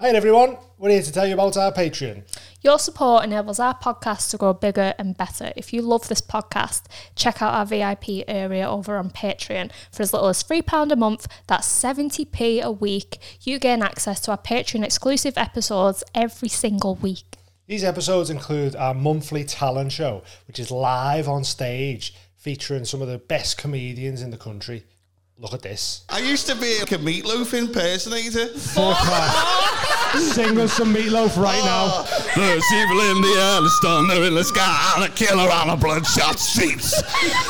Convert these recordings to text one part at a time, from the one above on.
Hey everyone, we're here to tell you about our Patreon. Your support enables our podcast to grow bigger and better. If you love this podcast, check out our VIP area over on Patreon. For as little as £3 a month, that's 70p a week, you gain access to our Patreon exclusive episodes every single week. These episodes include our monthly talent show, which is live on stage, featuring some of the best comedians in the country. Look at this. I used to be like a meatloaf impersonator. Sing us some meatloaf right now. There's evil in the air, there's thunder in the sky, and a killer on the bloodshot streets.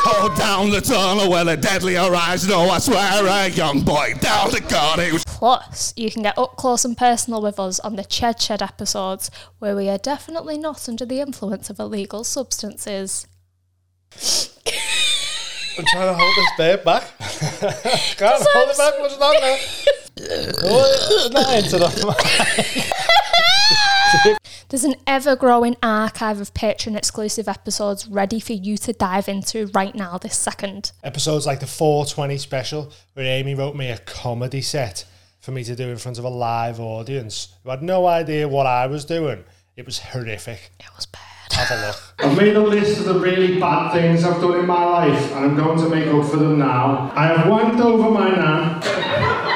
Hold down the tunnel where the deadly arise. No, I swear, a young boy down the garden. Plus, you can get up close and personal with us on the Ched Shed episodes, where we are definitely not under the influence of illegal substances. I'm trying to hold this babe back. Can't hold it back much longer. oh, not into the There's an ever growing archive of Patreon exclusive episodes ready for you to dive into right now, this second. episodes like the 420 special, where Amy wrote me a comedy set for me to do in front of a live audience who had no idea what I was doing. It was horrific. It was bad. Have a look. I've made a list of the really bad things I've done in my life, and I'm going to make up for them now. I have wanked over my nan.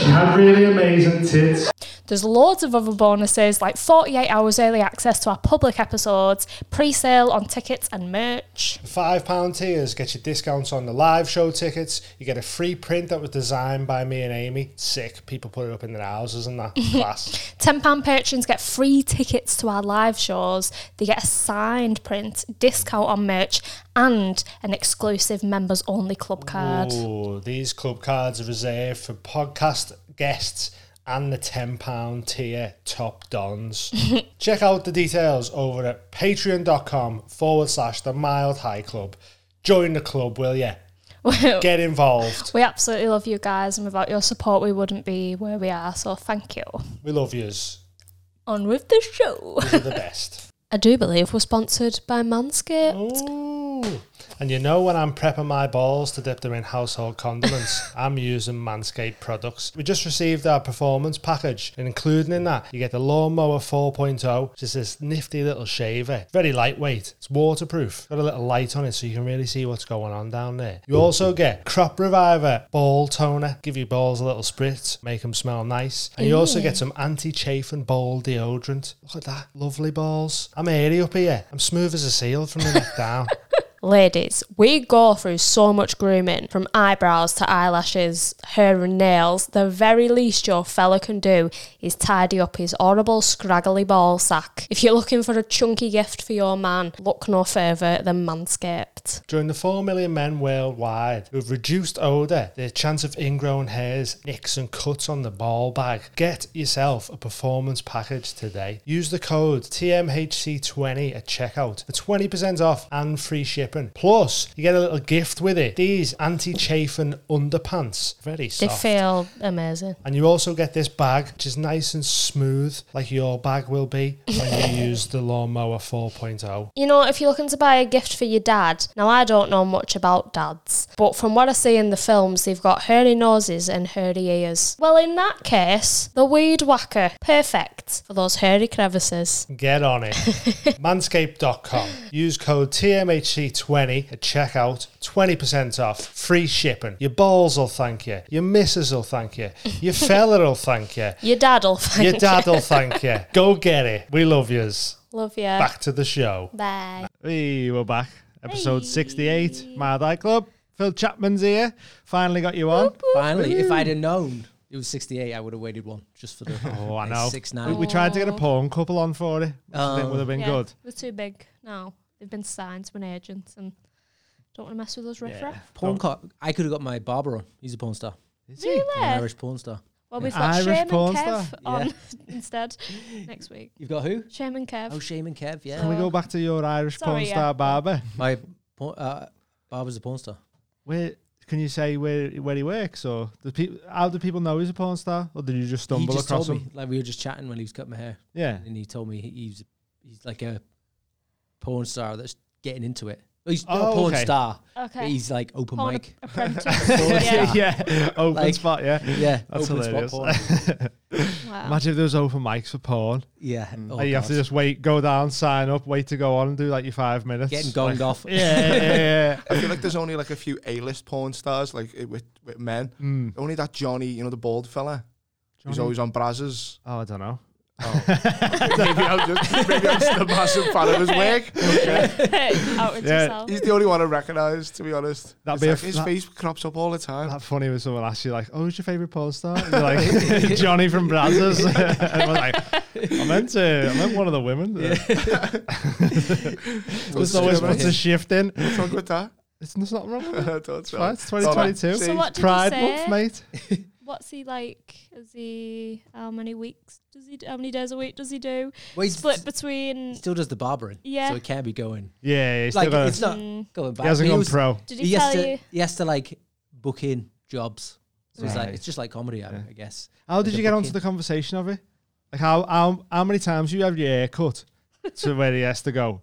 she had really amazing tits. There's loads of other bonuses like 48 hours early access to our public episodes, pre sale on tickets and merch. Five pound tiers get you discounts on the live show tickets. You get a free print that was designed by me and Amy. Sick. People put it up in their houses and that class. £10 patrons get free tickets to our live shows, they get a signed print, discount on merch, and an exclusive members only club card. Ooh, these club cards are reserved for podcast guests and the ten pound tier top dons. Check out the details over at patreon.com forward slash the mild high club. Join the club, will you? Get involved. We absolutely love you guys, and without your support, we wouldn't be where we are. So thank you. We love yous. On with the show. You're the best. I do believe we're sponsored by Manscaped. Ooh. And you know when I'm prepping my balls to dip them in household condiments, I'm using Manscaped products. We just received our performance package, and including in that, you get the Lawnmower 4.0, which is this nifty little shaver. Very lightweight. It's waterproof. Got a little light on it so you can really see what's going on down there. You also get Crop Reviver Ball Toner. Give your balls a little spritz, make them smell nice. And you also get some anti-chafing ball deodorant. Look at that. Lovely balls. I'm airy up here. I'm smooth as a seal from the neck down. Ladies, we go through so much grooming from eyebrows to eyelashes, hair and nails. The very least your fella can do is tidy up his horrible, scraggly ball sack. If you're looking for a chunky gift for your man, look no further than Manscaped. During the 4 million men worldwide who have reduced odour, the chance of ingrown hairs, nicks, and cuts on the ball bag, get yourself a performance package today. Use the code TMHC20 at checkout for 20% off and free shipping. Plus, you get a little gift with it these anti chafing underpants. Very They soft. feel amazing. And you also get this bag, which is nice and smooth, like your bag will be when you use the lawnmower oh. 4.0. You know, if you're looking to buy a gift for your dad, now I don't know much about dads, but from what I see in the films, they've got hairy noses and hairy ears. Well, in that case, the weed whacker, perfect for those hairy crevices. Get on it. Manscaped.com. Use code TMHC20 at checkout. 20% off. Free shipping. Your balls will thank you. Your missus will thank you. Your fella will thank you. Your dad'll find Your dad will thank you. Go get it. We love yous. Love you. Back to the show. Bye. Hey, we're back. Episode 68, Mad Eye Club. Phil Chapman's here. Finally got you on. Finally, if I'd have known it was 68, I would have waited one just for the. Oh, I it's know. Six We, nine. we tried to get a porn couple on for it, which I think would have been good. We're too big now. They've been signed to an agent and don't want to mess with those riff riffraff. porn co- I could have got my barber on. He's a porn star, Really? an Irish porn star. Well, we've got got Irish Shame and Shane and porn Kev Kev star? on Yeah. instead next week. You've got who? Shane and Kev. Oh, Shaman Kev. Yeah, Can we go back to your Irish porn Sorry, yeah. star barber? my por- uh, barber's a porn star. Where can you say where where he works or do people how do people know he's a porn star or did you just he stumble just across told him? me, like we were just chatting when he was cutting my hair, Yeah. and he told me he- he's he's like a porn star that's getting into it. He's not Oh, a porn okay. star. Okay. but He's like open Porn mic. apprentice. Porn Yeah. star. yeah, open Like- spot. Yeah, Yeah, That's open hilarious. spot porn. Wow. Imagine if there was open mics for porn. Yeah. Oh, and Mm. you have to God. just wait, go down, sign up, wait to go on, and do like your five minutes. getting gonged Like- off. Yeah, yeah, yeah, yeah. I feel like there's only like a few A-list porn stars, like eh, with, with men. Mm. Only that Johnny, you know, the bald fella, who's Johnny- always on Brazzers. Oh, I don't know. maybe I'm just maybe I'm just a massive fan of his work. Out into Yeah. yourself. He's the only one I recognise, to be honest. That'd It's be a like f- his that- face crops up all the time. That funny when someone asks you like, "Oh, who's your favorite porn star?" And you're like, "Johnny from Brazzers." and I'm like, "I meant to, I meant one of the women." There's always puts a shift in. What's wrong with that? It's, there's nothing wrong with it. Don't Right, it's tell me. 2022. See? So what did Pride you say? month, mate. What's he like? Is he how many weeks does he? How many days a week does he do? Well, he's Split between. still does the barbering. Yeah. So it can't be going. Yeah, he's Like still got it's not Mm. going back. he hasn't But gone was- pro. Did he, He tell has you? to. He has to like book in jobs. So it's like Right. it's just like comedy, I, I guess. How did Like a you get onto booking. the conversation of it? Like how how how many times you have your hair cut to where he has to go?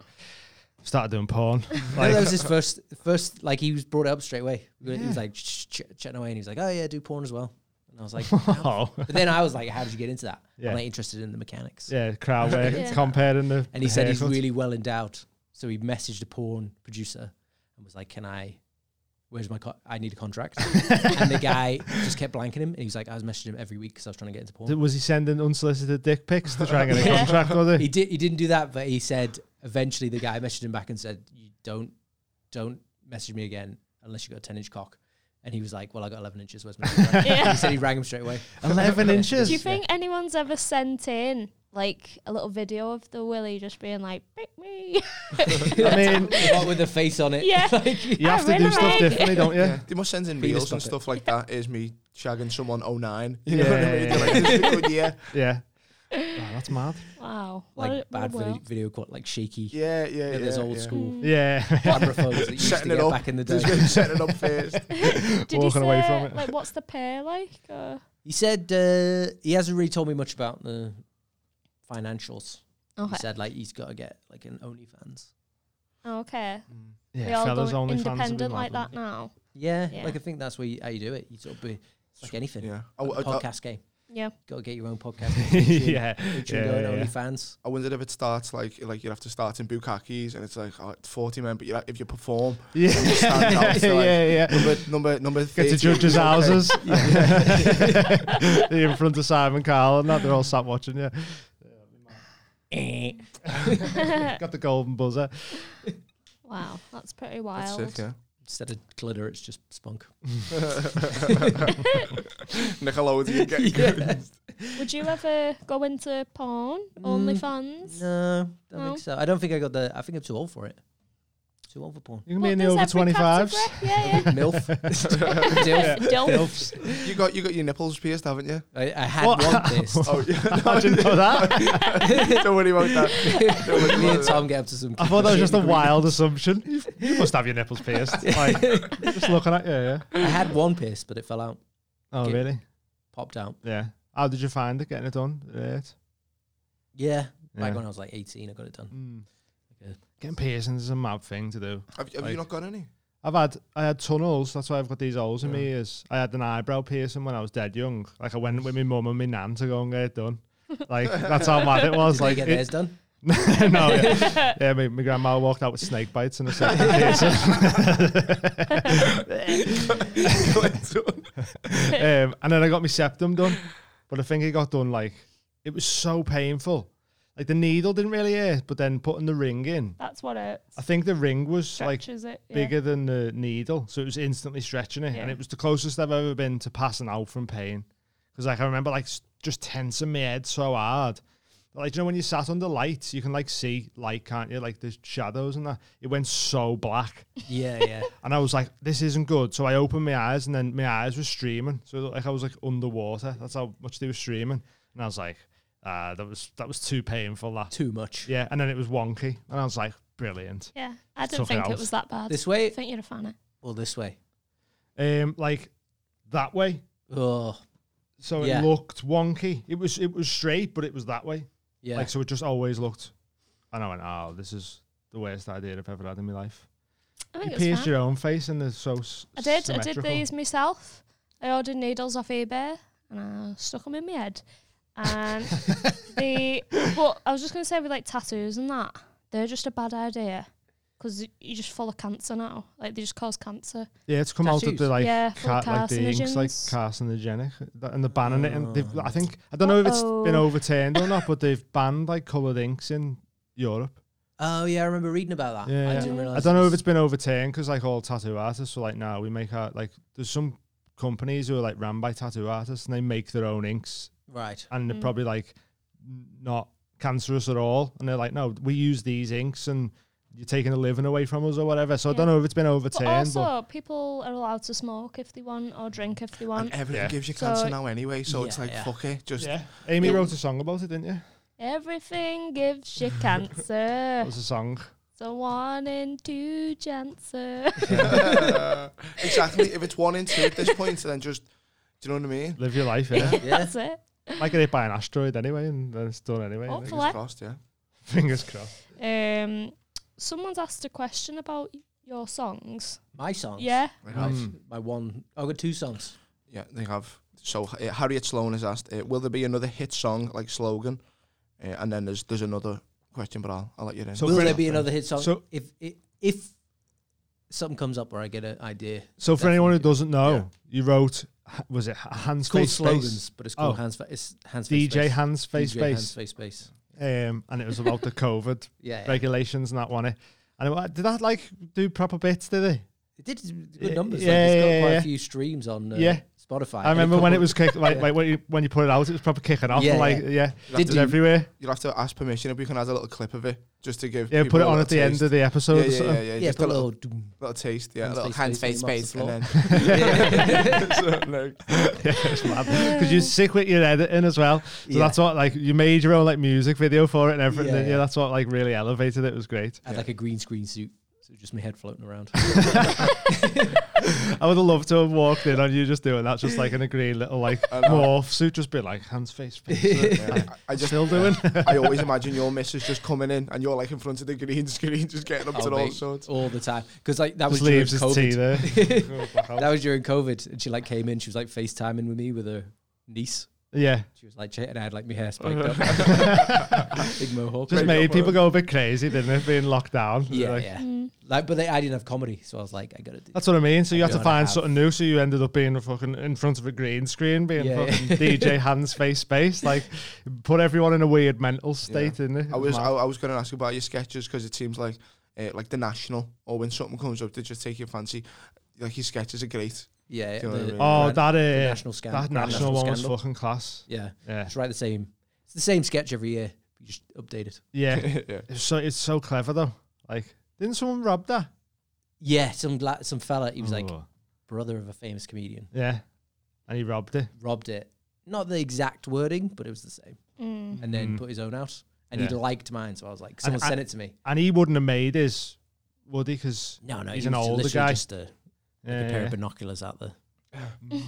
Started doing porn. No, that Like, was his first, first like he was brought it up straight away. He was- he was like ch- ch- ch- chatting away, and he was like, "Oh yeah, I do porn as well." And I was like, "How?" oh, but then I was like, "How did you get into that?" Yeah. I'm like interested in the mechanics. yeah, crowd work. Yeah. Comparing the And he said he's haircut. really well endowed, so he messaged a porn producer and was like, "Can I?" Where's my? Co- I need a contract. and the guy just kept blanking him, and he was like, "I was messaging him every week because I was trying to get into porn." Did- was he sending unsolicited dick pics to try and get a Yeah. contract? Was he he? did. He didn't do that, but he said eventually the guy messaged him back and said, "You don't, don't message me again unless you got a ten inch cock." And he was like, "Well, I got eleven inches. Where's my?" contract?" Yeah. He said he rang him straight away. Eleven inches. Do you think anyone's ever sent in like a little video of the Willy just being like, pick me? I mean, What with the face on it? Yeah. like, you have to do stuff Ironic. differently, don't you? Yeah, they must send in Penis reels and puppet. stuff like that. Is me shagging someone 09. You Yeah, know what I mean? yeah, They're Like, this is a good year. Yeah. Wow, that's mad. wow. What like a- what a bad video, world. Hmm. video qual- like shaky. Yeah, Yeah, yeah, yeah. there's old yeah. school Yeah. camera phones that you used to Setting it get up. back in the day. Just getting setting it up first. Did he Walking away say, from it. Like, what's the pair like? Or? He said uh, he hasn't really told me much about the financials. He said like he's got to get like an OnlyFans. Oh, Okay. Yeah, they all fellas going only independent fans like that now. Yeah, Yeah. like I think that's where you, how you do it. You sort of be it's like anything. Yeah. I, Like w- the I- podcast game. Yeah. Got to get your own podcast. yeah, Patreon yeah, going yeah, yeah. OnlyFans. I wondered if it starts like like you have to start in Bukakis and it's like oh, it's 40 men, but you if you perform, Yeah. you stand out. yeah, So like, yeah, yeah. number number number. Get 30, to judges' okay. houses. You're in front of Simon Carl and that they're all sat watching you. Eh. Got the golden buzzer. Wow. That's pretty That's wild. sick, yeah. Instead of glitter, it's just spunk. Nickelodeon get Would you ever go into porn, Mm, OnlyFans? No, don't No. think so. I don't think I got the. I think I'm too old for it. Too old for porn. You can What be in the does over every 25s. category- Yeah, yeah. Milf. Dilf. Dilf. Dilfs. You got you got your nipples pierced, haven't you? I, I had What? one pierced. Oh, yeah. I didn't know that. Don't worry about that. Me and Tom get up to some. I thought that was just a wild assumption. You, you must have your nipples pierced. Like, just looking at you, yeah. I had one pierced, but it fell out, Oh, Get- really? popped out. Yeah. How did you find it getting it done? Right. Yeah, back Yeah. when I was like 18, I got it done. Hmm. Getting piercings is a mad thing to do. Have, have Like- you not got any? I've had I had tunnels. That's why I've got these holes in my ears. I had an eyebrow piercing when I was dead young. Like I went with my mum and my nan to go and get it done. Like that's how mad it was. Did like they get it- theirs done? no, yeah, yeah my, my grandma walked out with snake bites and a second piercing. um, and then I got my septum done, but I think it got done like it was so painful. Like the needle didn't really hurt, but then putting the ring in, That's what it I think the ring was like stretches it. Yeah. bigger than the needle, so it was instantly stretching it, and Yeah. it was the closest I've ever been to passing out from pain. Because like I remember like s- just tensing my head so hard. Like you know when you sat under lights, you can like see light, can't you? Like the shadows and that. It went so black, Yeah, yeah. and I was like, "This isn't good." So I opened my eyes, and then my eyes were streaming. So it looked like I was like underwater. That's how much they were streaming, and I was like, "Ah, that was that was too painful." That Too much. yeah, and then it was wonky, and I was like, "Brilliant." Yeah, I Took didn't it think it out. was that bad. This I way think you'd have found it. or this way? Um, like that way. Oh, So Yeah. it looked wonky. It was it was straight, but it was that way. yeah. Like so, it just always looked. And I went, "Oh, this is the worst idea I've ever had in my life." I You think it's pierced fine. your own face and they're so s- I did. symmetrical. I did these myself. I ordered needles off eBay and I stuck them in my head. And the but I was just gonna say with like tattoos and that, they're just a bad idea because you're just full of cancer now. Like they just cause cancer. Yeah, it's come out of the Tattoos. like, Yeah, full car, like the inks like carcinogenic, Th- and they're banning it. And they've, Oh. I think I don't know if it's been Uh-oh. overturned or not, but they've banned like coloured inks in Europe. Oh yeah, I remember reading about that. Yeah, I yeah. didn't realize. I don't know if it's been overturned because like all tattoo artists were like, nah, we make our like. There's some companies who are like ran by tattoo artists and they make their own inks right. and Mm. they're probably like n- not cancerous at all. And they're like, no, we use these inks and you're taking a living away from us or whatever. So I don't know if it's been But overturned. also, but people are allowed to smoke if they want or drink if they And want. everything Yeah. gives you So- cancer now anyway, Um, so it's Yeah, like yeah. fuck it. Just yeah, Amy Yeah. wrote a song about it, didn't you? Everything gives you That cancer. was a song. so one in two chances. exactly. If it's one in two at this point, then just do you know what I mean? Live your life, yeah. Yeah. That's it. Might get hit by an asteroid anyway, and then it's done anyway. innit? Hopefully. Fingers crossed, yeah. Fingers crossed. Um, someone's asked a question about your songs. My songs. Yeah. They Right. have, Hmm. My one. I've got two songs. yeah, they have. So uh, Harriet Sloan has asked, uh, will there be another hit song like slogan? Uh, and then there's there's another question, but I'll, I'll let you in. So Will Brit- there be another hit song? So- if if, if something comes up where I get an idea, So, for anyone who Definitely. doesn't know, you wrote, h- was it h- Hands it's called Face slogans, Space? but it's called Oh. hands. Fa- it's hands. Face DJ Space. Hands Face DJ Hands Space. face space. Um, and it was about the COVID Yeah, yeah. regulations and that one. eh? And it wa- did that like do proper bits, did it? it did Yeah, good numbers. yeah, like, it's got yeah, quite yeah. a few streams on uh, Yeah. Spotify. I and remember when it couple- was kick, like, yeah. like when, you, when you put it out, it was proper kicking off. Yeah, and, like, yeah. yeah. You'll It have, was Did you- to, everywhere. you'll have to ask permission if we can add a little clip of it just to give. Yeah, people put it a on little at the end taste. of the episode. Yeah, or yeah, something. yeah, yeah. yeah, Just put a a little, little. doom. little taste, yeah, a hands little face hands space face when you space, come and off then. So, no. because you're sick with your editing as well. So Yeah. that's what like you made your own like music video for it and everything. Yeah, Yeah, yeah. that's what like really elevated it. It was great. I had like a green screen suit, so just my head floating around. I would have loved to have walked in on you just doing that, just like in a green little like morph suit, just be like hands face face. Yeah, I- I just Still doing. I always imagine your missus just coming in and you're like in front of the green screen, just getting up Oh, to all mate, sorts. all the time because like that just was during leaves his tea COVID. there. That was during COVID, and she like came in. She was like FaceTiming with me with her niece. yeah, She was like, and I had like my hair spiked up, big mohawk. just made people go a bit crazy, didn't it? Being locked down. Yeah, Like, yeah. Mm. Like, but they, I didn't have comedy, so I was like, I gotta do. That's what I mean. So you have to Everyone find have- something new. So you ended up being fucking in front of a green screen, being Yeah, yeah. fucking DJ hands face space. Like put everyone in a weird mental state, didn't it? I was Mad. I, I was going to ask about your sketches because it seems like uh, like the national or when something comes up to just take your fancy. Like your sketches are great. yeah, yeah. Do you know the- what Oh, Grand- that uh, the national scandal. that Grand national, one was Scandal. fucking class. Yeah, Yeah, it's right the same. It's the same sketch every year. You just update it. yeah. yeah. it's so it's so clever though. Like, didn't someone rob that? Yeah, some la- some fella. He was like Oh. brother of a famous comedian. yeah, and he robbed it. Robbed it. Not the exact wording, but it was the same. Mm. And then Mm. put his own out, and he Yeah. liked mine. So I was like, someone I- sent it to me. And he wouldn't have made his, would he? Because No, no, He's he an was older literally guy. Just a, like a pair of binoculars out there.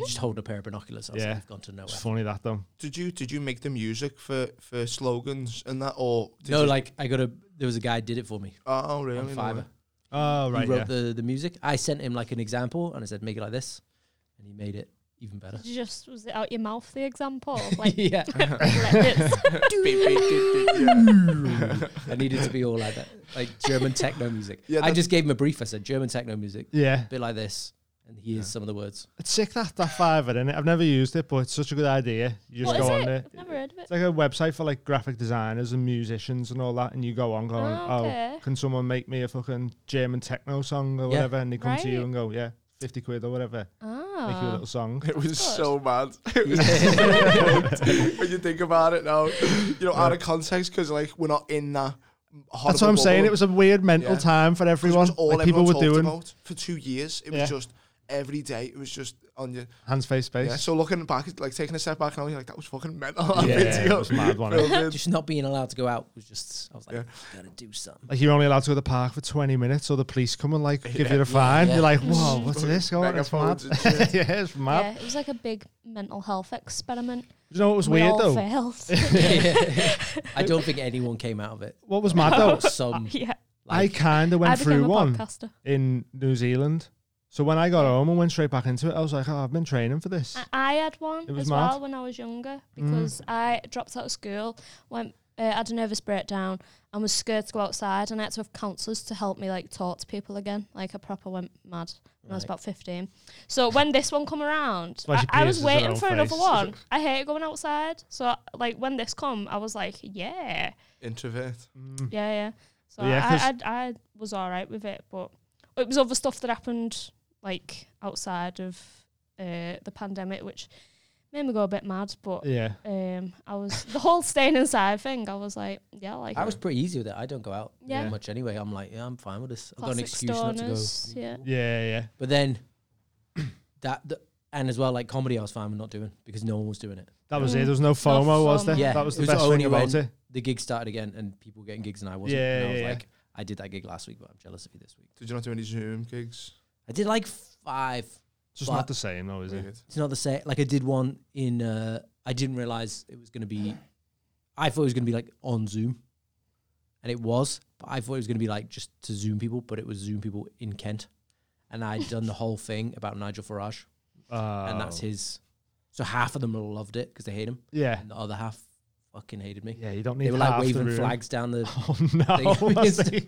just holding a pair of binoculars. I was Yeah. like, I've gone to nowhere. it's funny that though. Did you did you make the music for for slogans and that or did No, you, like I got a. There was a guy did it for me oh really on No Fiverr. way. Oh right, he wrote yeah. the, the music. I sent him like an example and I said, make it like this. And he made it even better. Did you just was it out your mouth the example? Like, yeah. like this. I needed to be all like that. Like German techno music. Yeah, I that- just gave him a brief. I said, German techno music, yeah, a bit like this. And here's some of the words. it's sick that that Fiverr in it. I've never used it, but it's such a good idea. You just What go is on it? there. I've never heard of it. It's like a website for like graphic designers and musicians and all that, and you go on going, Oh, okay. oh, can someone make me a fucking German techno song or whatever? And they come to you Right. and go, yeah, fifty quid or whatever, make you a Ah. little song. It was That's so mad. It was so- when you think about it now, you know, out of context because like we're not in that. That's what I'm saying. It was a weird mental Yeah. time for It everyone. was all like people everyone were talked doing about for two years. It Yeah. was just every day. It was just on your. hands, face, Yeah. face. So looking back, it's like taking a step back, and I was like, that was fucking mental. that Yeah, video. it was mad, wasn't it? Filled in. Just not being allowed to go out was just, I was like, Yeah. I gotta do something. Like you're only allowed to go to the park for 20 minutes, or the police come and like give you a fine. yeah. You're like, whoa, what's this going? It's mad. Megaphones and shit. yeah, it's mad. Yeah, it was like a big mental health experiment. Do you know what was we weird all though? failed. I don't think anyone came out of it. What was mad though? Some yeah. I kind of went I became through a one podcaster. in New Zealand. So when I got home and went straight back into it, I was like, oh, I've been training for this. I, I had one It was as mad. Mm. well when I was younger because I dropped out of school, went uh, had a nervous breakdown, and was scared to go outside, and I had to have counsellors to help me like talk to people again. Like I proper went mad when I was about fifteen. So when this one come around, why she I, I was pierces her waiting own for another face. one. I hate going outside, so like when this come, I was like, yeah, Introvert. Mm. yeah, yeah. So Yeah, 'cause- I, I I was all right with it, but it was other stuff that happened like outside of uh, the pandemic, which made me go a bit mad. But yeah. um, I was the whole staying inside thing. I was like, yeah, I like I it. was pretty easy with it. I don't go out Yeah. much anyway. I'm like, yeah, I'm fine with this. I've got an Classic excuse stoners, not to go. yeah. Yeah, yeah. But then that, the, and as well, like comedy, I was fine with not doing because no one was doing it. That was Mm. it. There was no FOMO, was there? FOMO. Yeah, that was the it was best thing only about when- it. The gig started again, and people were getting gigs, and I wasn't. Yeah, and I was yeah, yeah. like, I did that gig last week, but I'm jealous of you this week. Did you not do any Zoom gigs? I did like five. It's just But- not the same, though, is it? Weird. It's not the same. Like I did one in. Uh, I didn't realize it was going to be. I thought it was going to be like on Zoom, and it was. But I thought it was going to be like just to Zoom people, but it was Zoom people in Kent, and I'd done the whole thing about Nigel Farage, and that's Oh. his. So half of them loved it because they hate him, Yeah. and the other half fucking hated me. Yeah, you don't need They were like half the waving room. flags down the Oh, no. thing. was they?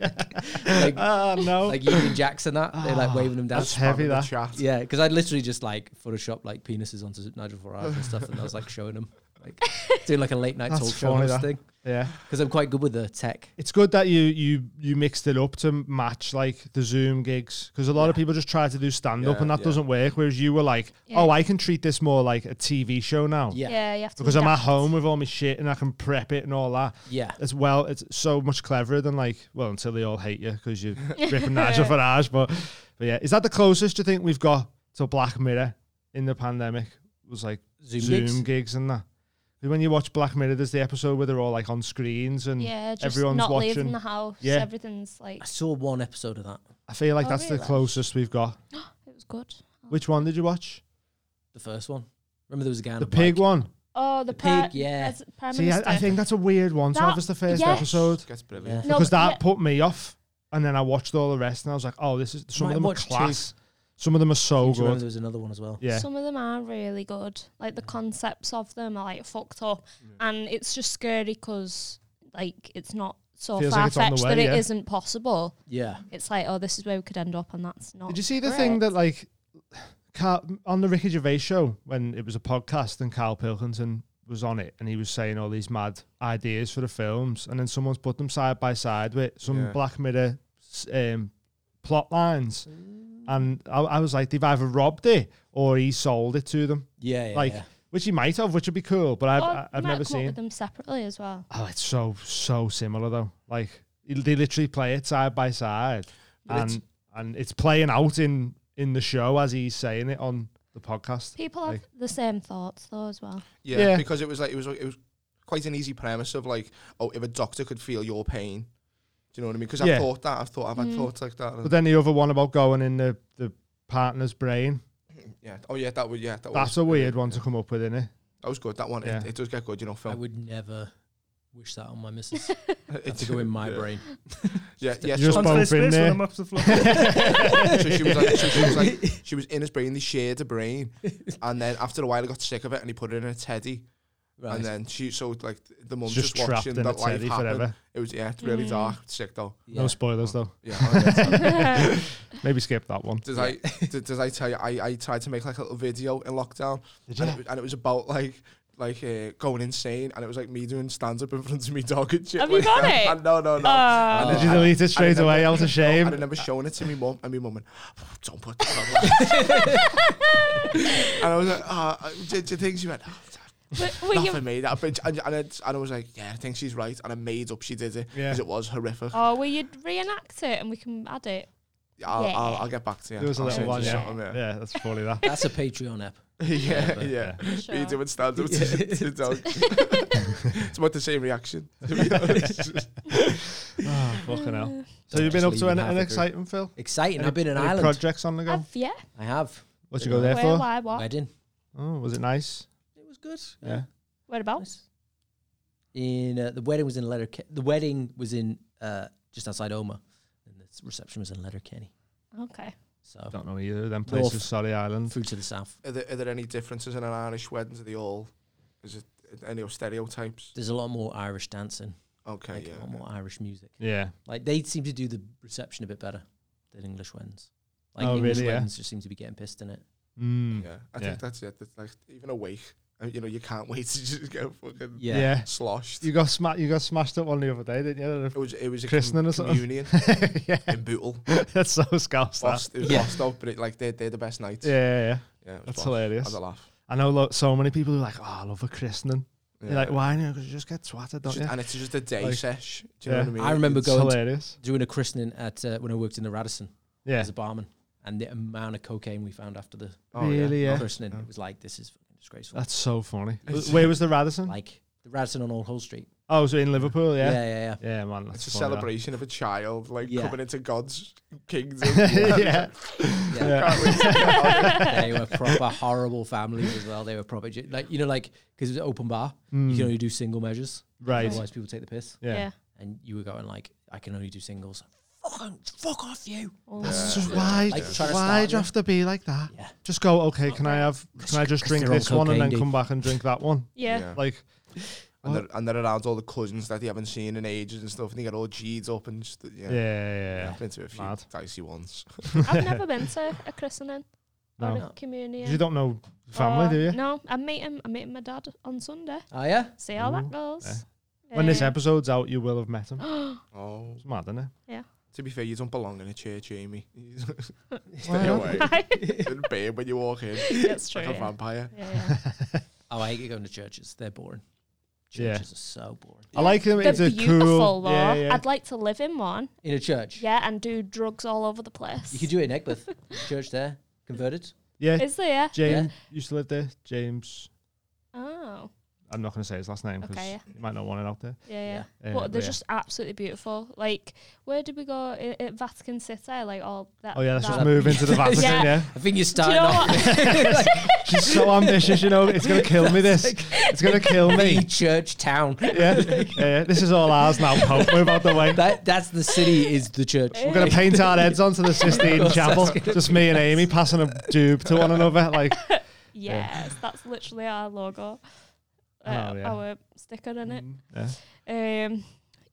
like, Ah, no. like Union Jacks and that. They're like waving them down. That's heavy, Having the that. chat. Yeah, because I'd literally just like Photoshop like penises onto Nigel Farage and stuff, and I was like showing him, like doing like a late night That's talk show funny, host that. thing. Yeah. Because I'm quite good with the tech. It's good that you you you mixed it up to match like the Zoom gigs because a lot of people just try to do stand up Yeah, and that yeah. doesn't work. Whereas you were like, Yeah. oh, I can treat this more like a TV show now Yeah, yeah. yeah, you have to because I'm at adapt. home with all my shit and I can prep it and all that. As well, it's so much cleverer than like well until they all hate you because you're ripping Nigel Farage. But but yeah, is that the closest you think we've got to Black Mirror in the pandemic? Was like Zoom, Zoom gigs. gigs, and that. When you watch Black Mirror, there's the episode where they're all like on screens and Yeah, just everyone's not watching. leaving the house. Yeah. Everything's like I it saw one episode of that, I feel like Oh, that's the really? closest we've got. was good. Which one did you watch? the first one. Remember there was a guy on The a pig bike? one. Oh, the, The pri- pig, yeah. as prime See, I, minister. I think that's a weird one to That- have as the first yes. episode Gets brilliant. No, because but- that yeah. put me off, and then I watched all the rest, and I was like, "Oh, this is some Might of them are watch two. class. Some of them are so Do you remember good. there was another one as well. Yeah, Some of them are really good. Like the concepts of them are like fucked up, and it's just scary because like it's not so Feels like far it's on the fetched way, that it yeah. not possible. Yeah, It's like oh, this is where we could end up, and that's not. Did you see the thing that Oh, correct. like Carl, on the Ricky Gervais show when it was a podcast and Carl Pilkington was on it and he was saying all these mad ideas for the films and then someone's put them side by side with some Yeah. Black Mirror s- um, plot lines and I, I was like they've either robbed it or he sold it to them yeah, yeah. like yeah. which he might have which would be cool but I've Or I- you I've Oh, might never come up seen with them separately as well. oh it's so so similar though like they literally play it side by side But it's- and and it's playing out in in the show as he's saying it on the podcast. People have the same thoughts though as well. Yeah, Yeah. because it was like it was it was quite an easy premise of like, oh, if a doctor could feel your pain, do you know what I mean? Because Yeah. I've thought that, I've thought, I've had thoughts like that. and- But then the other one about going in the the partner's brain. yeah. Oh yeah, that would yeah. That That's was, a weird one to come up with, innit? That was good. That one. Yeah. It, it does get good, you know. I Film. would never wish that on my missus. Have It's to go in my yeah. brain. Yeah, yeah. You're So, just- both in there. I'm up the floor. That's so she was like, so she was like, she was in his brain. They shared a brain, and then after a while, I got sick of it, and he put it in a teddy, Right. and then she so like the mum Just just, trapped watching in a that life teddy happen. forever. It was yeah, it's Mm. really dark. Sick though. yeah. No spoilers though. Yeah. oh, yeah. Uh, Maybe skip that one. Did I did, did I tell you I, I tried to make like a little video in lockdown and, it, was- and it was about like like uh, going insane and it was like me doing stand up in front of me dog and shit. Have you like got that. it? And no, no, no. Oh. And Did then you I- delete I it straight remember- away? That was a I shame. remember showing it to my mum and my mum went, "Oh, "Don't put that." on." and I was like, "Ah, do, do you think she went?" "Ah, Were, were Not you for me. That bitch. And, and, it, and I was like, "Yeah, I think she's right." And I made up she did it Yeah. because it was horrific. or will you oh, reenact it and we can add it? I'll, yeah. I'll, I'll get back to you. There was a I'll little send one. you Yeah. something, yeah, that's funny that. That's a Patreon app. yeah, yeah. for Me Sure. doing stand up to, to the dog. it's about the same reaction. To be honest. Oh, Ah, fucking Uh, hell. So Don't you've been up actually to even an, have an a group. exciting Phil? Exciting. Any- I've been in any Ireland. projects on the go? I've, yeah. I have. What you go there Where? for? Why? What? Wedding. Oh, was it nice? It was good. Yeah. Whereabouts? In uh, the wedding was in Letter. The wedding was in uh, just outside Omagh, and the reception was in Letterkenny. Okay. So Don't know either. Them North. places, sorry, Ireland. food to the south. Are there, are there any differences in an Irish wedding? Are they all? Is it any of stereotypes? There's a lot more Irish dancing, Okay, like yeah. a lot more Irish music. Yeah, Like they seem to do the reception a bit better than English weddings. Like Oh, English really, yeah? weddings just seem to be getting pissed in it. mm. Yeah, I Yeah. think that's it. That's like even a wake. uh, You know, you can't wait to just go fucking yeah. sloshed. You got sma- You got smashed up one the other day, didn't you? It was it was a Christening or com- something? communion yeah, in Bootle. that's so scoused. that. Lost, it was Yeah. lost out, but it, like they're, they're the best nights. Yeah, yeah, yeah. Yeah, it was That's boss. hilarious. Had a laugh. I know lo- so many people who are like, oh, I love a christening. Yeah. You're like, why? Because you just get twatted, don't Just- you? And it's just a day Like- sesh. Do you Yeah. know what I mean? I remember It's going to, hilarious. doing a christening at uh, when I worked in the Radisson Yeah. as a barman, and the amount of cocaine we found after the Oh, really, yeah. christening, Yeah. it was like this is fucking disgraceful. That's so funny. It's- Where was the Radisson? like the Radisson on Old Hull Street. oh, was it in Liverpool? Yeah, Yeah. yeah, yeah. Yeah, man. That's It's a funny, that. celebration of a child like Yeah. coming into God's kingdom. yeah. yeah. Can't wait to get out. they were proper horrible families as well. They were proper ju- like you know like because it was open bar, you can only do single measures. Mm. Right. Otherwise, people take the piss, Yeah. and you were going like, I can only do singles. Fuck, fuck off you. It's just why? Like, trying why to start do you you. have to be like that? Yeah. Just go. Okay, can I have? Can I just drink they're on this one and cocaine, then dude. come back and drink that one? Yeah. Yeah. Like, And they're, and they're around all the cousins that they haven't seen in ages and stuff, and they get all G'd up and just, yeah. yeah, yeah. yeah. Been to a few Mad. dicey ones. I've never been to a christening or No, No. a communion. you don't know family, or- do you? Oh, No, I'm meeting, I'm meeting my dad on Sunday. Oh yeah, See how Ooh, Eh. that goes. When this Uh, episode's out, you will have met him. Oh, It's mad, isn't it? to be fair, you don't belong in a church, Amy. Why Stay away. You're bare when you walk in, That's true. like a Yeah. vampire. Yeah, yeah. Oh, I hate going to churches. They're boring. Yeah. Churches are so boring. I like him. They're it's a beautiful, cool. though. Yeah, yeah. I'd like to live in one. In a church, Yeah, and do drugs all over the place. you could do it in Egbeth. There's a church there, converted. yeah. Is there? James used to live there. James. Oh, I'm not going to say his last name because Okay, yeah. you might not want it out there. yeah, yeah. Yeah. Uh, but they're yeah. just absolutely beautiful. Like, where did we go I- at Vatican City? Like all that. Oh yeah, let's that. just move into the Vatican. Yeah. Yeah. I think you're Do you starting know off what? she's so ambitious. You know, it's going to kill me. This. It's going to kill me. the church town. Yeah. yeah, yeah. This is all ours now. Pope, move out the way. That that's the city is the church. We're going to paint our heads onto the Sistine course, Chapel. that's gonna Just me and Amy passing a dube to one another. Like, yes, that's literally our logo. Uh, Oh, yeah. Our sticker in Mm. it. yeah. Um,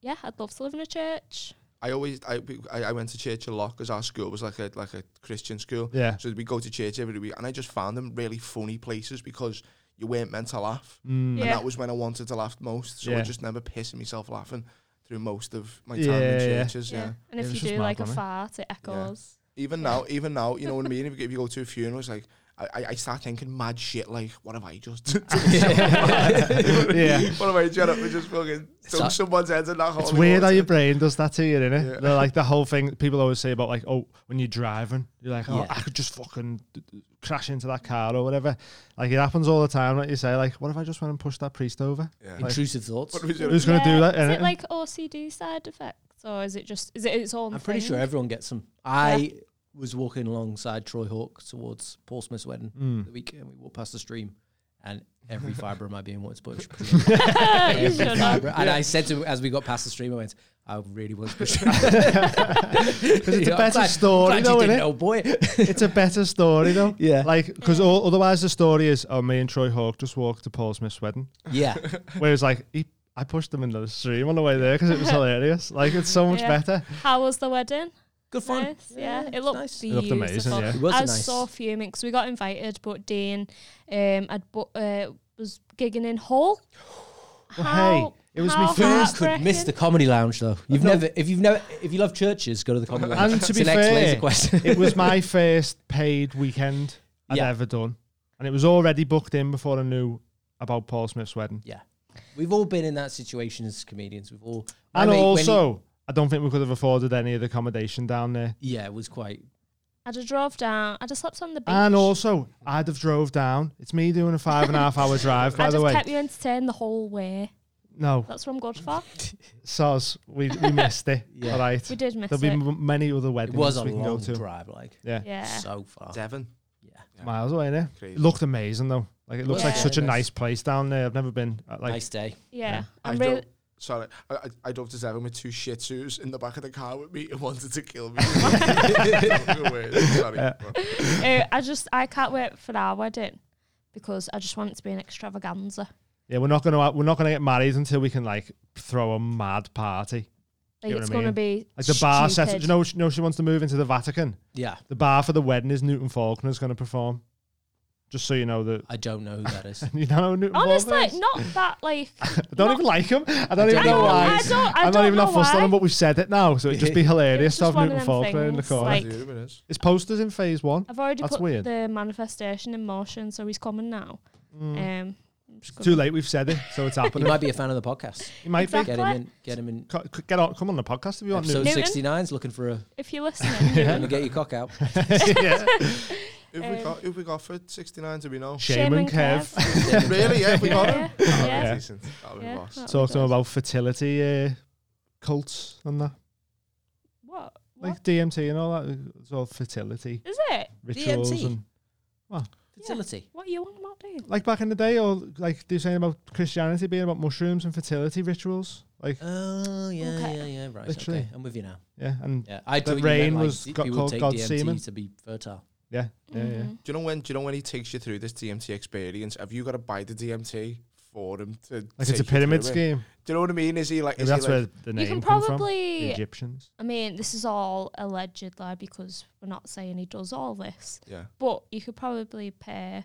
yeah, I'd love to live in a church. I always, I, I, I went to church a lot because our school was like a like a Christian school. Yeah. So we go to church every week, and I just found them really funny places because you weren't meant to laugh, Mm. Yeah. and that was when I wanted to laugh most. So Yeah. I just never pissed myself laughing through most of my time Yeah, in yeah. churches. Yeah. It And if was you just do mad, like a wasn't it? fart, it echoes. Even now, even now, you know what I mean. If you, if you go to a funeral, it's like I, I- I start thinking mad shit. Like, what have I just? done to myself? Yeah. What have I done? I just fucking took like- someone's head and that It's holy weird how water. your brain does that to you, innit? Yeah. They're Like the whole thing people always say about like, oh, when you're driving, you're like, oh, Yeah. I could just fucking d- d- crash into that car or whatever. Like it happens all the time. Like you say, like, what if I just went and pushed that priest over? Yeah. Intrusive thoughts. What was your- Who's gonna do Yeah, that? Is innit? it like OCD side effects, or is it just is it its own? I'm pretty thing? sure everyone gets them. I was walking alongside Troy Hawk towards Portsmouth's wedding the week, and we walked past the stream, and every fibre of my being wanted to push. every should have. fibre. And I said to as we got past the stream, I went, "I really was pushing." Because it's a better story, though, didn't, innit? oh boy. It's a better story, though. Yeah. Like, because otherwise the story is, oh, me and Troy Hawk just walked to Paul Smith's wedding. yeah, Whereas, like, he, I pushed him into the stream on the way there because it was hilarious. Like, it's so much Yeah. better. How was the wedding? good fun. Nice, yeah, it's it looked nice. beautiful. looked amazing, yeah. It was I was nice. so fuming because we got invited, but Dean, um, had bu- uh, was gigging in Hull. hey, it was me how first. Could miss heartbreaking. the comedy lounge though. You've never, if you've never, if you love churches, go to the comedy lounge. And to It's be the next fair, laser quest. it was my first paid weekend I'd Yeah. ever done. And it was already booked in before I knew about Paul Smith's wedding. Yeah. We've all been in that situation as comedians. We've all my And mate, when he- also, I don't think we could have afforded any of the accommodation down there. yeah, it was quite I just drove down. I just slept on the beach. And also, I'd have drove down. It's me doing a five and a half hour drive, by I the just way. kept you entertained the whole way. No, That's what I'm good for. Soz, we, we missed it. Yeah. All right. We did miss There'll it. be m- many other it weddings was a we can go long to. drive, like Yeah. yeah. so far. Devon. Yeah. miles away there. Crazy. It looked amazing though. Like it looks like Yeah. such a Nice. nice place down there. I've never been. uh, Like nice day. Yeah. I I'm really, don't- Sorry, I, I, I drove to Devon with two Shih Tzus in the back of the car with me and wanted to kill me. No way, Sorry. Uh, I just I can't wait for our wedding because I just want it to be an extravaganza. Yeah, we're not gonna we're not gonna get married until we can like throw a mad party. Like You know it's what I gonna be Like the bar set. Do stupid. you know? You know she wants to move into the Vatican. Yeah, The bar for the wedding is Newton Faulkner's going to perform. Just so you know that I don't know who that is. you don't know who Newton Faulkner. Honestly, is? not that like I don't not- even like him. I don't even I know don't, why. I don't, I am don't not even know that fussed on why. him, but we've said it now, so it'd just be hilarious It's to just have one of Newton them Faulkner in the things, corner. like- Zoom it is. His poster's in phase one. I've already That's put weird. the manifestation in motion, so he's coming now. Um, I'm just Mm. Too gonna- late, we've said it, so it's He happening. might be a fan of the podcast. He might Exactly. Get him in. Get him in. be. Co- Get on, come on the podcast if you want. Episode Newton? 69's looking for a. if you're listening, you Gonna get your cock out. Newton. yeah. Who uh, we got? Who we got for 69? Do we know? Shame and Kev. really? Yeah, we got him. Oh, yeah, yeah, Yeah. Decent. That'll be yeah, boss. that'll Talk be to him good. about fertility uh, cults and that, What? what? like DMT and all that. It's all fertility Is it? rituals DMT? and Fertility. What are you on about, dude? like back in the day, or like they're saying about Christianity being about mushrooms and fertility rituals. Uh. Like, Oh yeah, Okay. yeah, yeah. Right. Literally. Okay. I'm with you now. yeah, and Yeah. I But thought you meant, rain like, was d- got people called take God's DMT semen. to be fertile. yeah, yeah, yeah. Mhm. Do you know when? Do you know when he takes you through this DMT experience? Have you got to buy the DMT for him to? Like take it's a you pyramid through it? scheme. Do you know what I mean? Is he like? Maybe Is that's he like where the You name can come from. probably. The Egyptians. I mean, this is all allegedly because we're not saying he does all this, yeah. but you could probably pay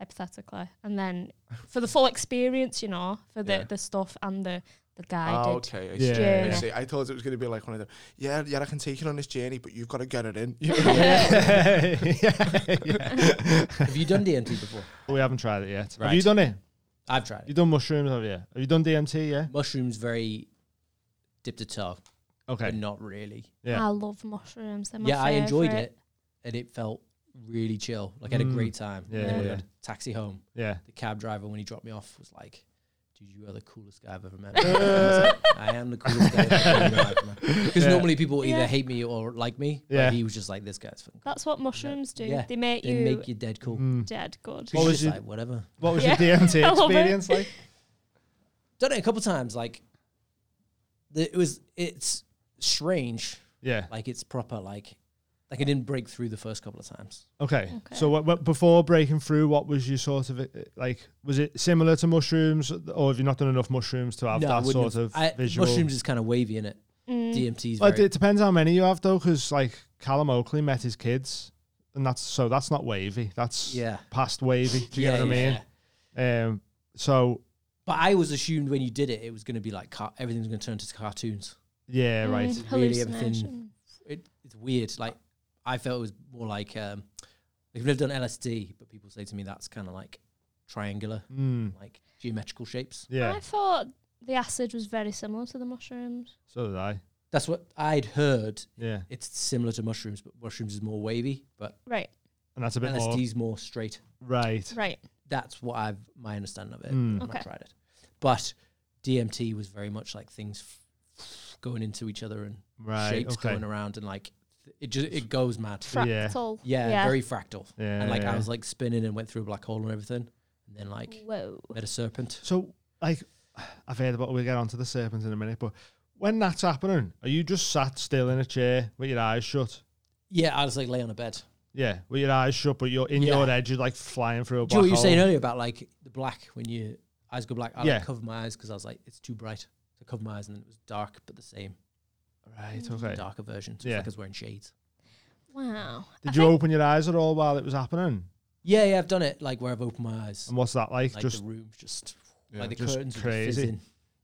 hypothetically, and then for the full experience, you know, for the, Yeah. the stuff and the the guided. Ah, Oh, okay. I see. Yeah. I Yeah. see. I thought it was going to be like one of them. Yeah, yeah, I can take you on this journey, but you've got to get it in. You know? yeah. yeah. Have you done DMT before? But we haven't tried it yet. Have Right. you done it? I've tried You it. done mushrooms? Have you? Have you done DMT? Yeah. Mushrooms very dip to toe, but Okay. not really. Yeah. I love mushrooms. They're my yeah, I enjoyed favourite. it, and it felt really chill. Like I had a Mm. great time. Yeah, and then yeah, when I yeah. had a taxi home, Yeah. the cab driver when he dropped me off was like, "Dude, you are the coolest guy I've ever met." I was like, I am the coolest guy I've ever met in my life, man. Because Yeah. normally people either Yeah. hate me or like me. but Yeah. he was just like, "This guy's fucking." cool." That's what mushrooms do. Yeah, They make They you make you dead cool. Mm. dead good. What What was was your- like, whatever. What was Yeah. your I DMT love it. experience like? Done it a couple times. Like, the, it was. It's strange. Yeah. Like it's proper. Like, like I didn't break through the first couple of times. Okay. Okay. So what, what, before breaking through, what was your sort of uh, like? Was it similar to mushrooms, or have you not done enough mushrooms to have No, I that wouldn't sort have- of I- visual? Mushrooms is kind of wavy in it. Mm. DMT's Well, very. it, it depends how many you have though, because like Callum Oakley met his kids, and that's so that's not wavy. That's yeah. past wavy. Do you Yeah, get what yeah, I mean? yeah. Um, so But I was assumed when you did it, it was going to be like car- everything's going to turn to cartoons. yeah, Mm, right. Really everything- hallucination. It, it's weird. Like I felt it was more like um, like I've never done LSD, but people say to me that's kind of like triangular, Mm, like geometrical shapes. yeah. I thought the acid was very similar to the mushrooms. So did I. That's what I'd heard. Yeah, It's similar to mushrooms, but mushrooms is more wavy, but Right, and that's a bit more LSD's more straight. right. right. That's what I've my understanding of it. Mm. I've Okay. not tried it, but DMT was very much like things f- going into each other and Right. shapes okay. going around and like th- it just it goes mad. Yeah. Fractal. Yeah, yeah. very fractal. Yeah. and like yeah. I was like spinning and went through a black hole and everything, and then like Whoa. met a serpent. So, like, I've heard about. We'll get onto the serpent in a minute, but when that's happening, are you just sat still in a chair with your eyes shut? Yeah, I was like lay on a bed. Yeah, with your eyes shut, but you're in Yeah. your head. You're like flying through a Do you black know what you were saying hole. earlier about like the black when your eyes go black? I Yeah. like covered my eyes because I was like it's too bright. So I covered my eyes and then it was dark, but the same Right. Okay. darker version. So Yeah. yeah. like I was wearing shades. Wow. Did you open your eyes at all while it was happening? Yeah, yeah, I've done it like where I've opened my eyes, And what's that like? like just the room's just Yeah, like the just curtains crazy. crazy. Fizzing.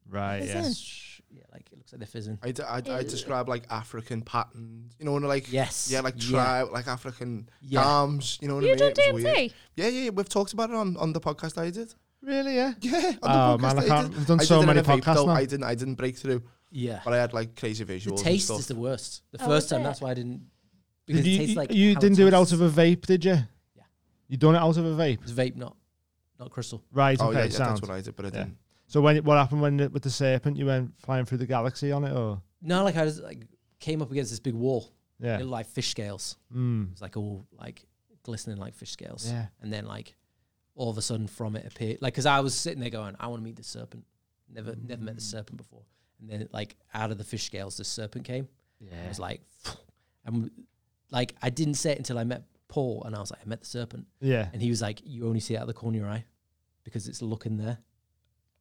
right. Is Yeah. it? Yeah, like it looks like they're fizzing. I, d- I, d- I Ew. describe like African patterns. You know, and like Yes. yeah, like tribe, like African Yeah. arms. You know what you I mean? done It was weird. DMT? Yeah, yeah, yeah. We've talked about it on, on the podcast I did. Really? Yeah. Yeah, on Oh the podcast man, I I can't. did. I've done I so did it many in a vape, podcasts though. now. I didn't. I didn't break through, Yeah. but I had like crazy The visuals. taste and is stuff. the worst. The Oh, first is time, it? that's why I didn't. Did Because it you tastes like you how it didn't do it out tastes. of a vape, did you? Yeah. You done it out of a vape, It's vape, not not crystal. right? Oh okay, yeah, yeah, sound. that's what I did, but I Yeah. didn't. So when what happened when it- with the serpent? You went flying through the galaxy on it, or No, like I just like came up against this big wall, yeah, It looked like fish scales. mm. It's like all like glistening like fish scales. yeah, And then like all of a sudden from it appeared, like because I was sitting there going, I want to meet the serpent. Never never met the serpent before. And then like out of the fish scales, the serpent came. Yeah. I was like, and like I didn't say it until I met Paul, and I was like, I met the serpent, Yeah. and he was like, you only see it out of the corner of your eye because it's looking there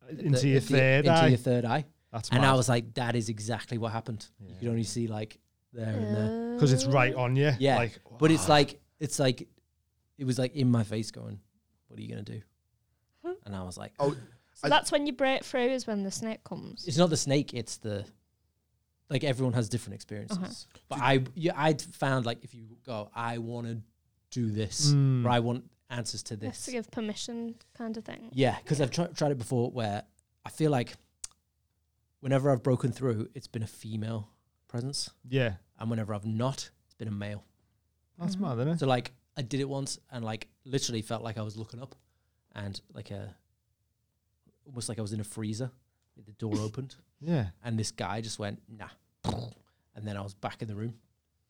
Into The- your the- third into eye. your third eye. That's and I mad. was like, that is exactly what happened. You could only see like there and there. because it's right Oh. on you. Yeah. Like, But it's like it's like it was like in my face going, What are you gonna do? And I was like, Oh, So I- that's when you break through is when the snake comes. It's not the snake, it's the like everyone has different experiences. But I yeah, I'd found like if you go, I wanna do this Mm. or I want answers to You have this. to give permission kind of thing. Yeah, because I've tri- tried it before where I feel like whenever I've broken through, it's been a female presence. yeah. And whenever I've not, it's been a male. That's mad, isn't it? So like I did it once and like literally felt like I was looking up and like a almost like I was in a freezer. The door opened Yeah. and this guy just went, nah. And then I was back in the room.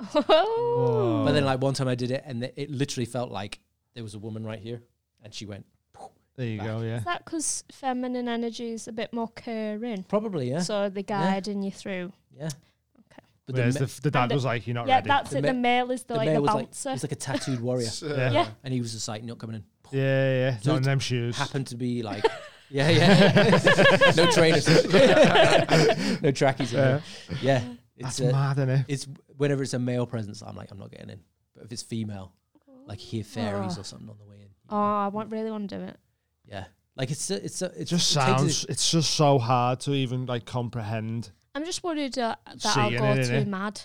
Oh. But then Whoa. like one time I did it and it literally felt like there was a woman right here and she went, There you go. Yeah. Is that because feminine energy is a bit more caring? probably, yeah. So they're guiding you through. yeah. Okay. But Whereas ma- the, f- the dad the- was like, "You're not yeah, ready." that's The it. ma- the male is the, like male the was like, bouncer. he's like a tattooed warrior it's, Yeah. uh, yeah. and he was just like not coming in. yeah, yeah, yeah. So Not in it them shoes. Happened to be like, yeah, yeah. no trainers. no trackies. Yeah. yeah. That's uh, It's, uh, mad, isn't it? it's whenever it's a male presence, I'm like, I'm not getting in. But if it's female, like hear fairies Ah. or something on the way in. Ah. oh, I want, really want to do it. Yeah, like it's so- it's so- It it's just it takes sounds. it- It's just so hard to even like comprehend. I'm just worried uh, that I'll Seeing go it, too innit? mad.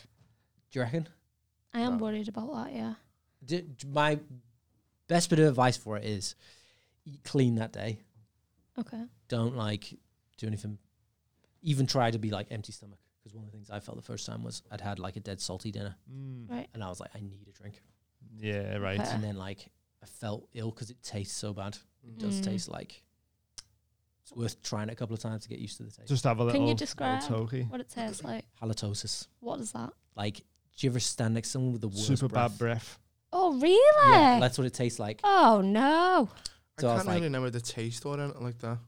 do you reckon? I am worried about that. Yeah. D- d- my best bit of advice for it is eat clean that day. Okay. Don't like do anything. Even try to be like empty stomach. Because one of the things I felt the first time was I'd had like a dead salty dinner, Right. and I was like, I need a drink. Yeah, right. Okay. And then like I felt ill because it tastes so bad. It does Mm. taste like it's worth trying it a couple of times to get used to the taste. Just have a little. Can you little describe tokey. what it tastes like? halitosis. What is that? Like, do you ever stand next to someone with the worst Super breath? bad breath. Oh, Yeah, really? that's what it tastes like. oh no. I So I was can't really like- remember the taste or anything like that.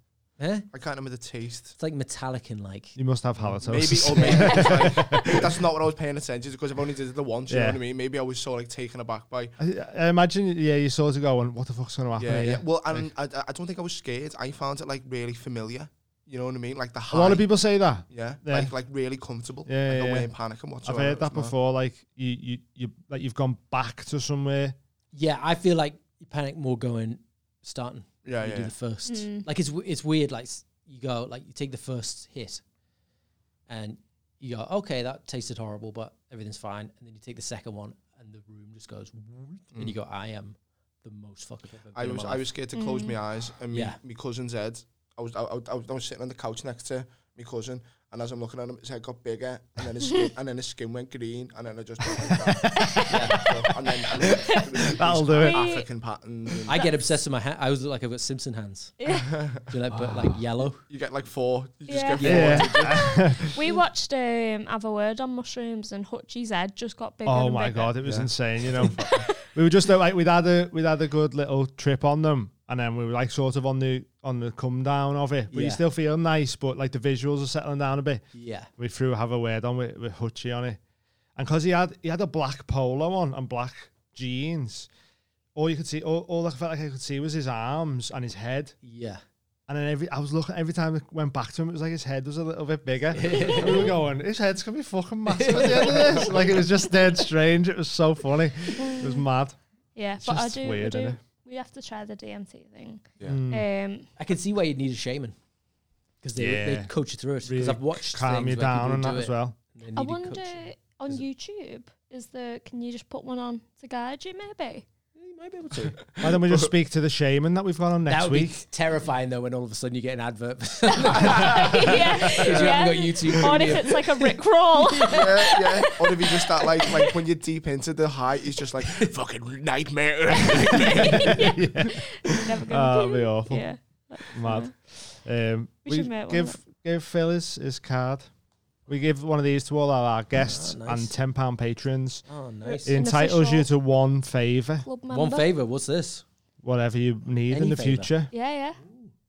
Eh? I can't remember the taste. It's like metallic and like. You must have halitosis. Maybe, or maybe it was like, that's not what I was paying attention to because I've only did it the once. You Yeah. know what I mean? Maybe I was so like taken aback by. I, I imagine. Yeah, you sort of going, "What the fuck's going to happen?" Yeah, here?" yeah. Well, and I, I don't think I was scared. I found it like really familiar. You know what I mean? Like the A high. lot of people say that. Yeah, Yeah. Like, like really comfortable. Yeah, like yeah, I yeah. weren't panicking I've whatsoever. heard that It's mad. before. Like you, you, you, like you've gone back to somewhere. Yeah, I feel like you panic more going starting. Yeah, you yeah. do yeah. the first. Mm. Like it's w- it's weird. Like s- you go like you take the first hit, and you go okay that tasted horrible, but everything's fine. And then you take the second one, and the room just goes, and Hmm. you go I am the most fucking. I was I was scared to close my eyes, and me, Yeah. my cousin's head. I was I, I, I was- I was sitting on the couch next to my cousin, and as I'm looking at him, his head got bigger, and then his skin, and then his skin went green, and then I just went like that. yeah, so, and then, and then it was these That'll do it. African patterns. And I get obsessed with my hand. I was like I've got Simpson hands. Do you like but like yellow? you get like four. You just Yeah. get four. Yeah. We watched um, Have a Word on Mushrooms, and Hutchie's head just got bigger. Oh and my bigger. god, it was Yeah. insane. You know, we were just uh, like we'd had a we'd had a good little trip on them, and then we were like sort of on the on the come down of it. But you Yeah. still feel nice, but like the visuals are settling down a bit. Yeah. We threw have a word on with, with Hutchie on it, and because he had he had a black polo on and black jeans, all you could see all, all I felt like I could see was his arms and his head. Yeah. And then every I was looking every time I went back to him, it was like his head was a little bit bigger. And we were going, his head's gonna be fucking massive at the end of this. Like it was just dead strange. It was so funny. It was mad. Yeah, It's but I just do. weird, Hmm. we, do innit? we have to try the DMT thing. Yeah. Um, I can see why you'd need a shaman because they Yeah. they coach you through it. Because Really I've watched Calm you things where people down and do that it as well. and they need I a wonder coach. on Is YouTube is the can you just put one on to guide you maybe? Yeah, You might be able to. Why don't we just speak to the shaman that we've got on that next would week? be terrifying though when all of a sudden you get an advert. yeah, you yeah. haven't got YouTube Or if video. it's like a Rick roll. yeah, yeah. Or if you just start like like when you're deep into the high, it's just like fucking nightmare. Never Ah, gonna that'd be awful. Yeah. Mad. Um, We we should make one give give Phil his, his card. We give one of these to all our, our guests Ah, nice. and ten pound patrons. oh, nice. It An entitles you official to one favour, Club member. One favor. What's this? whatever you need Any in the favour. future. Yeah, Mm, yeah.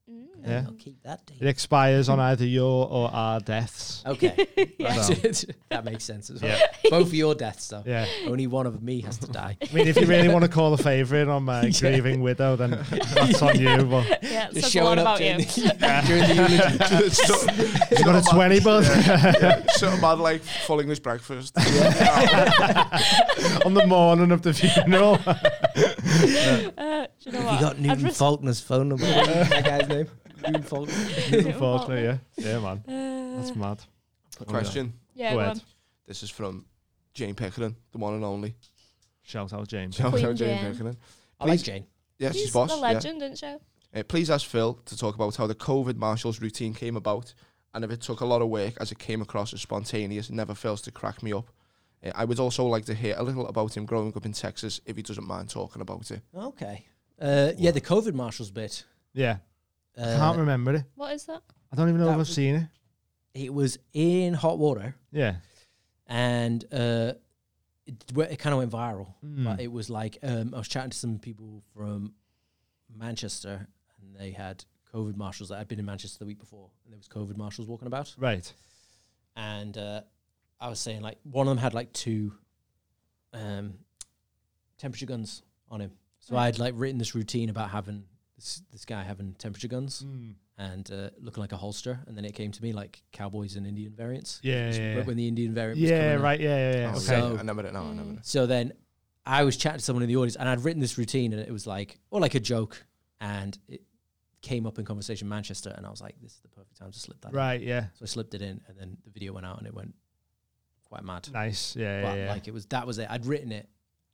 and Yeah. I'll keep that It date. expires on either your or our deaths. Okay, So- Right. that makes sense as well. Yeah. Both of your deaths, though. Yeah. Only one of me has to die. I mean, if you really want to call a favour in on my grieving widow, then that's on you. But Yeah, it says a lot about you. during, the, during the eulogy. it's not, it's you got a not bad- 20, bud, sort of bad like full English breakfast. Oh, on the morning of the funeral. Uh, do you know Have what? you got Newton I'd res- Faulkner's phone number? that guy's name? Newton Faulkner. Unfortunately, yeah. Yeah, man. That's mad. Question. Uh, yeah, Go go ahead. on. This is from Jane Pickering, the one and only. Shout out, James. Shout Queen out Jane Jane. Pickering. I like Jane. Yeah, she's She's boss. the yeah. legend, didn't she? Uh, please ask Phil to talk about how the COVID marshals routine came about and if it took a lot of work as it came across as spontaneous, never fails to crack me up. Uh, I would also like to hear a little about him growing up in Texas if he doesn't mind talking about it. Okay. Uh, yeah, the COVID marshals bit. Yeah. Uh, Can't remember it. What is that? I don't even know that if I've was- seen it. It was in hot water Yeah. and uh, it, w- it kind of went viral. Mm. But it was like, um, I was chatting to some people from Manchester and they had COVID marshals. I'd been in Manchester the week before and there was COVID marshals walking about. Right. and uh, I was saying like one of them had like two um, temperature guns on him. So I had like written this routine about having this, this guy having temperature guns and uh, looking like a holster, and then it came to me like cowboys and Indian variants. Yeah, Just yeah, yeah. right when the Indian variant was Yeah, coming in. right. Yeah, yeah, yeah. Oh, Okay. So- I never know, I never know. So then I was chatting to someone in the audience, and I'd written this routine, and it was like, or like a joke, and it came up in conversation in Manchester, and I was like, this is the perfect time to slip that. in. right, yeah. So I slipped it in, and then the video went out, and it went quite mad. Nice. Yeah, but yeah, yeah. like it was that was it. I'd written it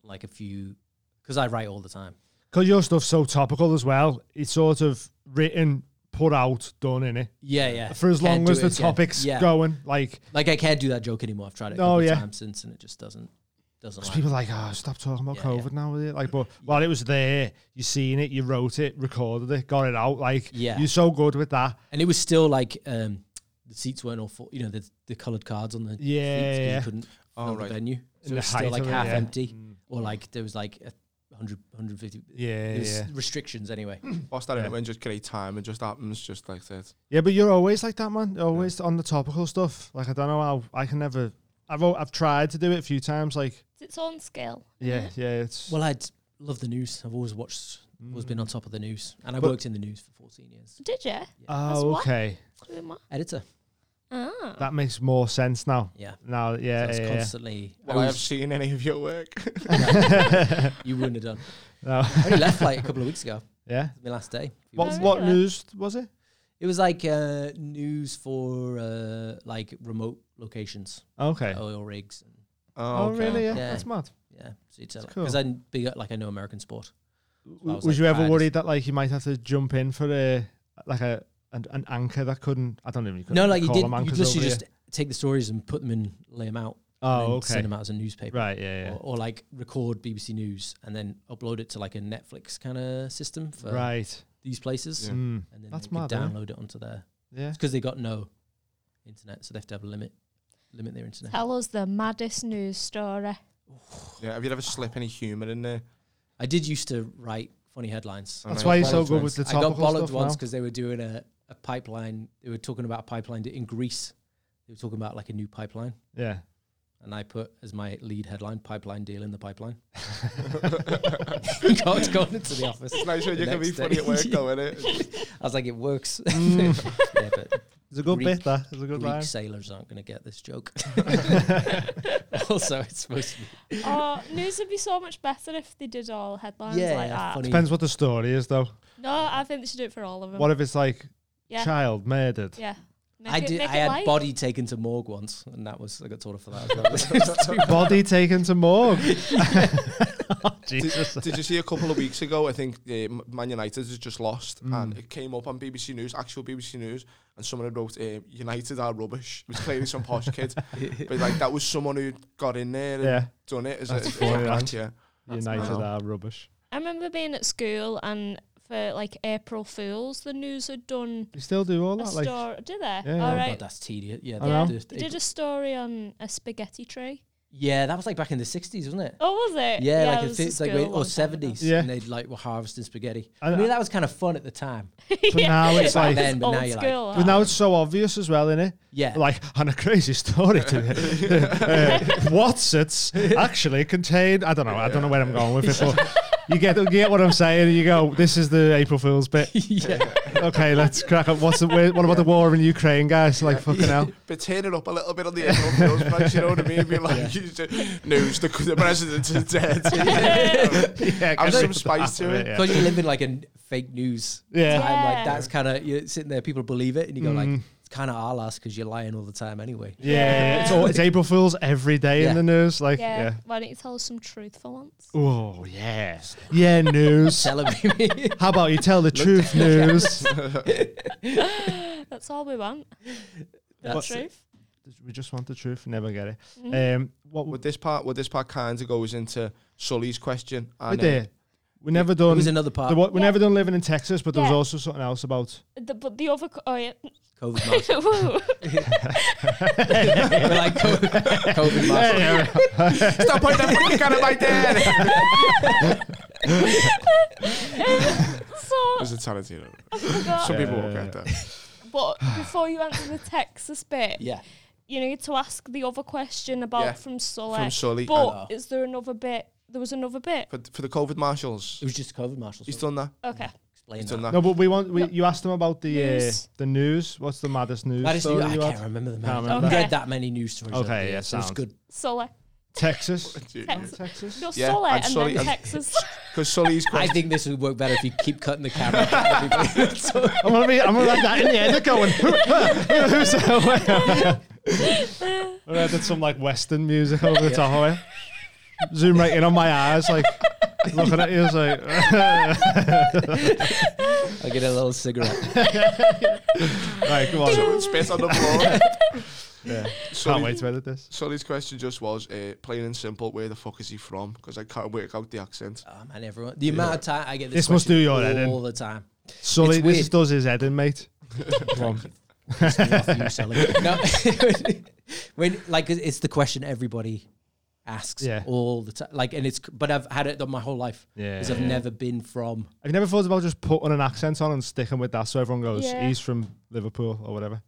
like a few because I write all the time. Because your stuff's so topical as well. It's sort of written, put out, done in it. Yeah, yeah. For as Can't long as do the it again. topic's yeah. going. Like, Like I can't do that joke anymore. I've tried it a No, couple yeah. times since, and it just doesn't doesn't. because Like people are like, oh, stop talking about Yeah, yeah. COVID now, will you? Like, but while it was there, you seen it, you wrote it, recorded it, got it out. Like, Yeah. you're so good with that. and it was still like um, the seats weren't all full. You know the the coloured cards on the Yeah, seats 'cause yeah. you couldn't Oh, fill right. the venue, so the it was still height like of it, half yeah. Mm. empty, or like there was like a 100, 150 Yeah, there's yeah. restrictions anyway. Whilst that Yeah. when just great time and just happens just like that. Yeah, but you're always like that, man. You're Always on the topical stuff. Like, I don't know how I can never. I've, al- I've tried to do it a few times. Like, It's its own skill. yeah, yeah, it's. Mm. well, I'd love the news. I've always watched, always been on top of the news, and I But- worked in the news for fourteen years. Did you? that's oh, what- okay. Doing what? Editor. Ah. That makes more sense now. Yeah. Now, So yeah, it's yeah, yeah. constantly. I Well, I have was- seen any of your work. you wouldn't have done. No. I only left like a couple of weeks ago. yeah. My last day. What, Very what good. news was it? It was like uh, news for uh, like remote locations, Okay. oil rigs. And, Oh, really? Yeah. Yeah. that's mad. yeah, so it's cool. because I'm big at, like I know American sport. I W- was was like, you ever "Right, worried that like you might have to jump in for a like a an, an anchor that couldn't? I don't even. No, like you call did. them You anchors literally over here. just take the stories and put them in, lay them out. and Oh, then okay. Send them out as a newspaper. Right. Yeah. Or, or like record BBC News and then upload it to like a Netflix kind of system Yeah. for Right. these places, Yeah. Mm. and then That's they could mad, eh? download it onto there. Yeah. It's because they got no internet, so they have to have a limit, limit their internet. Tell us the maddest news story. Yeah, have you ever slip any humour in there? I did used to write funny headlines. Oh, That's no, why you you're so bollocks good with once. the I got topical bollocked stuff once now. because they were doing a, a pipeline. They were talking about a pipeline in Greece. They were talking about like a new pipeline. Yeah. And I put as my lead headline, pipeline deal in the pipeline. got gone into the office. It's nice when The you can be next funny day. at work though, innit? I was like, it works. Mm. yeah, but It's a good Greek- bit. That it's a good Greek line. sailors aren't going to get this joke. also, it's supposed to be oh, news would be so much better if they did all headlines yeah, like that. funny. Depends what the story is though. No, I think they should do it for all of them. What if it's like yeah, child murdered? yeah. Make I it- did. I make it had light. body taken to morgue once, and that was I got told off for that. As well. Body taken to morgue. Jesus. Did, did you see a couple of weeks ago? I think uh, M- Man United has just lost, Mm. and it came up on BBC News, actual BBC News, and someone had wrote uh, "United are rubbish." It was clearly some posh kid, but like that was someone who got in there and Yeah. done it as a, That's as a funny, brand, yeah. United mad. are rubbish. I remember being at school and for like April Fools, the news had done You still do all a that, story. like Did they? yeah. All God, right. that's Oh, tedious. Yeah, I know. the- the- They did a story on a spaghetti tree Yeah, that was like back in the 60s, wasn't it? Oh, was it? Yeah, it like, was the a fif- like school wait, or one time ago. 70s. Yeah. And they like were harvesting spaghetti. I, And- mean, that was kind of fun at the time. But now it's Back like, then, but now Old you're like, school. but now it's so obvious as well, innit? yeah. Like, and a crazy story to it. uh, Watsits actually contained. I don't know. I don't know where I'm going with it, but you get you get what I'm saying. And you go, this is the April Fool's bit. yeah. Okay, let's crack up. What's the, where- what about the war in Ukraine, guys? Like fucking hell. But turn it up a little bit on the April Fool's branch, you know what I mean? Being like, you just- news, the, the president is dead. Yeah, Have get some rid of spice that to bit, it. yeah. Because you live in like a n- fake news Yeah. time. Yeah. Like that's kind of you're sitting there, people believe it, and you go Mm. like, it's kind of our loss because you're lying all the time anyway. Yeah, It's, all, it's April Fools every day Yeah. in the news. Like, yeah. yeah. Why don't you tell us some truth for once? Oh yeah, yeah. News. Telling me. How about you tell the truth, news? That's all we want. The That's it. truth. we just want the truth. Never get it. Mm-hmm. Um, what With this part, with this part kind of goes into Sully's question. we And, uh, did? We never There done. was another part. there wa- we Yeah. never done living in Texas, but there was Yeah. also something else about. The, but the other. co- Oh, yeah. COVID mask. Whoa. We're like "Co- COVID mask. Stop putting that fucking gun at my dad! so, It's a Tarantino. forgot. Some people won't get that. but before you answer the Texas bit, Yeah. you need to ask the other question about Yeah. from Sully. From Sully. But is there another bit? There was another bit. For, for the COVID marshals. It was just COVID marshals. He's So done that. Okay. explain He's that. done that. No, but we want. We, you asked them about the News. Uh, the news. What's the maddest news That is new. story I you can't had? remember the Can't man. remember. I've Okay. read that many news stories. over Okay, the yeah, years, so it's sound. good. Sully. Texas. Texas. Texas. No, Yeah, Sully and and, Sully then and- Texas. Because Sully's I question. think this would work better if you keep cutting the camera. So- I'm gonna be. I'm gonna write that in the edit going. so, I heard that some like Western music over the top of it. Zoom right in on my eyes, like looking at you, it's like. I'll get a little cigarette. right, come on. Someone spit on the floor. Yeah. Can't Sully, wait to edit this. Sully's question just was uh, plain and simple where the fuck is he from? Because I can't work out the accent. Oh, man, everyone. The amount of time I get this, This must question do your head in. all the time. Sully, It's this weird. is- does his head in, mate. Come on. no, when like it's the question everybody asks Yeah. all the time. Like, and it's but I've had it my whole life Yeah. because I've never been from. Have you never thought about just putting an accent on and sticking with that so everyone goes, Yeah. he's from Liverpool or whatever?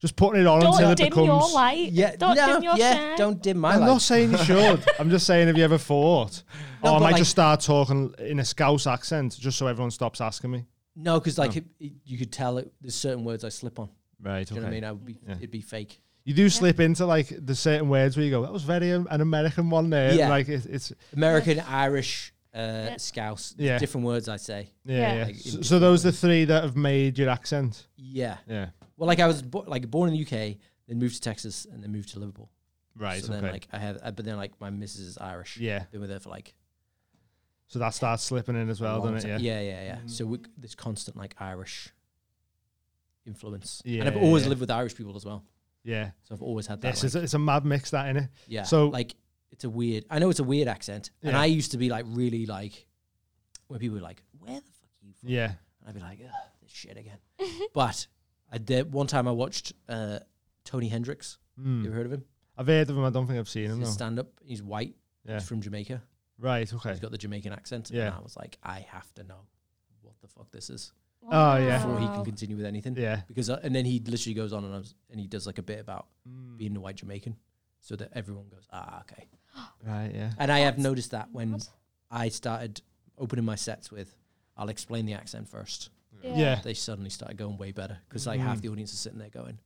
Just putting it on until Don't it dim becomes. your light. Don't no, dim your yeah, shine. don't dim my I'm not life. saying you should. I'm just saying, have you ever thought? No, or I but might like- just start talking in a Scouse accent just so everyone stops asking me. No, because Oh. like it- it- you could tell it, there's certain words I slip on. Right. Do you know what I mean? I would be, Yeah. it'd be fake. You do slip into like the certain words where you go, that was very um, an American one there. Yeah. Like it, it's, American, Irish, uh, Scouse. Yeah. different words I say. yeah. Yeah. yeah. Like, in so, so those are the three that have made your accent. Yeah. Yeah. Well, like I was bo- like born in the UK, then moved to Texas, and then moved to Liverpool. Right. so okay. then like I have, uh, but then like my missus is Irish. yeah. Been with her for like So that starts slipping in as well, long doesn't it? Yeah. time. yeah, yeah, yeah. So we, there's constant like Irish influence, Yeah, and I've always yeah. lived with Irish people as well. Yeah. So I've always had that. Yes, like- it's, a, it's a mad mix, that, innit? yeah. so- like it's a weird. I know it's a weird accent, and Yeah. I used to be like really like when people were like, "Where the fuck are you from?" Yeah. And I'd be like, Ugh, "This shit again." but I did one time. I watched uh, Tony Hendrix. Mm. You ever heard of him? I've heard of him. I don't think I've seen him, He's though. a stand up. He's white. Yeah. He's from Jamaica. Right. Okay. He's got the Jamaican accent. Yeah. And I was like, I have to know what the fuck this is Oh, yeah. before he Wow. can continue with anything. Yeah. because uh, and then he literally goes on and I was, and he does like a bit about Hmm. being a white Jamaican, so that everyone goes ah okay. Right. Yeah. And I have noticed that when mad. I started opening my sets with, I'll explain the accent first. Yeah. Yeah. They suddenly started going way better because like half the audience is sitting there going,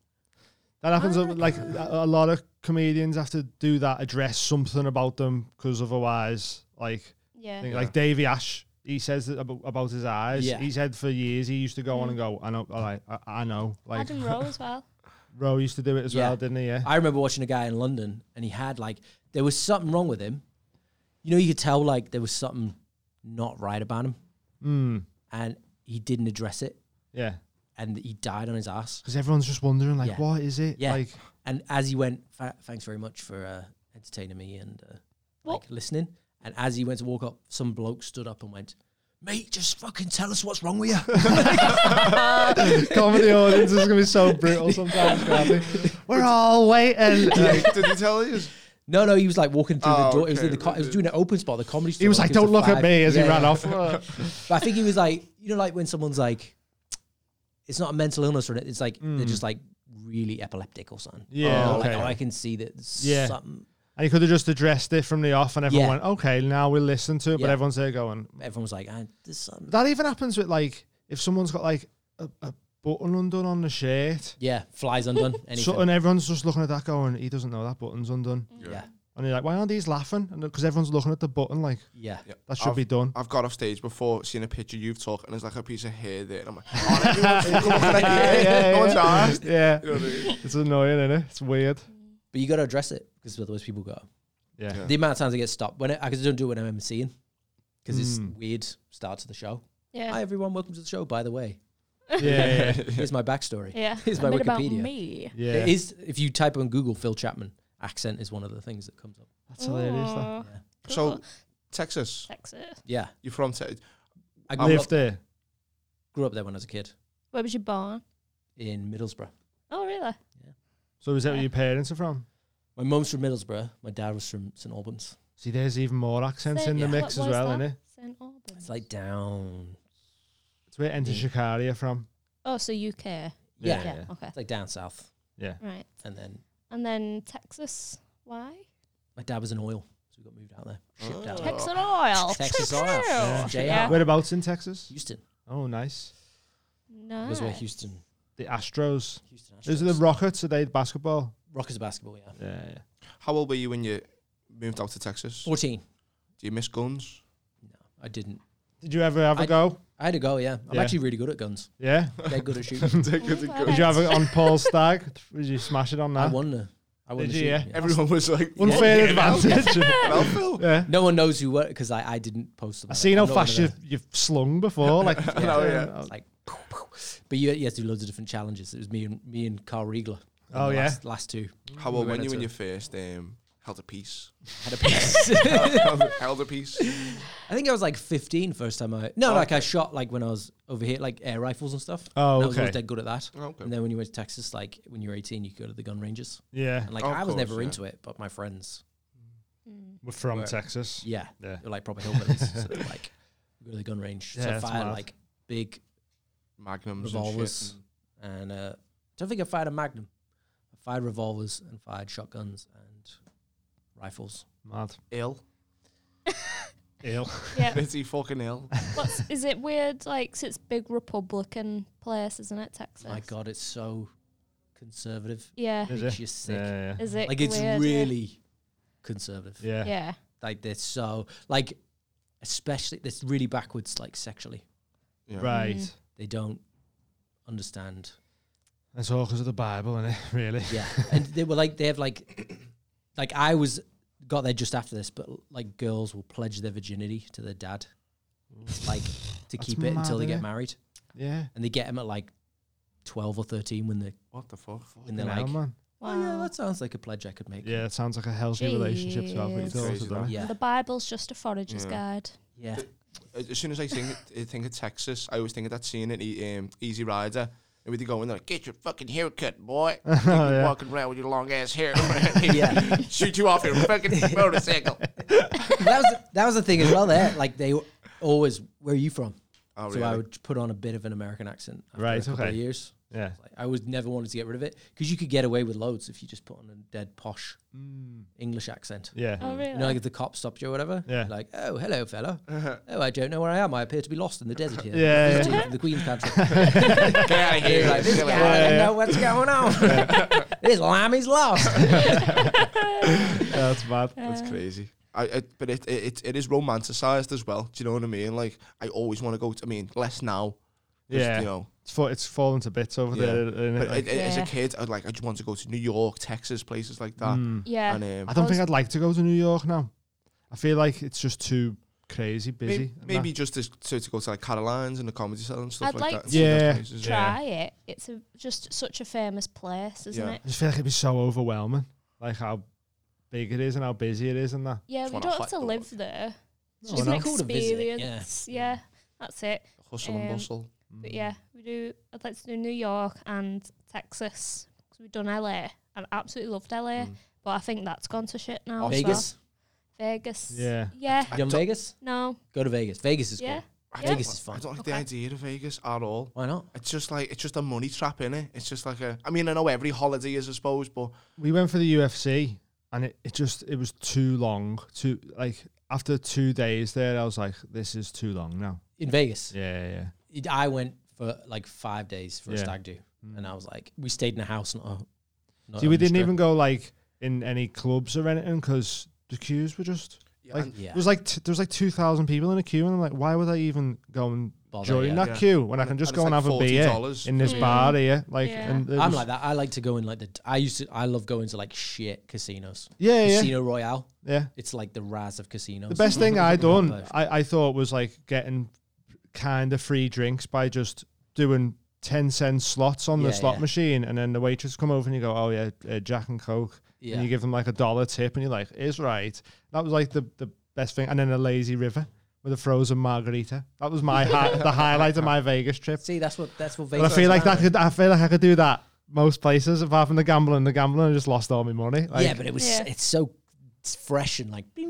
That happens. uh, Like a, a lot of comedians have to do that, address something about them, because otherwise, like, Yeah. think, like Davy Ash, he says that about, about his eyes. Yeah. He said for years he used to go on and go, I know, all right, I, I know. Like, Adam Rowe as well. Roe used to do it as Yeah. well, didn't he? Yeah. I remember watching a guy in London and he had like there was something wrong with him. You know, you could tell like there was something not right about him, Mm. and he didn't address it, Yeah. and he died on his ass. Because everyone's just wondering, like, Yeah. what is it? Yeah. Like, And as he went, "Fa- thanks very much for uh, entertaining me and uh, like What? listening. And as he went to walk up, some bloke stood up and went, "Mate, just fucking tell us what's wrong with you." comedy audience is gonna be so brutal sometimes. can't they? We're all waiting. Did he- Did he tell you? No, no, he was like walking through Oh, the door. It was in okay. the co- it was doing an open spot, at the comedy store. He was like, it a "Don't look at flag." me," as he Yeah. Oh, ran off. But I think he was like, you know, like when someone's like, it's not a mental illness or anything, it's like they're just like really epileptic or something. Mm. Yeah, Like, okay. oh, I can see that. Yeah. Yeah. Something. And he could have just addressed it from the off, and everyone Yeah. went, "Okay, now we will listen to it." But Yeah. everyone's there going, Everyone was like, "Ah, I, there's something. "That even happens with like if someone's got like a, a button undone on the shirt, yeah, flies undone. Anything. so, and everyone's just looking at that going, he doesn't know that button's undone." yeah. And you're like, "Why aren't these laughing?" And because everyone's looking at the button like Yeah. that should be done. I've got off stage before, seen a picture you've took, and there's like a piece of hair there. And I'm like, oh, everyone's looking at hair. No one's asked. yeah. You know what I mean? It's annoying, isn't it? It's weird. But you got to address it because otherwise people go. Yeah. The amount of times I get stopped when I, I just don't do it when I'm emceeing because it's Hmm. weird start to the show. Yeah. Hi everyone, welcome to the show. By the way, Yeah. Yeah. here's my backstory. yeah. Here's A my bit about Wikipedia. me. yeah. It is if you type on Google Phil Chapman accent is one of the things that comes up. That's hilarious. That. Aw, So, cool. Texas, Texas. Yeah, you're from Texas. I I grew lived up, there. grew up there when I was a kid Where was you born? in Middlesbrough. Oh, really? So is that where your parents are from? My mum's from Middlesbrough. My dad was from St Albans. See, there's even more accents Saint- in the yeah. mix as What was well, that? isn't it? Saint Albans. It's like down. It's where Enter Yeah. Shikari are from. Oh, so UK. Yeah. Yeah. Okay. It's like down south. Yeah. Right. And then And then Texas. Why? my dad was in oil, so we got moved out there, Oh. shipped out. there. Texas oil. Oh. Texas oil. Yeah. JR. Yeah. Whereabouts in Texas? Houston Oh, nice. No. was where Houston. The Astros. Houston. Those are the Astros- Rockets. Are they basketball? Rockers of basketball. Yeah. Yeah. How old were you when you moved out to Texas? Fourteen. Do you miss guns? No, I didn't. Did you ever have a I- go? I had to go. Yeah, I'm Yeah. actually really good at guns. Yeah. They're good at shooting. Oh Did you have it on Paul Stagg? Did you smash it on I that? won the. I won Did the you, shooting, yeah? Everyone was like, what Unfair the hell? advantage. Well, Phil. yeah. No one knows who were because I, I didn't post them. I've seen how fast you've, you've slung before. Like, No, yeah. like. Pow, pow. But you, you had to do loads of different challenges. It was me and me and Carl Riegler. in Oh, the yeah? last, last two How We old went were you when into- you first um, held a piece? had a piece. held, held a piece? I think I was like 15 first time I. No, like I shot like when I was over here, like air rifles and stuff. Oh, And I was always okay. dead good at that. Oh, okay. And then when you went to Texas, like when you were 18, you could go to the gun ranges. yeah. And like Of I was course, never yeah. into it, but my friends, Mm. We're from Where- Texas. yeah, Yeah. they were like proper hillbillies. so they were like go to the gun range, Yeah, yeah, that's so I fired mad. like big Magnums revolvers, and and, uh, don't think I fired a magnum. I fired revolvers and fired shotguns and rifles. Mad. shit. Ill. Ill. Yeah. Pretty fucking ill. What's is it weird? Like, 'cause it's big Republican place, isn't it? Texas. My God, it's so conservative. Yeah. Is It's it? just sick. Yeah, Is it Like it's weird? really conservative. yeah. yeah. Yeah. Yeah. Like they're so like, especially that's really backwards. Like sexually, Yeah. Right. Mm. they don't understand. It's all because of the Bible, is it? Really? Yeah, and they were like they have like, like I was got there just after this, but like girls will pledge their virginity to their dad, like to That's keep it until they mad, get innit? married, Yeah. and they get them at like twelve or thirteen when they What the fuck? when they're Fucking hell, like, man. Wow. oh yeah, that sounds like a pledge I could make. Yeah, it sounds like a healthy relationship to have with Jeez. your daughter, Crazy, doesn't it? yeah, The Bible's just a forager's Yeah. guide. yeah. As as soon as I think I think of Texas, I always think of that scene in E- um, Easy Rider. And we go in there, like, get your fucking haircut, boy. You think you're Oh, Yeah. Walking around with your long ass hair. Shoot you off your fucking motorcycle. that was that was the thing as well. There, like they always, where are you from? Oh, so really? I would put on a bit of an American accent. After Right, a couple okay. Of years, Yeah. like, I was never wanted to get rid of it because you could get away with loads if you just put on a dead posh English accent. Mm. Yeah. Oh really? You know, like if the cop stopped you or whatever. Yeah. you're Like, oh, hello, fella. Oh, I don't know where I am. I appear to be lost in the desert here. Yeah, This yeah. is the Queen's country. Get out of here. You're like, this guy, silly. I don't know what's going on. this lammy's lost. That's bad. That's crazy. I, I but it, it it- it is romanticized as well. Do you know what I mean? Like I always want to go. To, I mean, less now. 'cause, Yeah. You know. It's, fa- it's fallen to bits over Yeah. there. Isn't it? But Like, I- I- as a Yeah. kid, I'd like I just want to go to New York, Texas, places like that. Mm. yeah. And um, mm. I don't think I was- I'd like to go to New York now. I feel like it's just too crazy busy. maybe, and maybe just to, to, to go to like Caroline's and the Comedy Cellar and stuff I'd like, like that. and to see those Yeah. places. Yeah. Try it. It's a, just such a famous place, isn't Yeah. that. it? I just feel like it'd be so overwhelming. Like how big it is and how busy it is and that. Yeah, Just we wanna don't hike have to the live walk. there. It's No, just no. an Cool to visit, yeah. experience. Yeah. that's it. Hustle and Um, bustle. Mm. But yeah, we do. I'd like to do New York and Texas because we've done LA I absolutely loved LA, but I think that's gone to shit now. as Mm. Vegas. well. Vegas. Yeah. Yeah. You done Vegas? No. Go to Vegas. Vegas is Yeah. cool. Yeah. Vegas is I fun. don't like the Okay. idea of Vegas at all. Why not? It's just like it's just a money trap in it. It's just like a. I mean, I know every holiday is, I suppose, but we went for the UFC and it, it just it was too long. Too like after two days there, I was like, this is too long now. In Vegas, Yeah, yeah, it- I went for like five days for a Yeah. stag do, and I was like, we stayed in a house, not a. yeah. Not See, on we the didn't strip. even go like in any clubs or anything because the queues were just yeah, like and Yeah. there was like t- there was like two thousand people in a queue, and I'm like, why would I even go and Bother, join yeah. that Yeah. queue when I And- can just and go it's and like have a beer $40. in this Mm. bar here? Like, Yeah. and it I'm was- like that. I like to go in like the. I used to. I love going to like shit casinos. yeah, yeah, Casino Royale. yeah. It's like the Raz of casinos. The best thing I done, Not I, I thought was like getting kind of free drinks by just doing ten cent slots on Yeah, the slot yeah. machine, and then the waitress come over and you go, "Oh yeah, uh, Jack and Coke," Yeah. and you give them like a dollar tip, and you're like, "Is right." That was like the the best thing, and then a lazy river with a frozen margarita. That was my hi- the highlight of my Vegas trip. See, that's what that's what And I Vegas. feel like that could, I feel like I could do that most places apart from the gambling. The gambling, I just lost all my money. Like, yeah, but it was. Yeah. It's so it's fresh and like. Yeah,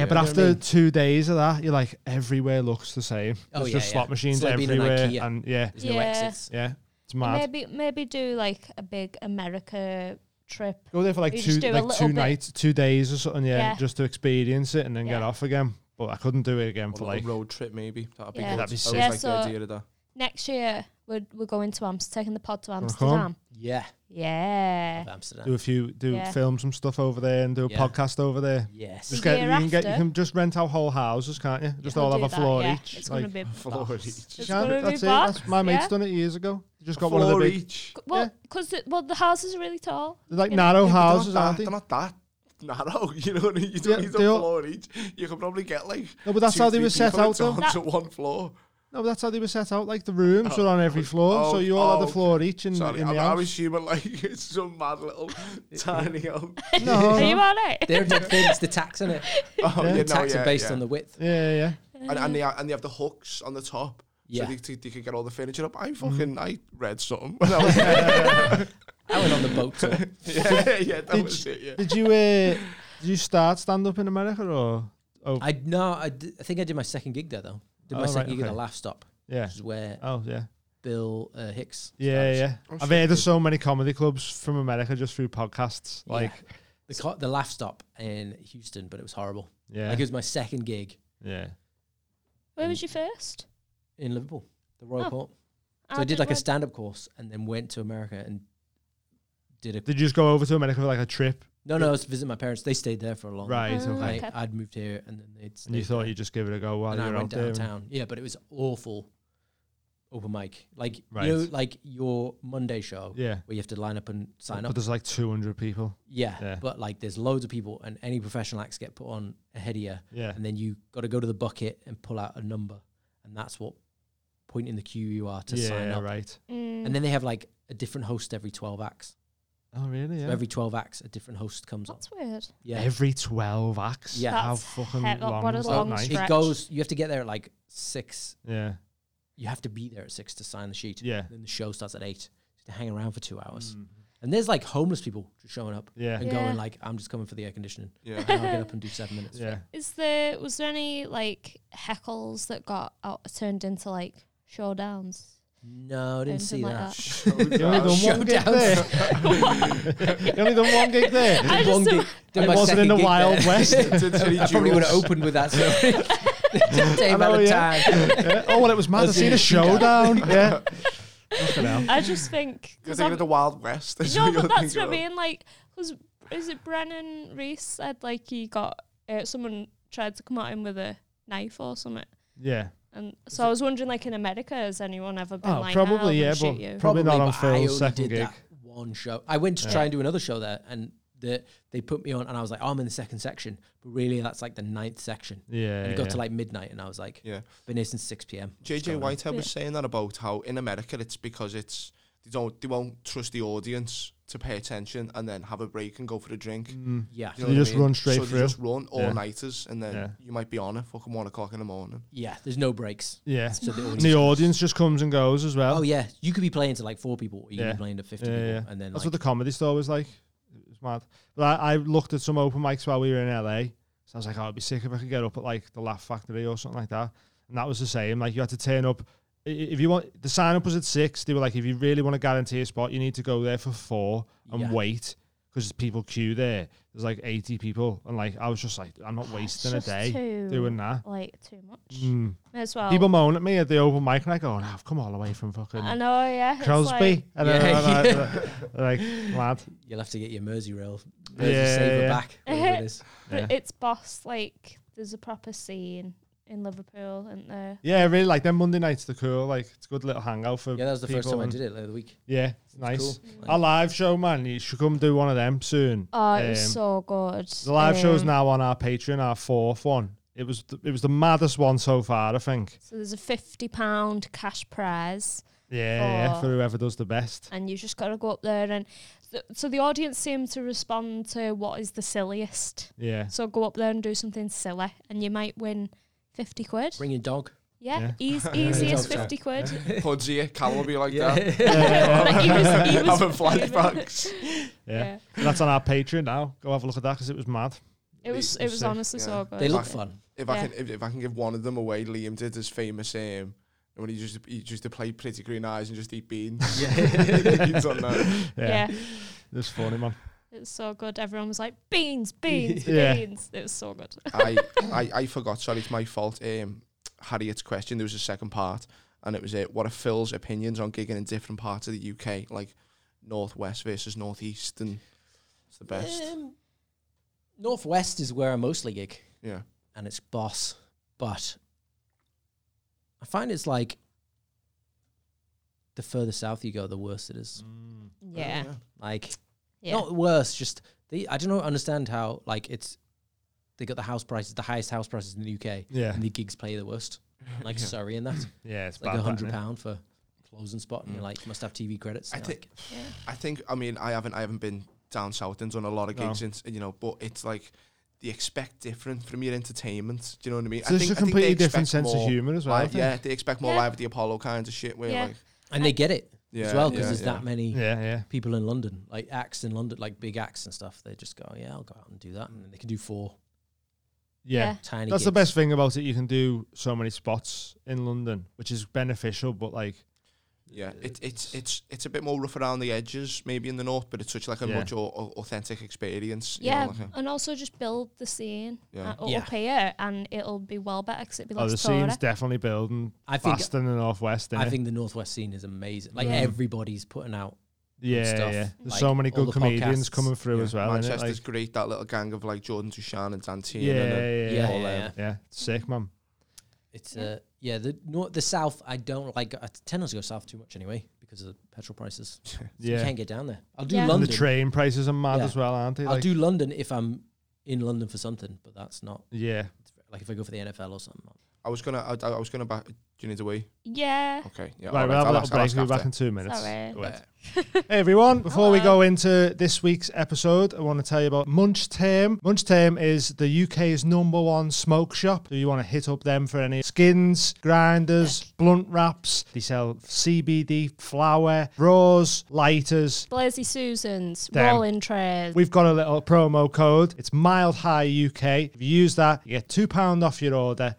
Yeah, but after two days of that, you're like everywhere looks the same. Oh, There's yeah, just yeah. slot machines It's like being in everywhere, Ikea. and yeah, there's no Yeah. exits. yeah, it's mad. Maybe maybe do like a big America trip. Go there for like you two, just do a like little two bit. nights, two days or something, yeah, Yeah. just to experience it and then get Yeah. off again. But I couldn't do it again a for little like road trip maybe. That'd be Yeah. good. That'd be I sick. always Yeah, like so- the idea of that. Next year we're we're going to Amsterdam, taking the pod to come? Amsterdam. Yeah, Yeah. of Amsterdam. do a few, do Yeah. film some stuff over there and do a Yeah. podcast over there. Yes. Just The get you year can get you after- can just rent out whole houses, can't you? Just all We'll have a do that, floor yeah. each. It's like, gonna be Floor That's- each. it's yeah, gonna be that's it. box, That's, my mate's yeah. done it years ago. He just got Floor one of the big, each. well, Yeah. because well, the houses are really tall. they're like Yeah, narrow Yeah, but houses, they're aren't not, they? that, they're not that narrow. You know what I mean? You don't Yeah, need a they all- floor each. You can probably get like. No, but that's two, how they three were set people out, though. onto That- one floor. No, but that's how they were set out. Like the rooms were on every floor, so oh, you all had oh, a floor each in, Sorry, in I, the I house. was assuming like it's some mad little tiny home. no, Are you no. alright? They're the things. The tax in it. Oh, Yeah. yeah, The tax no, are yeah, based yeah. on the width. Yeah, yeah, yeah. and, and they ha- and they have the hooks on the top. Yeah. So they, they, they could get all the furniture up. I Mm-hmm. fucking I read something when I was there. I went on the boat tour. yeah, yeah, that Did was it. Yeah. Did you uh, did you start stand up in America or? Oh, I no, I, d- I think I did my second gig there though. Did my Oh, right, second gig at okay. the Laugh Stop, yeah. which is where Oh, yeah. Bill uh, Hicks. Yeah, started. yeah. Oh, I've shit, heard of dude. so many comedy clubs from America just through podcasts. Like, The co- the Laugh Stop in Houston, but it was horrible. yeah, Like it was my second gig yeah. Where was you first? in Liverpool, the Royal Oh, Court. So I, did like a stand up course and then went to America and did a Did you just go over to America for like a trip? no no. I was to visit my parents. They stayed there for a long. Right. Ah, Okay. I, Okay. I'd moved here and then they'd. And you Oh. stayed thought there. you'd just give it a go while and you I were out went there. downtown. Yeah, but it was awful. Open mic, like Right. you know, like your Monday show Yeah. where you have to line up and sign But up. there's like 200 people. Yeah, Yeah. but like there's loads of people, and any professional acts get put on ahead of you, Yeah. and then you got to go to the bucket and pull out a number, and that's what point in the queue you are to yeah, sign up. right. Mm. And then they have like a different host every twelve acts. Oh, really? So Yeah. every twelve acts, a different host comes on. that's weird. Yeah, Every 12 acts. Yeah. How That's fucking heck- long what a is long that night? stretch. it goes. You have to get there at like six. Yeah. You have to be there at six to sign the sheet. Yeah. Then the show starts at eight. You have to hang around for two Mm. hours, and there's like homeless people just showing up Yeah. and Yeah. going like, "I'm just coming for the air conditioning." Yeah. And I'll get up and do seven minutes. Yeah. Is there was there any like heckles that got out, turned into like showdowns? No, I didn't Anything see like that. that? You only done one gig there. you only done one gig there. I Wrong just gig. Did It my wasn't in second the gig Wild there. West. I probably would have opened with that story. Dave I know, had a yeah. time. Yeah. Oh well, it was mad. I As seen in a showdown. yeah. Fucking hell. I just think You're because thinking of the Wild West. is no, you're but that's thinking what I of. mean. Like, was is it Brennan Reese said like he got uh, someone tried to come at him with a knife or something? Yeah. And so I was wondering, like in America, has anyone ever been Oh, like, probably, "Ah, I'm gonna yeah, shoot but- you? Probably not on but I Phil's only second did gig. That one show. I went to try and do another show there, and the, they put me on, and I was like, oh, I'm in the second section, but really that's like the ninth section. Yeah. and it got yeah. to like midnight, and I was like, Yeah. been here since six p.m. JJ Going Whitehead was Yeah. saying that about how in America it's because it's they don't they won't trust the audience to pay attention and then have a break and go for a drink. Mm. Yeah, Do you They know what I just mean? run straight so through. They just run all Yeah. nighters and then Yeah. you might be on at fucking one o'clock in the morning. yeah. There's no breaks. Yeah. So the And audience the audience just comes and goes as well. Oh yeah, you could be playing to like four people, or you Yeah. could be playing to fifty Yeah, people, yeah. and then That's like, what the comedy store was like. mad. But I, I looked at some open mics while we were in LA. So I was like, oh, I'd be sick if I could get up at like the Laugh Factory or something like that. And that was the same. Like you had to turn up. I- If you want, the sign up was at six. They were like, if you really want to guarantee a spot, you need to go there for four and Yeah. wait because people queue there. There's like 80 people. And like, I was just like, I'm not wasting a just day too- doing that. like too much. Mm. May as Oh. well. People moan at me at the open mic, and I go, "Oh, no, I've come all the way from fucking I know, yeah. it's Crosby. and Yeah, I- yeah. I- I- like, lad. You'll have to get your Mersey rail, Yeah, Mersey saver yeah. back. whatever it is. Like, Yeah. It's boss. Like there's a proper scene in Liverpool, isn't there? Yeah, I really like them Monday nights. They're cool. Like, it's a good little hangout for. Yeah, that was the first people time I and- did it the other week. Yeah, it's nice. Cool. A live show, man. You should come do one of them soon. Oh, it was Um, so good. The live show's Um, now on our Patreon, our fourth one. It was th- it was the maddest one so far, I think. So there's a fifty pound cash prize, Yeah, yeah, Oh. for whoever does the best. and you just got to go up there and. th- So the audience seem to respond to what is the silliest. Yeah, So go up there and do something silly, and you might win fifty quid. Bring your dog. yeah, Yeah. Eas- easy as Dog shout. fifty quid. Pudsey, it, Cal will be like that. Like, he was- he was- Having flashbacks. yeah. That's on our Patreon now. Go have a look at that because it was mad. It was. It was Sick, honestly yeah. so good. They look Yeah. fun. If Yeah. I can, if, if I can give one of them away, Liam did his famous um, when he used to, he used to play pretty green eyes and just eat beans. He's done that. yeah. it was funny, man. It's so good. Everyone was like, beans, beans, Yeah. beans. It was so good. I, I, I forgot. Sorry, it's my fault. Um, Harriet's question. There was a second part, and it was uh, what are Phil's opinions on gigging in different parts of the UK, like northwest versus northeast, and it's the best. Um, Northwest is where I mostly gig, Yeah, and it's boss. But I find it's like the further south you go, the worse it is. Yeah. Like Yeah. not worse, just they. I don't know. Understand how like it's they got the house prices, the highest house prices in the UK, Yeah, and the gigs play the worst. Like Surrey and that, it's yeah, it's, like a bad. Mm. hundred Hundred pound for closing spot, and you're like must have TV credits. I and think- like, I think. I mean, I haven't, I haven't been down south and done a lot of No. gigs, and, you know, but it's like. They expect different from your entertainment. Do you know what I mean? So I it's a I they completely different expect sense of more humour as well. I Live, think. yeah, they expect more Yeah. live at the Apollo kinds of shit. Where Yeah. like, and they get it yeah, as well because yeah, there's yeah. that many yeah, yeah. people in London, like acts in London, like big acts and stuff. They just go, yeah, I'll go out and do that, and they can do four Yeah. Yeah. tiny. That's the gigs. best thing about it. You can do so many spots in London, which is beneficial, but like, Yeah, it, it's it's it's a bit more rough around the edges, maybe in the north, but it's such like a Yeah. much au- au- authentic experience. you know, Yeah, like a- and also just build the scene Yeah. uh, Yeah. up here, and it'll be well better because it'll be oh, the less scene's Torah. definitely building I think. fast in the northwest. I innit? think the northwest scene is amazing. Like Yeah. everybody's putting out. yeah, stuff, yeah. There's like so many all good the comedians podcasts. coming through yeah, as well. innit? Manchester's Like, great. That little gang of like Jordan Tushan and Dantine. yeah, and, uh, yeah, Yeah, yeah, yeah, yeah, yeah. Sick, man. It's uh, yeah, the north, the south. I don't like. uh, I tend not to go south too much anyway because of the petrol prices. So Yeah, you can't get down there. I'll do Yeah. And the and the London. train prices are mad Yeah. as well, aren't they? I'll Like, do London if I'm in London for something, but that's not yeah, like if I go for the NFL or something. I was gonna, I, I was gonna back. Do you need a wee? yeah, Okay, yeah. right, all we'll have a I'll little ask- I'll break. ask We'll be back after. in two minutes. Sorry. Go ahead. Hey everyone, before we Hello. go into this week's episode, I want to tell you about Munch Term. Munch Term is the UK's number one smoke shop. So you want to hit up them for any skins, grinders, blunt wraps. They sell CBD, flower, raws, lighters. Blazy Susans, Damn. rolling trays. We've got a little promo code. It's Mild High UK. If you use that, you get £2 off your order.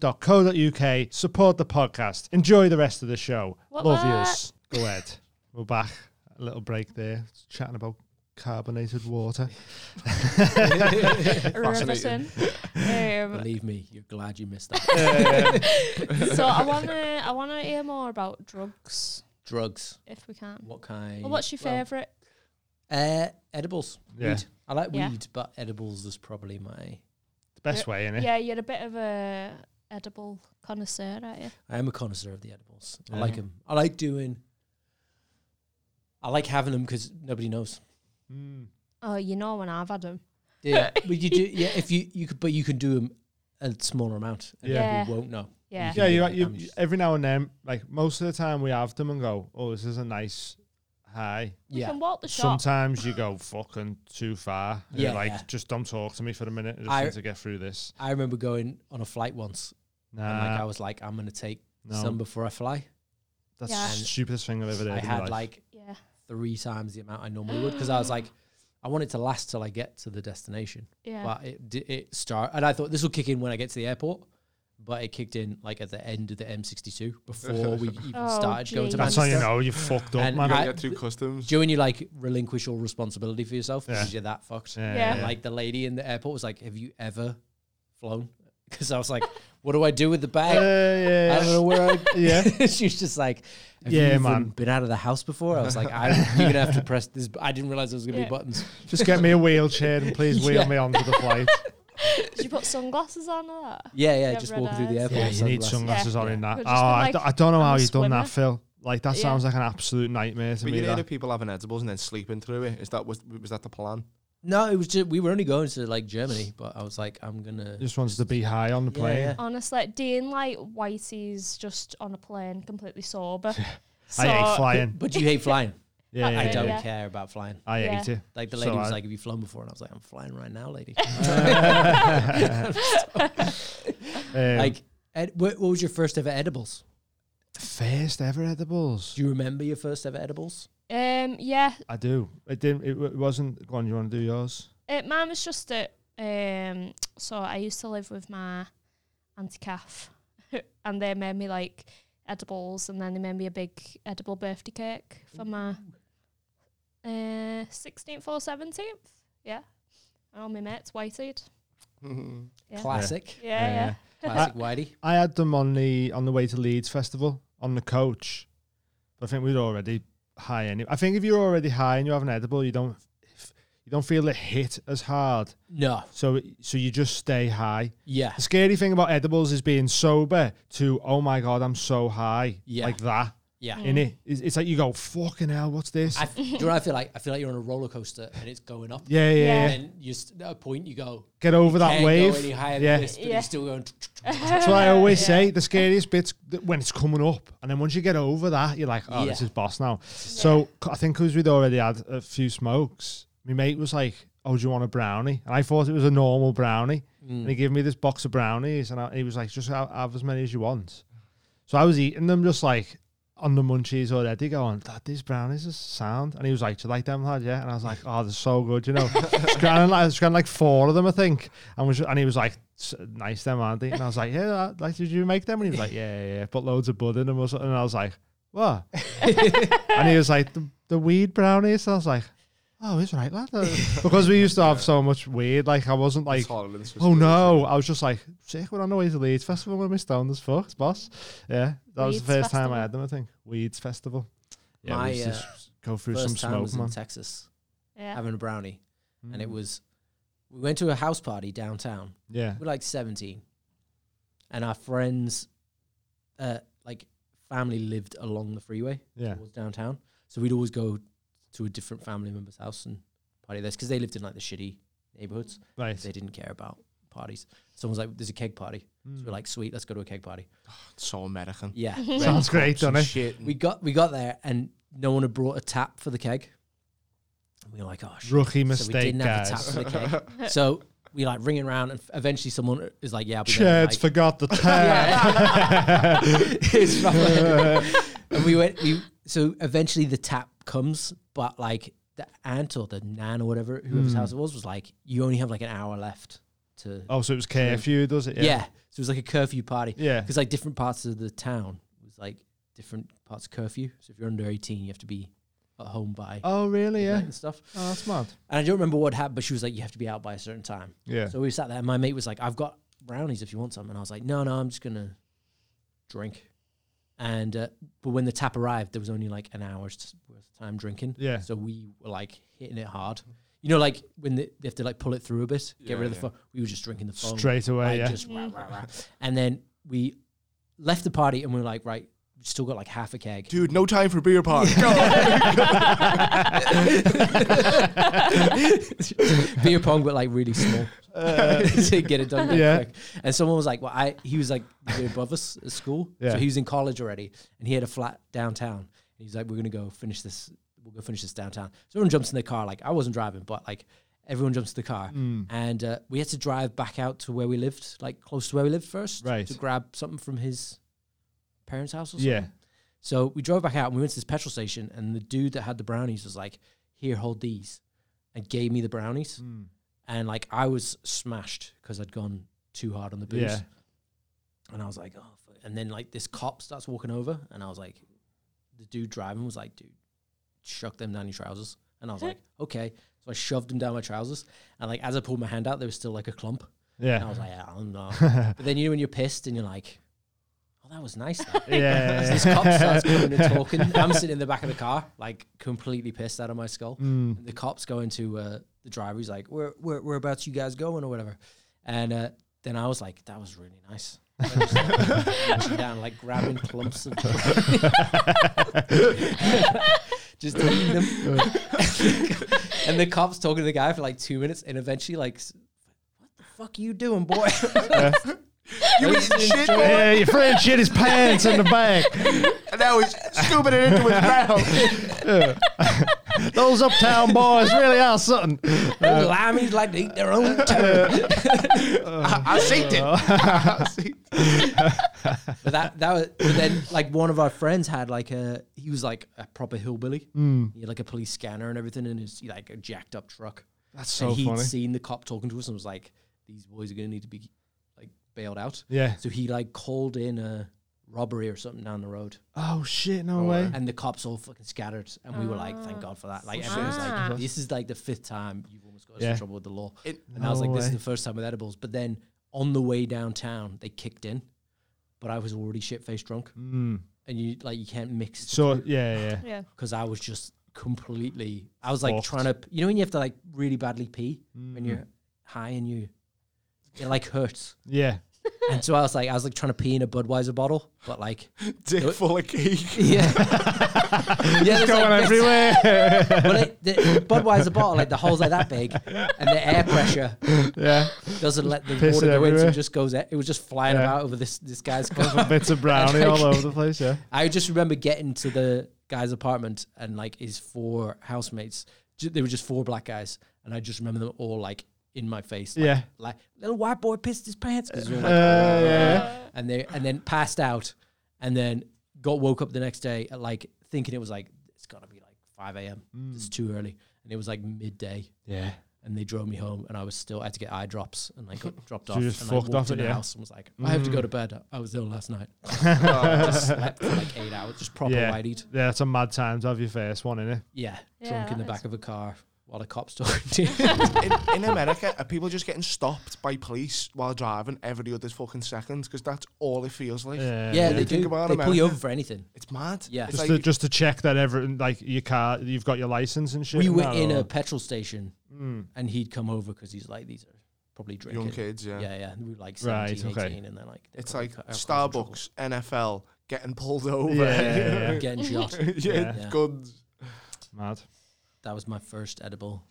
Munchterm.co.uk. Support the podcast. Enjoy the rest of the show. What, Love what? yous. Go ahead. We're back. A little break there. Just chatting about carbonated water. Riverton. um, Believe me, you're glad you missed that. so I wanna, I wanna hear more about drugs Drugs. if we can. What kind? Well, what's your well, favourite? Uh, edibles. Yeah. Weed. I like Yeah. weed, but edibles is probably my. The best way, innit? Yeah, you're a bit of a edible connoisseur, aren't you? I am a connoisseur of the edibles. I Yeah. like them. I like doing. I like having them because nobody knows. Mm. Oh, you know when I've had them. Yeah, but you do. Yeah, if you you could, but you can do them a smaller amount. And Yeah. people won't know. Yeah. can Yeah, do you, that. you, I'm just- every now and then, like most of the time, we have them and go, oh, this is a nice high. We yeah. can walk the shop. Sometimes you go fucking too far. and you're Yeah, like, yeah. just don't talk to me for a minute. I just I- need to get through this. I remember going on a flight once, and like Nah, I was like, I'm gonna take Ah. no, some before I fly. that's Yeah. the stupidest thing I've ever done. I in my had life. like yeah. three times the amount I normally would because I was like, I want it to last till I get to the destination. Yeah. But it di- it start and I thought this will kick in when I get to the airport, but it kicked in like at the end of the M62 before we even Oh, started going to geez. That's Manchester. how you know you've fucked up, And man. I- Yeah, Yeah, through through customs. Do you know when you like relinquish all responsibility for yourself because Yeah. you're that fucked? Yeah. And like the lady in the airport was like, "Have you ever flown?" Because I was like, "What do I do with the bag?" I yeah, don't yeah. know where I. Yeah. she was just like, Have Yeah, you even man. been out of the house before? I was like, I, You're gonna have to press this. I didn't realize there was gonna Yeah. be buttons. Just get me a wheelchair and please wheel Yeah. me onto the flight. Did you put sunglasses on or that? Yeah, yeah, You have just red walking through the eyes. airport. Yeah, with you need sunglasses. sunglasses on Yeah. in that. Oh, Could've just been I, like, d- I don't know I'm a how you've done that, swimmer. Phil. Like that Yeah. sounds like an absolute nightmare to But me. you know that. the people having edibles and then sleeping through it. Is that was was that the plan? No, it was just we were only going to like Germany, but I was like, I'm gonna. Just wants to be high on the Yeah, plane. yeah. Honestly, Dean like Whitey's just on a plane, completely sober. so, I hate flying. But you hate flying. Yeah, yeah, I yeah. don't Yeah. care about flying. I Yeah. hate it. Like the So lady was I- like, "Have you flown before?" And I was like, "I'm flying right now, lady." Um, like, ed, what, what was your first ever edibles? first ever edibles. Do you remember your first ever edibles? Um, yeah, I do. It didn't. It, w- it wasn't. Go on. You want to do yours? Uh, mine was just that. Um, so I used to live with my auntie Kath, and they made me like edibles, and then they made me a big edible birthday cake for my uh, sixteenth or seventeenth. Yeah, and all my mates waited. Yeah. Classic, Yeah, yeah. classic Whitey. I had them on the on the way to Leeds Festival on the coach. But I think we were already high anyway. I think if you're already high and you have an edible, you don't you don't feel it hit as hard. No, So so you just stay high. yeah, The scary thing about edibles is being sober to oh my god, I'm so high. Yeah. Like that. yeah. In it, it's, it's like you go fucking hell. What's this? I, f- do you know what I feel like? I feel like you're on a roller coaster and it's going up. yeah, yeah, Yeah. yeah. And then you st- at a point you go Get over that can't wave. go any higher yeah. than this, but Yeah. you're still going. That's what I always say. The scariest bit's th- when it's coming up, and then once you get over that, you're like, "Oh, this Yeah. is boss now." So c- I think because we'd already had a few smokes, my mate was like, "Oh, do you want a brownie?" And I thought it was a normal brownie, Mm. and he gave me this box of brownies, and I, he was like, "Just have, have as many as you want." So I was eating them just like on the munchies already, going, "Dad, these brownies are sound," and he was like, "Do you like them, lad?" Yeah, and I was like, "Oh, they're so good," you know. scanning, like, scanning like four of them, I think. And was and he was like, "S- nice them, aren't they? And I was like, yeah, that- like, did you make them? And he was like, yeah, yeah, yeah. Put loads of bud in them or something. And I was like, what? and he was like, the, the weed brownies. And I was like, oh, it's right, lad. Uh, Because we used to have so much weed. Like, I wasn't like, Tolerance was oh no. I was just like, sick, we're on the way to Leeds Festival when we're stoned as fuck, it's boss. Yeah, that was the Weeds first time Festival. I had them, I think. Weeds Festival. Yeah, My, we used to uh, s- go through some First time smoke, Mm. was in man. Texas Yeah, having a brownie, and it was. We went to a house party downtown. Yeah. We're like 17. And our friends, uh, like family lived along the freeway Yeah. towards downtown. So we'd always go to a different family member's house and party there because they lived in like the shitty neighborhoods. Right. They didn't care about parties. Someone's like, there's a keg party. Mm. So we're like, sweet, let's go to a keg party. so American. Yeah. Sounds great, Some doesn't it? shit. we got we got there and no one had brought a tap for the keg. And we were like, oh, shit. Rookie so we mistake, didn't guys. have a tap for the keg. so we like ring around and f- eventually someone is like, yeah, I'll be there in, Chad's like, forgot the tap. It's not like- and we went. We so eventually the tap comes, but like the aunt or the nan or whatever whoever's house it was was like, you only have like an hour left to. oh, so it was curfew, does it? yeah. so it was like a curfew party. Yeah. because like different parts of the town was like different parts of curfew. So if you're under eighteen, you have to be at home by Oh, really? midnight Yeah. and stuff. Oh, that's mad. And I don't remember what happened, but she was like, you have to be out by a certain time. Yeah. So we sat there, and my mate was like, I've got brownies if you want some. And I was like, no, no, I'm just going to drink. And, uh, but when the tap arrived, there was only like an hour's t- worth of time drinking. Yeah. So we were like hitting it hard. You know, like when they, they have to like pull it through a bit, get Yeah, rid of the yeah. phone. We were just drinking the phone. Straight away, like, yeah. Just rah, rah, rah. And then we left the party and we were like, right, we've still got like half a keg. Dude, no time for beer party. Ah. Go. beer pong, but like really small Uh, to get it done. Yeah. Yeah. Quick. And someone was like, "Well, I," he was like the year above us at school, Yeah. so he was in college already, and he had a flat downtown. And he's like, "We're gonna go finish this. We'll go finish this downtown." So everyone jumps in the car. Like I wasn't driving, but like everyone jumps in the car, and uh, we had to drive back out to where we lived, like close to where we lived first, Right. To grab something from his parents' house or something. Yeah. So we drove back out and we went to this petrol station, and the dude that had the brownies was like, "Here, hold these." and gave me the brownies, Mm. and like I was smashed because I'd gone too hard on the booze, Yeah. and I was like, oh, fuck. and then like this cop starts walking over, and I was like, the dude driving was like, dude, shuck them down your trousers, and I was like, okay, so I shoved them down my trousers, and like as I pulled my hand out, there was still like a clump. And I Yeah. was like, yeah, I don't know. but then you know when you're pissed and you're like, oh, that was nice. That. Yeah. This cop starts coming and talking. I'm sitting in the back of the car, like completely pissed out of my skull. And the cop's going to uh, the driver. He's like, where, where, whereabouts you guys going or whatever? And uh, then I was like, that was really nice. I was just, like, reaching down, like grabbing clumps of just eating them. and the cop's talking to the guy for like two minutes and eventually like, s- what the fuck you doing, boy? You eating shit, boy. Yeah, your friend shit his pants in the back. And now he's scooping it into his mouth. Those uptown boys really are something. Uh, The Lammies like to eat their own turd. I, Uh, I seen it. I seen it. but that that was but then like one of our friends had like a he was like a proper hillbilly. Mm. He had like a police scanner and everything in his like a jacked up truck. That's so and he'd funny. seen the cop talking to us and was like, These boys are gonna need to be like bailed out. Yeah. So he like called in a robbery or something down the road. Oh shit! No way. And the cops all fucking scattered. And we were like, Oh. Thank God for that. Like everyone was Ah. like, This is like the fifth time you've almost got us Yeah. in trouble with the law. It- and I was No like, This is way. the first time with edibles. But then on the way downtown, they kicked in. But I was already shit faced drunk Mm. and you like you can't mix So yeah, yeah. Yeah. because I was just completely I was like Fucked. Mm-hmm. trying to you know when you have to like really badly pee Mm. when you're high and you it like hurts Yeah. and so I was like I was like trying to pee in a Budweiser bottle but like Dick full of cake. yeah yeah there's, Going like, this- everywhere. but it, the Budweiser bottle like the hole's like that big and the air pressure yeah. doesn't let the Piss water it go in so everywhere. it just goes out- it was just flying Yeah. about over this this guy's cover Bits of brownie Like- all over the place. Yeah. I just remember getting to the guy's apartment and like his four housemates. ju- They were just four black guys, and I just remember them all like in my face. Like, Yeah. like little white boy pissed his pants, 'cause we were, Uh, like, yeah. Uh, and they and then passed out, and then got woke up the next day at like thinking it was like it's gotta be like five a.m. It's too early, and it was like midday. Mm. Yeah. And they drove me home, and I was still I had to get eye drops, and I got dropped So off. you just and I fucked walked off in it, the yeah. Mm. house and was like, I have to go to bed. I was ill last night. just slept for like eight hours, just proper Yeah. whitey. Yeah, it's a mad time to have your first one in it. Yeah, Yeah, drunk in the that back is- of a car while the cops talking to you. in, in America, are people just getting stopped by police while driving every other fucking second? Because that's all it feels like. Yeah, yeah, they Think do. about they pull America. you over for anything. It's mad. Yeah. It's Just like, to just to check that everything like your car, you've got your license and shit. Hmm, We and were that, in or- a petrol station, and he'd come over because he's like, these are probably drinking. young kids, yeah. Yeah, yeah. and We were like 17, Right, 18, okay. and they're like, they're It's probably like ca- are causing trouble. Starbucks, NFL, getting pulled over. Yeah, yeah, yeah. Getting shot. Yeah, Yeah. guns. mad. that was my first edible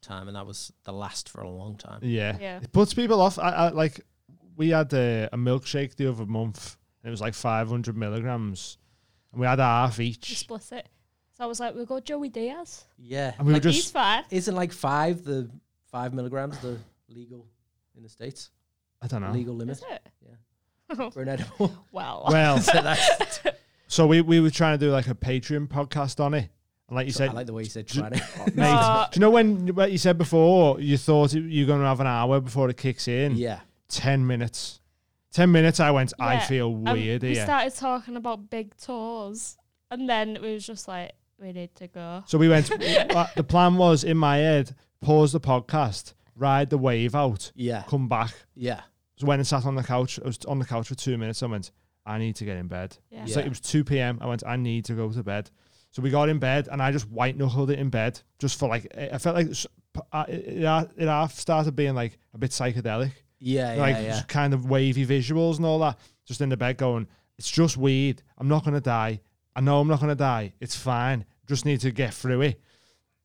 time, and that was the last for a long time. Yeah. Yeah. It puts people off. I, I like we had uh, a, a milkshake the other month. And it was like 500 milligrams, and we had half You each. split it. So I was like, we'll go Joey Diaz. Yeah. And we were Like, He's just fine. isn't like five the five milligrams the legal in the states I don't know. legal limit Is it? for an edible? Well, Well, so that's, so we, we were trying to do like a Patreon podcast on it, and like you I said, like the way you said Ju- trying. mate, Uh, do you know when what you said before you thought it, you're going to have an hour before it kicks in? yeah. 10 minutes. 10 minutes, I went, I Yeah, feel um, weird we here. started talking about big tours, and then we was just like, we need to go. so we went, uh, the plan was in my head, pause the podcast, ride the wave out, Yeah. come back. Yeah. So when I sat on the couch, I was on the couch for two minutes. I went, I need to get in bed. Yeah. It's like it was 2 p.m. I went, I need to go to bed. So we got in bed and I just white knuckled it in bed just for like, I felt like s- p- I- it, it it half started being like a bit psychedelic. Yeah. Yeah. like yeah. just kind of wavy visuals and all that. Just in the bed going, it's just weed. I'm not gonna die. I know I'm not gonna die. It's fine. Just need to get through it.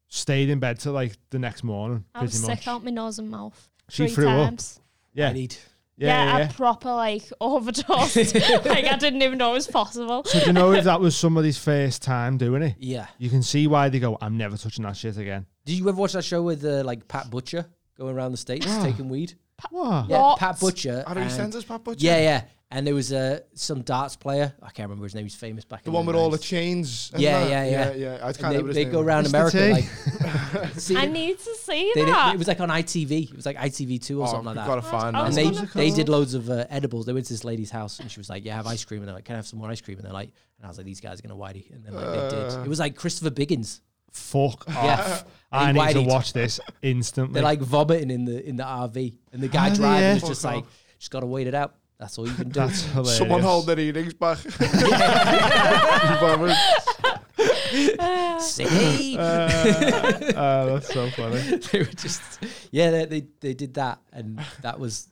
Stayed in bed till like the next morning, I was pretty sick much. out my nose and mouth. She three threw up. times. Yeah, I need. yeah, yeah. I proper like overdosed. like I didn't even know it was possible. so do you know if that was somebody's first time doing it? Yeah. You can see why they go, I'm never touching that shit again. Did you ever watch that show with uh, like Pat Butcher going around the states taking weed? What? Yeah. What? Pat Butcher. Are he and- sends us Pat Butcher? Yeah. Yeah. And there was uh, some darts player. I can't remember his name. He's famous back The in one with all the 90s. chains. and Yeah, that. yeah, yeah. yeah, yeah. I And can't remember they, his they name. go around Mr. America T. like See, I need to see they did, that. it was like on ITV. It was like ITV2 or something like that. Oh, Gotta find I that. and was they, gonna- they did loads of uh, edibles. They went to this lady's house and she was like, "Yeah, have ice cream." And they're like, "Can I have some more ice cream?" And they're like, "And I was like, these guys are gonna whitey." And then like they Uh. did. It was like Christopher Biggins. Fuck off. Yeah, I And he need to whiteyed. watch this instantly. They're like vomiting in the in the RV, and the Are guy they, driving Ah, yeah? is just like, "Just gotta wait it out. That's all you can do." That's hilarious. Someone hold their earrings back. Say- Uh. Oh, that's so funny. they were just yeah they, they they did that and that was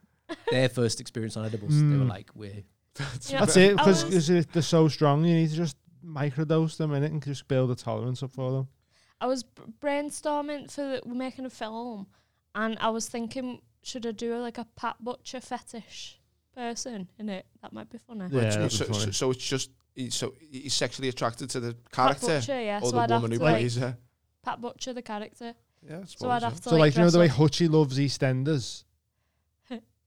their first experience on edibles they were Hmm. like we're You know, That's it, I was- because they're so strong, you need to just microdose them in it and just build a tolerance up for them. I was b- brainstorming for the, we're making a film, and I was thinking, should I do like a Pat Butcher fetish person in it? That might be funny. Yeah, so, that'd be so, funny. so, so it's just he, so he's sexually attracted to the Pat character Butcher, yeah. or so I'd the have woman to who like plays her. Pat Butcher, the character. Yeah, I So I'd suppose, yeah. have to So, like, you know the way dress up. Hutchie loves EastEnders?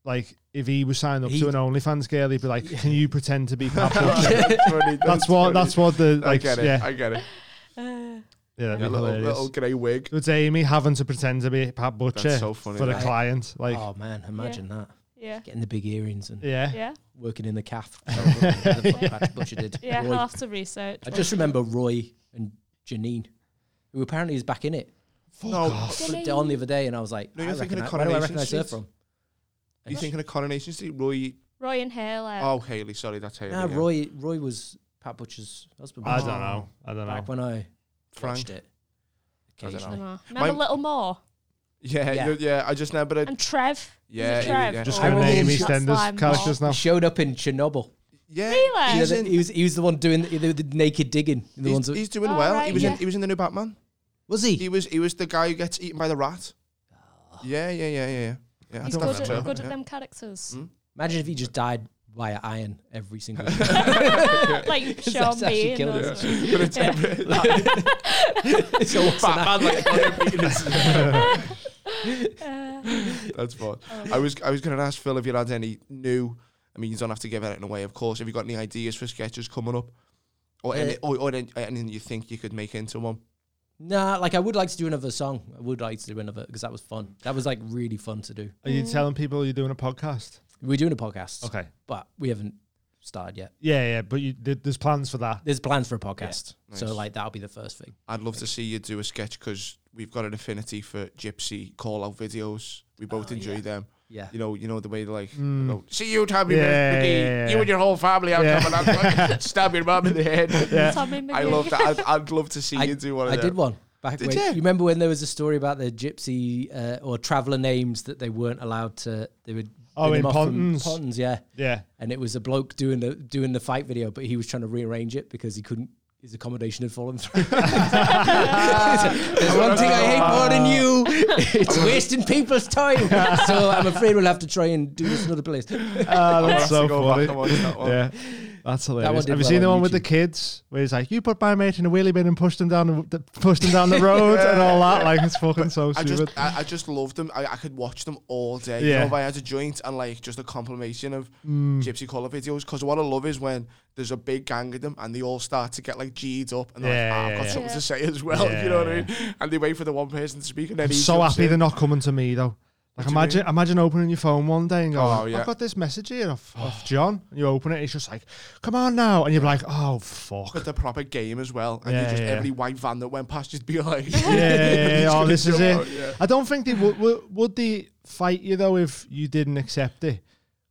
like, if he was signed up He- to an OnlyFans girl, he'd be like, can you pretend to be Pat Butcher? Funny, That's what, funny. that's what the, I like, get it. yeah. I get it. yeah, that'd A be little, hilarious. little grey wig. So it's Amy having to pretend to be Pat Butcher so funny, for a right? client. Like, oh man imagine that Yeah, getting the big earrings and yeah. yeah, working in the calf the fuck Pat Butcher did yeah. Roy. I'll have to research. I just remember Roy and Janine who apparently is back in it No, but on the other day and I was like No, I you're thinking of recogni- where do I Coronation recognise her Street? from you thinking of Coronation Street? Roy? Roy and Hale. Uh, Oh, Haley. Sorry, that's Haley. nah, yeah. Roy Roy was Pat Butcher's husband I don't know. I don't back know. when I Frank. watched it don't know. I occasionally. don't know. Remember Little More Yeah, Yeah. yeah, yeah. I just remembered it. and Trev. Yeah, Is it Trev. Oh, yeah. Just I going to will name be EastEnders characters now. He showed up in Chernobyl Yeah, Really? Yeah, he's, the- in- he was he was the one doing the, the, the naked digging. The he's- ones that, he's doing Oh, well. he right, was yeah. in. He was in the new Batman. was he? He was. He was the guy who gets eaten by the rat. Yeah, yeah, yeah, yeah, yeah. yeah I Oh. He's don't good remember. at, good at Yeah. them characters, Imagine if he just died via iron every single. day. like Sean That's actually Bean. killed or him. something. But it's every- so what's an Batman, iron? like, got him eaten. Uh, That's fun. Oh. I was I was going to ask Phil if you had any new. I mean, you don't have to give anything away, of course. Have you got any ideas for sketches coming up, or Uh, any, or, or any- anything you think you could make into one? Nah, like I would like to do another song. I would like to do another because that was fun. That was like really fun to do. Are you telling people you're doing a podcast? We're doing a podcast, Okay. but we haven't started yet. Yeah, yeah, but you, there- there's plans for that. There's plans for a podcast, so nice. like that'll be the first thing. I'd love to see you do a sketch because we've got an affinity for gypsy call out videos. We both enjoy them. Oh, Yeah. You know, you know the way they like go, see you, Tommy Hmm. Yeah, yeah, McGee. yeah. You and your whole family out Yeah. coming out, stab your mum in the head. Tommy I McGee. love that. I'd, I'd love to see I, you do one of I them. did one back Did when. you? You remember when there was a story about the gypsy uh, or traveller names that they weren't allowed to? They would. Oh, bin in them off from Pontons. Pontons, yeah. Yeah. And it was a bloke doing the doing the fight video, but he was trying to rearrange it because he couldn't. His accommodation had fallen through. There's one thing I hate more than you. It's wasting people's time. So I'm afraid we'll have to try and do this another place. Oh, I'll that's have so to go back funny. and watch that one. Yeah. That's hilarious. did Have you well seen on the one with the YouTube. kids where he's like, "You put my mate in a wheelie bin and pushed him down, the, pushed him down the road and all that"? Like it's fucking so I stupid. just, I, I just loved them. I, I could watch them all Yeah. day. Mm. You know, if I had a joint and like just a compilation of Gypsy Colour videos, because what I love is when there's a big gang of them and they all start to get like G'd up and Yeah, they're like, "Ah, yeah, I've got yeah. something to say as well. You know what I mean? And they wait for the one person to speak and then I'm he so jumps happy in. they're not coming to me though. Like do you imagine, imagine opening your phone one day and going, Oh, yeah. "I've got this message here off, off John." And you open it, and it's just like, "Come on now," and you're like, "Oh fuck." But the proper game as well, and Yeah, you just yeah, yeah. every white van that went past, you'd be like, Yeah, yeah, yeah, oh, this is it. jump out, yeah. I don't think they would, would. Would they fight you though if you didn't accept it?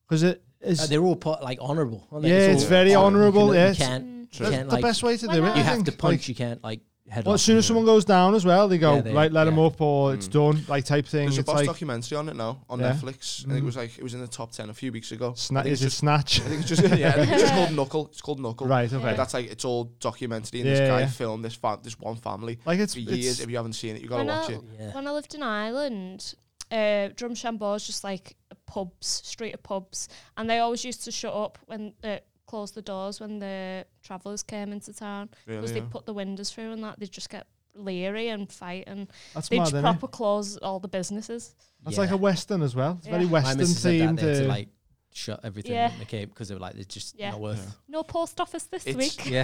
Because it Uh, is. they're all put, like honourable. aren't they? Yeah, it's very honourable. honourable, You, yes. can't, "Hmm, you can't, That's the like, best way to do it. you I have to think. punch. Like, you can't like head. well, lock as soon them. as someone goes down as well, they go Yeah, they- like, "Let them yeah. up," or "It's done," like type thing. Mm. There's a It's boss like documentary on it now on Yeah. Mm. Netflix. I think it was like it was in the top ten a few weeks ago. I sna- think is it's it just, snatch? I think it's just yeah, I think it's just called Knuckle. It's called Knuckle. Right. But Okay. that's like it's all documentary, and this Yeah, guy yeah. filmed this fam- this one family Like it's, for it's years. If you haven't seen it, you gotta when I, watch it. Yeah. when I lived in Ireland, uh, Drumshambore's just like pubs, street of pubs, and they always used to shut up when uh, close the doors when the travellers came into town because Really, they yeah. put the windows through and that they just get leery and fight and that's they mad, just isn't it? proper close all the businesses. That's Yeah. like a western as well. It's very Yeah. My western missus said that themed. there to uh, like shut everything Yeah. in the Cape because they were like, it's just Yeah. not worth. No post office this It's- week. Yeah.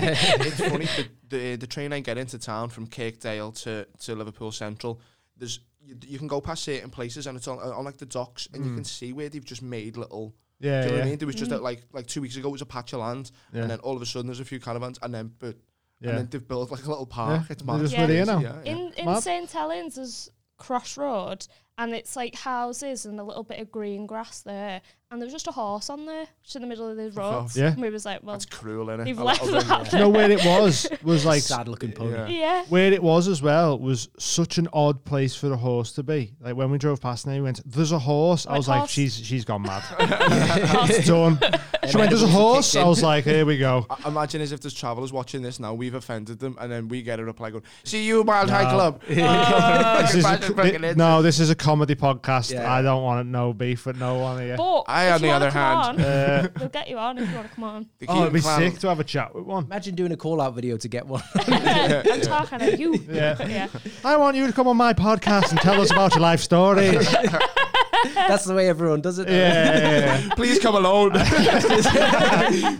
it's funny the, the the train I get into town from Kirkdale to, to Liverpool Central. There's you, you can go past certain places and it's on, on like the docks and you can see where they've just made little. Yeah, do you know what I yeah. mean? There was Mm. just that, like like two weeks ago it was a patch of land Yeah. and then all of a sudden there's a few caravans and then but Yeah. and then they've built like a little park. Yeah, It's they're mad. just Yeah. really in now. Yeah, yeah. In in Mad. St Helens there's Crossroad and it's like houses and a little bit of green grass there and there was just a horse on there just in the middle of the road. Yeah. And we was like, well, That's cruel, innit? they've A left little bit- that Do you know where it was? Was like Sad looking pony. yeah. Yeah. where it was as well was such an odd place for a horse to be. Like when we drove past and he went, "There's a horse." I Like was like, horse? "She's she's gone mad." it's done. She went, "There's a horse." I was like, "Here we go." I- Imagine as if there's travellers watching this now, we've offended them, and then we get a reply going, "See you, Wild High Club." Oh, This is a, Imagine fucking thi- it. no, this is a comedy podcast. Yeah. I don't want no beef with no one here. But I, if you on the wanna other come hand- on, Uh, they'll get you on if you want to come on. They keep oh, it'd be clowning- sick to have a chat with one. Imagine doing a call out video to get one. I'm talking to you. Yeah. Yeah. I want you to come on my podcast and tell us about your life story. yeah, That's the way everyone does it. yeah, yeah. Please come alone.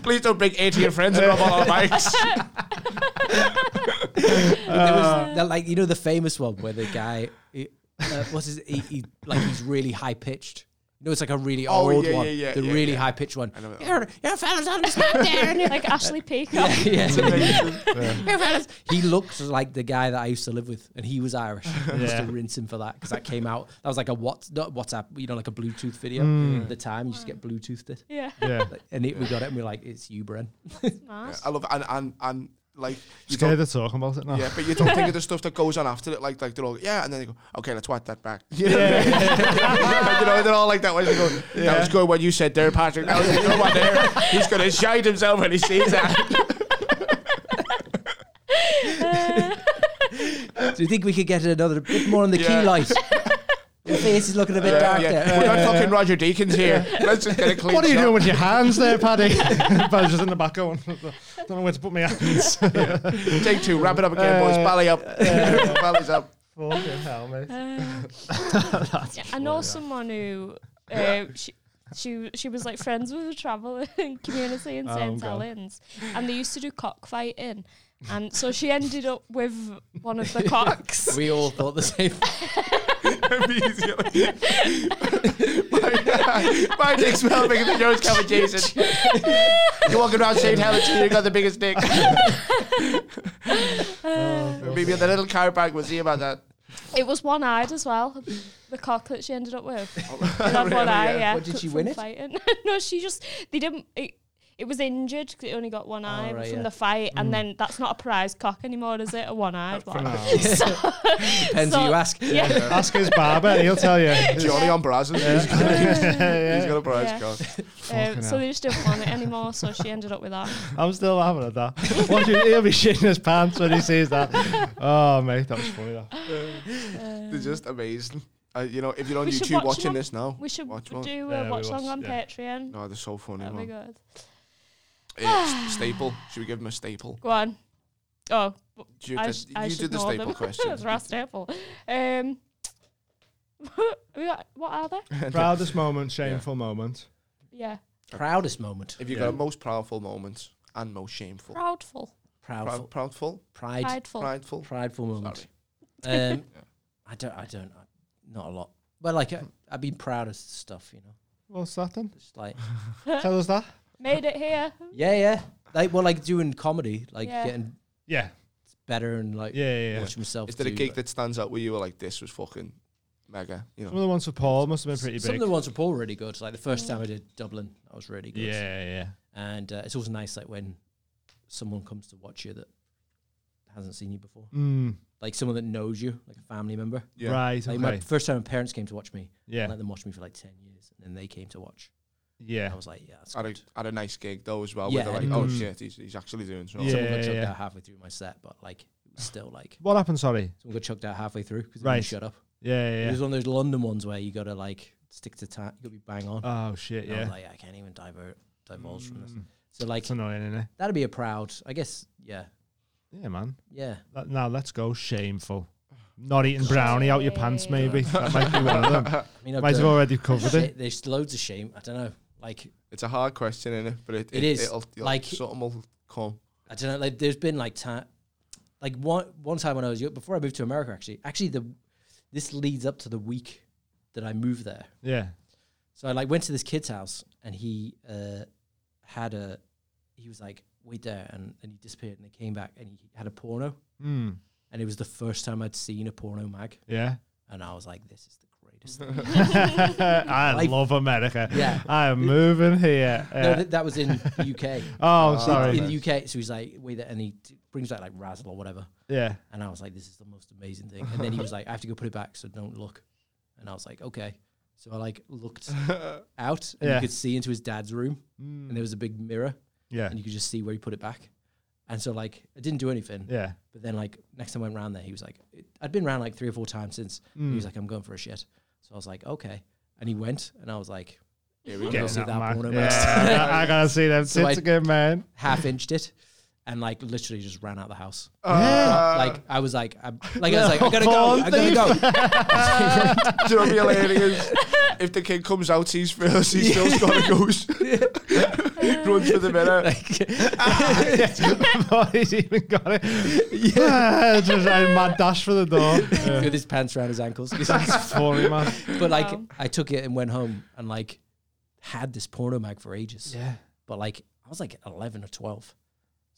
Please don't bring 80 of your friends and rub on our bikes. There was that, like you know the famous one where the guy, he, uh, what's his, he, he like he's really high pitched. You know, it's like a really Oh, old yeah, one, yeah, yeah, the yeah, really yeah. high pitched one. know that You're, you're fellas on the spot there, and you're Like Ashley Peacock. "You fellas." He looked like the guy that I used to live with, and he was Irish. I used to Yeah. rinse him for that because that came out. That was like a what, not WhatsApp, you know, like a Bluetooth video Mm. at the time. You just get Bluetoothed it, Yeah. yeah. and it, we got it, and we're like, "It's you, Bren." Mad. Uh, I love and and and like you Scared don't, of talking about it now. yeah, but you don't think of the stuff that goes on after it. Like like they're all yeah, and then they go okay, let's wipe that back. You know, Yeah. Like, you know they're all like that. Way they go, That was good what you said there, Patrick. That was a good one there. He's gonna shite himself when he sees that. Do you think we could get another bit more on the Yeah. key light? Your face is looking a bit dark yeah. there. We're not fucking Roger Deakins here. Let's just get a clean. What are you shot. doing with your hands there, Paddy? Paddy's just in the back going, don't know where to put my hands. Take two. Wrap it up again, boys. Uh, Bally up. Bally's up. Fucking hell, mate. Yeah, I know someone who uh, she, she she was like friends with a travelling community in St Oh, God. Helens, and they used to do cockfighting, and so she ended up with one of the cocks. We all thought the same. immediately. my, my dick's well bigger than yours, Calvin Jason. You're walking around St. Helens and you got the biggest dick. Maybe the little car park will see about that. it was one eyed as well. The cock that she ended up with. It had one eye, yeah. What, did cut she from win it? Fighting. no, she just they didn't. It, it was injured 'cause it only got Oh, one eye right, from yeah. the fight, Mm. and then that's not a prize cock anymore, is it? A one-eyed one. Depends who So- you ask. Yeah. Um, Ask his barber, he'll tell you. Johnny on Brazos. He's got he's got a Yeah. prize card. Um, so hell. they just didn't want it anymore, so she ended up with that. I'm still having at that. Watch him, he'll be shitting his pants when he sees that. Oh, mate, that was funny. That. Um, They're just amazing. Uh, you know, if you're on We should YouTube watch them watching on- this now, We should watch one. do a Yeah, we watch along watched, on yeah. Patreon. No, they're so funny. That'd be man. good. Eh, s- staple. Should we give them a staple? Go on. Oh, w- You I, did, sh- I you should did the know staple them. question. It's Ross Staple. Um, we got, what are they? Proudest moment, shameful moment. Yeah, Proudest moment. If you got a most proudful moment and most shameful, proudful, Proudful. Proud, proudful, Pride. prideful. prideful, Prideful moment. Um, I don't. I don't. I, not a lot. But like, I, I've been proud of stuff. You know, What's that then? just like, Tell us that. Made it here. yeah, yeah. Like, well, like doing comedy, like Yeah. getting Yeah, better and like yeah, yeah. yeah. watching myself. Is there a do, gig like- that stands out where you were like, this was fucking mega? You Some know, of the ones for Paul must have been pretty Some of big. the ones were Paul really good. Like the first time I did Dublin, that was really good. Yeah, yeah. And uh, it's always nice like when someone comes to watch you that hasn't seen you before, Mm, like someone that knows you, like a family member. Yeah. Right, Like my okay. first time my parents came to watch me, I Yeah, let them watch me for like 10 years and then they came to watch. yeah. I was like, yeah, that's at a, good. at a nice gig though as well. Yeah, where they're and like, oh mm. shit, he's, he's actually doing something. Yeah. Someone got chucked out halfway through my set, but like, it was still like, What happened, sorry? someone got chucked out halfway through because Right. shut up. Yeah, It yeah, was yeah. one of those London ones where you got to like stick to time, you got to be bang on. Oh, shit, And I was yeah. Mm. like, I can't even divert, divulge from this. So like, It's annoying, isn't it? that'd be a proud, I guess, yeah, Yeah, man. yeah. That- Now let's go shameful. Not eating brownie out your pants, maybe. That might be one of them. I mean, I've Might have done- already covered it. Shit, There's loads of shame. I don't know. Like It's a hard question, is it? But it, It is, It'll, it'll, like- something will come. I don't know. Like, there's been like time, like one one time when I was young, before I moved to America. Actually, actually, the this leads up to the week that I moved there. Yeah. So I like went to this kid's house and he uh, had a he was like wait there and then he disappeared and he came back and he had a porno Hmm. and it was the first time I'd seen a porno mag Yeah. and I was like this is the greatest. thing. I Like- love America. Yeah. I am moving here. No, Yeah. th- that was in the UK. oh, Uh, sorry. in the UK, so he's like wait there and he t- brings back like Razzle or whatever yeah. and I was like this is the most amazing thing and then he was like I have to go put it back so don't look and I was like okay so I like looked out and Yeah. you could see into his dad's room Mm. and there was a big mirror Yeah. and you could just see where he put it back. And so like I didn't do anything. Yeah. But then like next time I went round there, he was like, I'd been round like three or four times since. He Hmm. was like, I'm going for a shit. So I was like, okay. And he went, and I was like, Here we Yeah. go. see that man. porno Yeah, mask. I gotta see them So tits I- again, man. half inched it, and like literally just ran out the house. Uh. Ah, like I was like, I'm, like I was like, I gotta go, I gotta go. do you know what would be hilarious? If the kid comes out, he's first, he still's got a ghost. Runs to the mirror. He's even got it. Yeah, just a mad dash for the door. Yeah. With his pants around his ankles. That's funny, man. but like Wow. I took it and went home and like had this porno mag for ages. Yeah. but like I was like 11 or 12.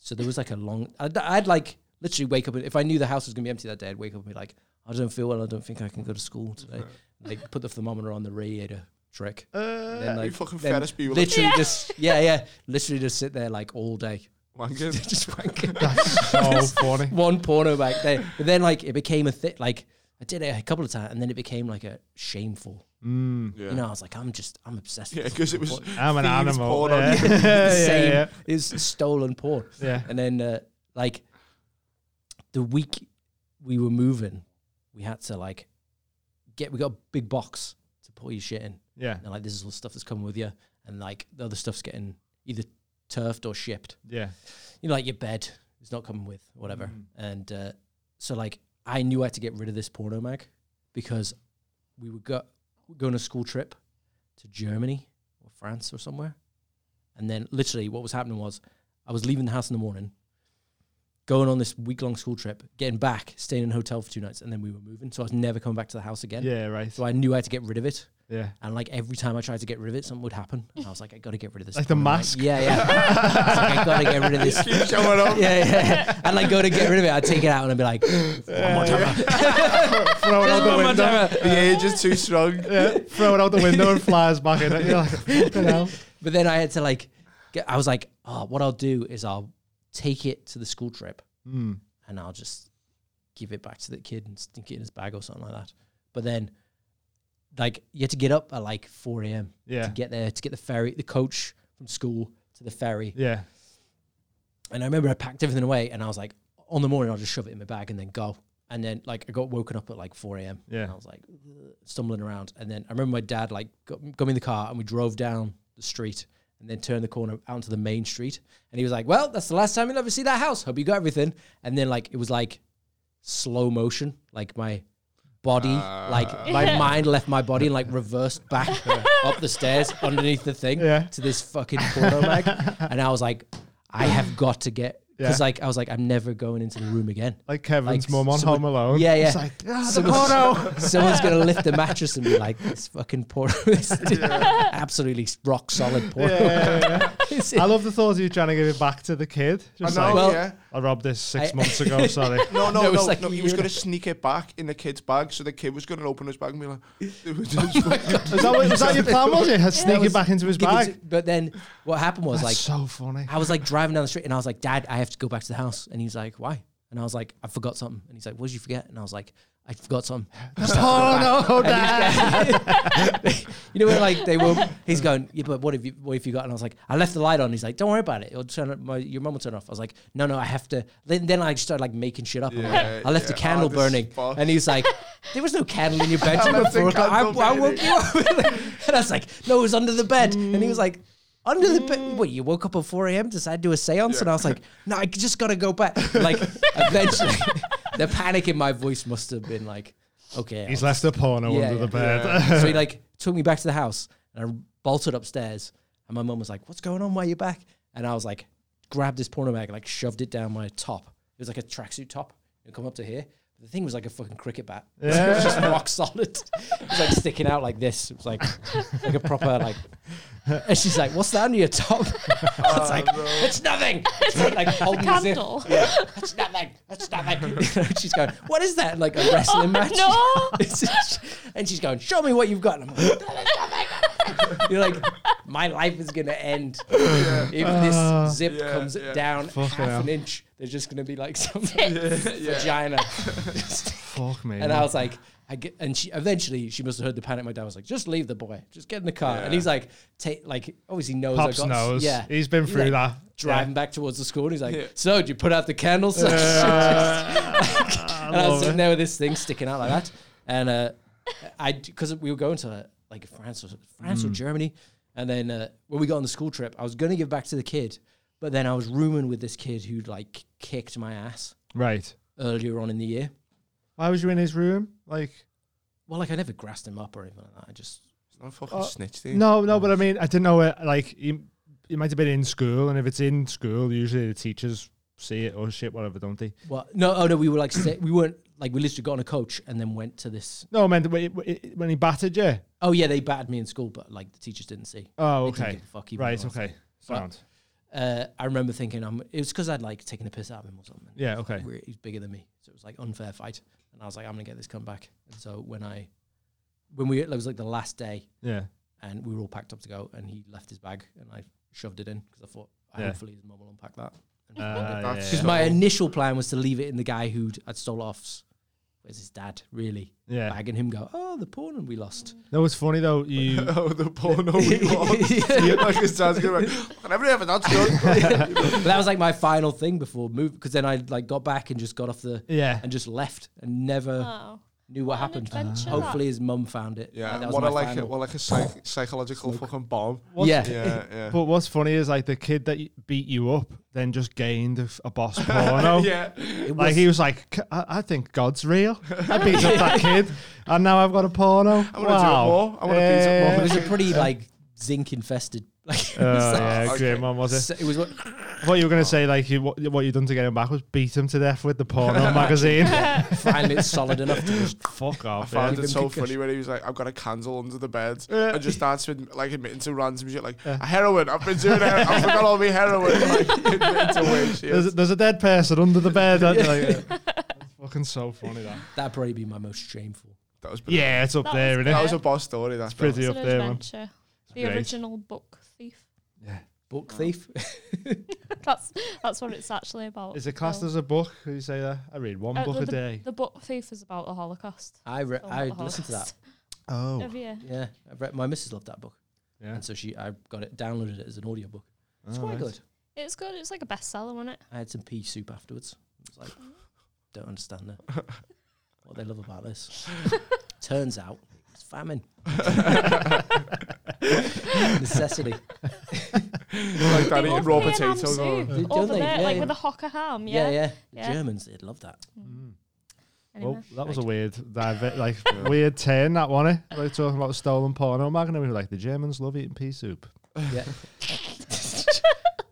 So there was like a long, I'd, I'd like literally wake up. and- If I knew the house was going to be empty that day, I'd wake up and be like, I don't feel well. I don't think I can go to school today. like put the thermometer on the radiator trick. Uh, And then, you like, fucking then Ferris Bueller. Literally just, yeah, yeah. Literally just sit there like all day. Wanking. just wanking. That's so funny. One porno back there. But then like it became a thing. Like I did it a couple of times and then it became like a shameful. Mm. Yeah. You know, I was like, I'm just, I'm obsessed Yeah, with this 'cause it fucking was porn. I'm an Thieves animal. porn Yeah. on yeah, same. yeah, It's stolen porn. yeah. And then, uh, like, the week we were moving, we had to like get. We got a big box to put all your shit in. Yeah. And like, this is all the stuff that's coming with you, and like the other stuff's getting either turfed or shipped. Yeah. You know, like your bed is not coming with whatever. Mm-hmm. And uh, so, like, I knew I had to get rid of this porno mag because we were go- going on a school trip to Germany or France or somewhere. And then literally what was happening was I was leaving the house in the morning, going on this week long school trip, getting back, staying in a hotel for two nights, and then we were moving. So I was never coming back to the house again. Yeah, right. So I knew I had to get rid of it. Yeah. And like every time I tried to get rid of it, something would happen. And I was like, I gotta get rid of this. Like the porno mag. mask? Yeah, yeah. I, was like, I gotta get rid of this. Keep showing up. Yeah, yeah. And like go to get rid of it, I'd take it out and I'd be like, one more time. Throw it out the One more window. time. The age is too strong. Yeah. Throw it out the window and flies back in it. You're like, fucking hell. But then I had to like, get, I was like, oh, what I'll do is I'll take it to the school trip Mm. and I'll just give it back to the kid and stick it in his bag or something like that. But then, like, you had to get up at like 4 a.m. Yeah. to get there, to get the ferry, the coach from school to the ferry. Yeah. And I remember I packed everything away and I was like, on the morning, I'll just shove it in my bag and then go. And then, like, I got woken up at like 4 a.m. Yeah. And I was like, stumbling around. And then I remember my dad, like, got, got me in the car and we drove down the street and then turned the corner out into the main street. And he was like, Well, that's the last time you'll ever see that house. Hope you got everything. And then, like, it was like slow motion. Like, my body, Uh. like, my mind left my body and, like, reversed back up the stairs underneath the thing Yeah. to this fucking porno mag. And I was like, I have got to get. Because Yeah. like I was like, I'm never going into the room again. Like Kevin's Like, mum on someone- Home Alone. Yeah, yeah. It's like, ah, the Someone's- porno. Someone's gonna lift the mattress and be like, "This fucking porno is absolutely rock solid porno." Yeah, yeah, yeah. I love the thought of you trying to give it back to the kid. I Just know, like, Well- yeah. I robbed this six I- months ago. Sorry. No, no, No, no. it's no, like a he was year. going to sneak it back in the kid's bag, so the kid was going to open his bag and be like, "It's Is that, what- was that your plan? Was it? Sneak That it was- back into his give it bag. to- But then what happened was That's like, so funny. I was like driving down the street and I was like, Dad, I have to go back to the house. And he's like, Why? And I was like, I forgot something. And he's like, What did you forget? And I was like, I forgot something. I just have to go back." Porno, Oh, dad. you know when like they were he's going yeah but what have you what have you got and I was like I left the light on he's like don't worry about it it'll turn up my, your mum will turn off I was like no no I have to then, then I just started like making shit up I'm like, Yeah, I left yeah. a candle Oh, this is burning fucked. and he's like there was no candle in your bedroom left at a four o'clock I, candle I woke burning." you up and I was like no it was under the bed and he was like under the bed, what you woke up at 4 a.m. decided to do a seance, and I was like, no, I just gotta go back. Like, eventually, the panic in my voice must have been like, okay, He's I'll left the porno Yeah, under yeah. the bed. so he like took me back to the house and I bolted upstairs. And my mum was like, "What's going on? Why are you back?" And I was like, grabbed this porno bag and like shoved it down my top. It was like a tracksuit top. It come up to here. The thing was like a fucking cricket bat. it was just rock solid. It was like sticking out like this. It was like like a proper like. And she's like, "What's that under your top?" it's like, "It's nothing." It's like, like holding as if- Candle. It's nothing. It's nothing. You know, she's going, "What is that?" Like a wrestling match. Oh, no. It's just- and she's going, "Show me what you've got." And I'm like, "You're like, my life is gonna end if Ah. this zip Yeah, comes yeah. down half hell. an inch. There's just gonna be like some vagina." Fuck me. and I was like, I get, and she eventually she must have heard the panic. My dad was like, "Just leave the boy. Just get in the car." And he's like, "Take like obviously knows Pops I got knows. Yeah, He's been through like, that. driving back towards the school and he's like, So, did you put out the candles? and I was love sitting it. there with this thing sticking out like that. And uh, I, because we were going to like France or France Mm. or Germany. And then uh, when we got on the school trip, I was going to give back to the kid. But then I was rooming with this kid who'd like kicked my ass right. earlier on in the year. Why was you in his room? Like, Well, like I never grassed him up or anything like that. I just, I'm fucking eh? Uh, snitch, dude. no, no, but I mean, I didn't know it. Like, you, you might have been in school, and if it's in school, usually the teachers see it or shit, whatever, don't they? well, no, oh no, we were like, sta- we weren't like, we literally got on a coach and then went to this. No, I meant when he- when he battered you. Oh yeah, they battered me in school, but like the teachers didn't see. Oh, They didn't okay. give a fuck even Right, though I- okay. Sound. uh, I remember thinking I'm, it was because I'd like taken a piss out of him or something. Yeah, okay. We're- He's bigger than me, so it was like unfair fight, and I was like, I'm gonna get this comeback. And so when I, when we, it was like the last day, Yeah. and we were all packed up to go, and he left his bag, and I shoved it in because I thought Yeah. hopefully his mum will unpack that. Uh, That's Because yeah. so- my initial plan was to leave it in the guy who'd I'd stole off's. Where's his dad? Really yeah. bag and him go. Oh, the porn and we lost. No, it's funny though. You Oh, the porno we want. like his dad's gonna be like, I never ever that's done. But that was like my final thing before move. Because then I like got back and just got off the yeah. and just left and never. Oh. knew what What an happened. adventure Hopefully, his mum found it. Yeah, Like, that was what my a like, a, final- what like a psych- psychological fucking bomb. yeah. Yeah, yeah. But what's funny is like the kid that y- beat you up then just gained a, f- a boss porno. yeah. It Like was- he was like, "C- I, I think God's real. I beat up that kid, and now I've got a porno. I wanna do it wow. more. I wanna beat up more. it was a pretty like zinc infested. Like, it Oh was, like, yeah, okay. grim one was it? so- it was what I thought you were gonna say like you, what, what you done to get him back was beat him to death with the porno magazine. finally it's solid enough to just Fuck off. Found Give it him so concussion. funny when he was like, I've got a candle under the bed Yeah. and just starts with, like admitting to random shit like a heroin. I've been doing heroin. I forgot all my heroin. Like admitting to weird shit. There's, there's a dead person under the bed. aren't there? Like, that's fucking so funny that. that'd probably be my most shameful. That was brilliant. Yeah, it's up That there, was isn't That it? was a boss story. That's It's pretty It's up an there, man. adventure. The Great. original book thief. Oh. Book thief. That's that's what it's actually about. Is it classed Oh. as a book? You say that? I read one Uh, book the, a day. The book thief is about the Holocaust. I re- Film I about the listened to that. Holocaust. Oh, Have you? Yeah, I read, my missus loved that book, yeah. and so she I got it downloaded it as an audiobook. It's Oh, quite right. good. It's good. It's like a bestseller, wasn't it? I had some pea soup afterwards. I was like, don't understand that. what they love about this. Turns out it's famine. Necessity. like that They eating love raw peanut ham potatoes. soup and all. They- don't over they? there, Yeah, like yeah. with a hocker ham. Yeah, Yeah. yeah. The Yeah. Germans, they'd love that. Mm. Anyway. Well, that was a Right. weird, dive- like weird turn that one. Eh? Like talking about stolen porno mag, and we were like, the Germans love eating pea soup. Yeah.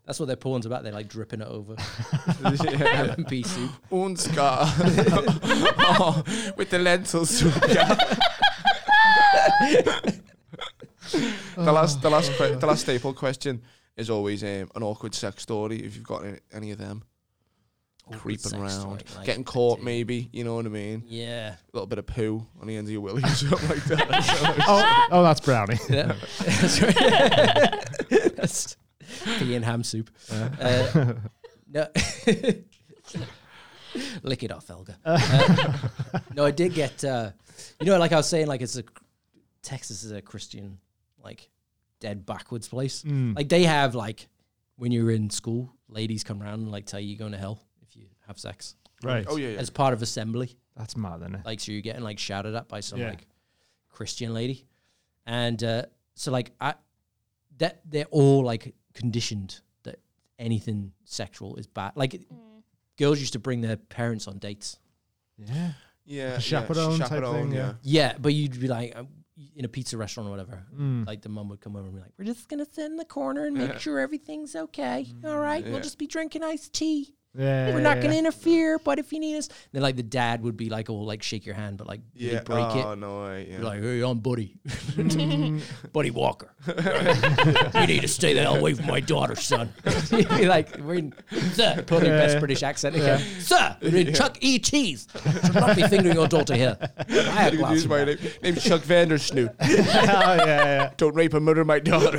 That's what their porn's about. They're like dripping it over. Yeah. pea soup. Unska. oh, with the lentil soup. Yeah. the last, the last, que- the last staple question is always um, an awkward sex story. If you've got any, any of them, Awkward sex creeping around, story, like, getting caught, dude. maybe. You know what I mean? Yeah. A little bit of poo on the end of your willy, or something like that. oh, oh, that's brownie. Yeah. That's right. That's pea and ham soup. Uh, no. Lick it off, Helga. Uh, no, I did get, uh, you know, like I was saying, like it's a, Texas is a Christian, like, dead backwards place. Mm. Like they have like when you're in school, ladies come around and like tell you you're going to hell if you have sex right. oh yeah, yeah. as part of assembly. That's mad, isn't it? Like so, you're getting like shouted at by some Yeah. like Christian lady, and uh, so like I that they're all like conditioned that anything sexual is bad. Like girls used to bring their parents on dates. Yeah. yeah, yeah. chaperone type thing, yeah. Yeah, but you'd be like, uh, in a pizza restaurant or whatever, Mm. like the mum would come over and be like, "We're just gonna sit in the corner and make sure everything's okay. All right, Yeah. we'll just be drinking iced tea. yeah, We're yeah, not yeah. gonna interfere, but if you need us, then like the dad would be like, "Oh, like shake your hand, but like really Yeah. break oh, it." no way. Yeah. You're like, "Hey, I'm Buddy, Buddy Walker. you need to stay the hell away from my daughter, son." You'd be like, "We're in, sir," put their best British accent again, sir. We're in Chuck E. Cheese. Should not be fingering your daughter here. I have You can glasses. use my name. Name's Chuck Vandersnoot. oh, yeah, yeah. Don't rape and murder my daughter.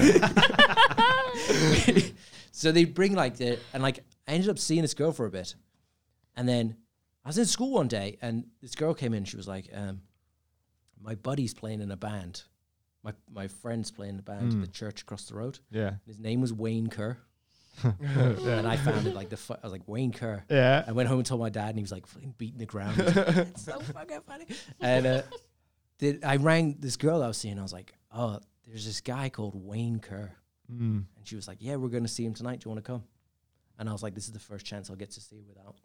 Mm. so they bring like the and like I ended up seeing this girl for a bit, and then I was in school one day and this girl came in. She was like, um, "My buddy's playing in a band. My my friend's playing in a band Hmm. at the church across the road. Yeah. His name was Wayne Kerr." and I found it like the fu- I was like Wayne Kerr. Yeah. I went home and told my dad, and he was like fucking beating the ground. it's so fucking funny. And uh, did, I rang this girl I was seeing. I was like, "Oh, there's this guy called Wayne Kerr." Mm. And she was like, Yeah, we're going to see him tonight. Do you want to come? And I was like, This is the first chance I'll get to see him without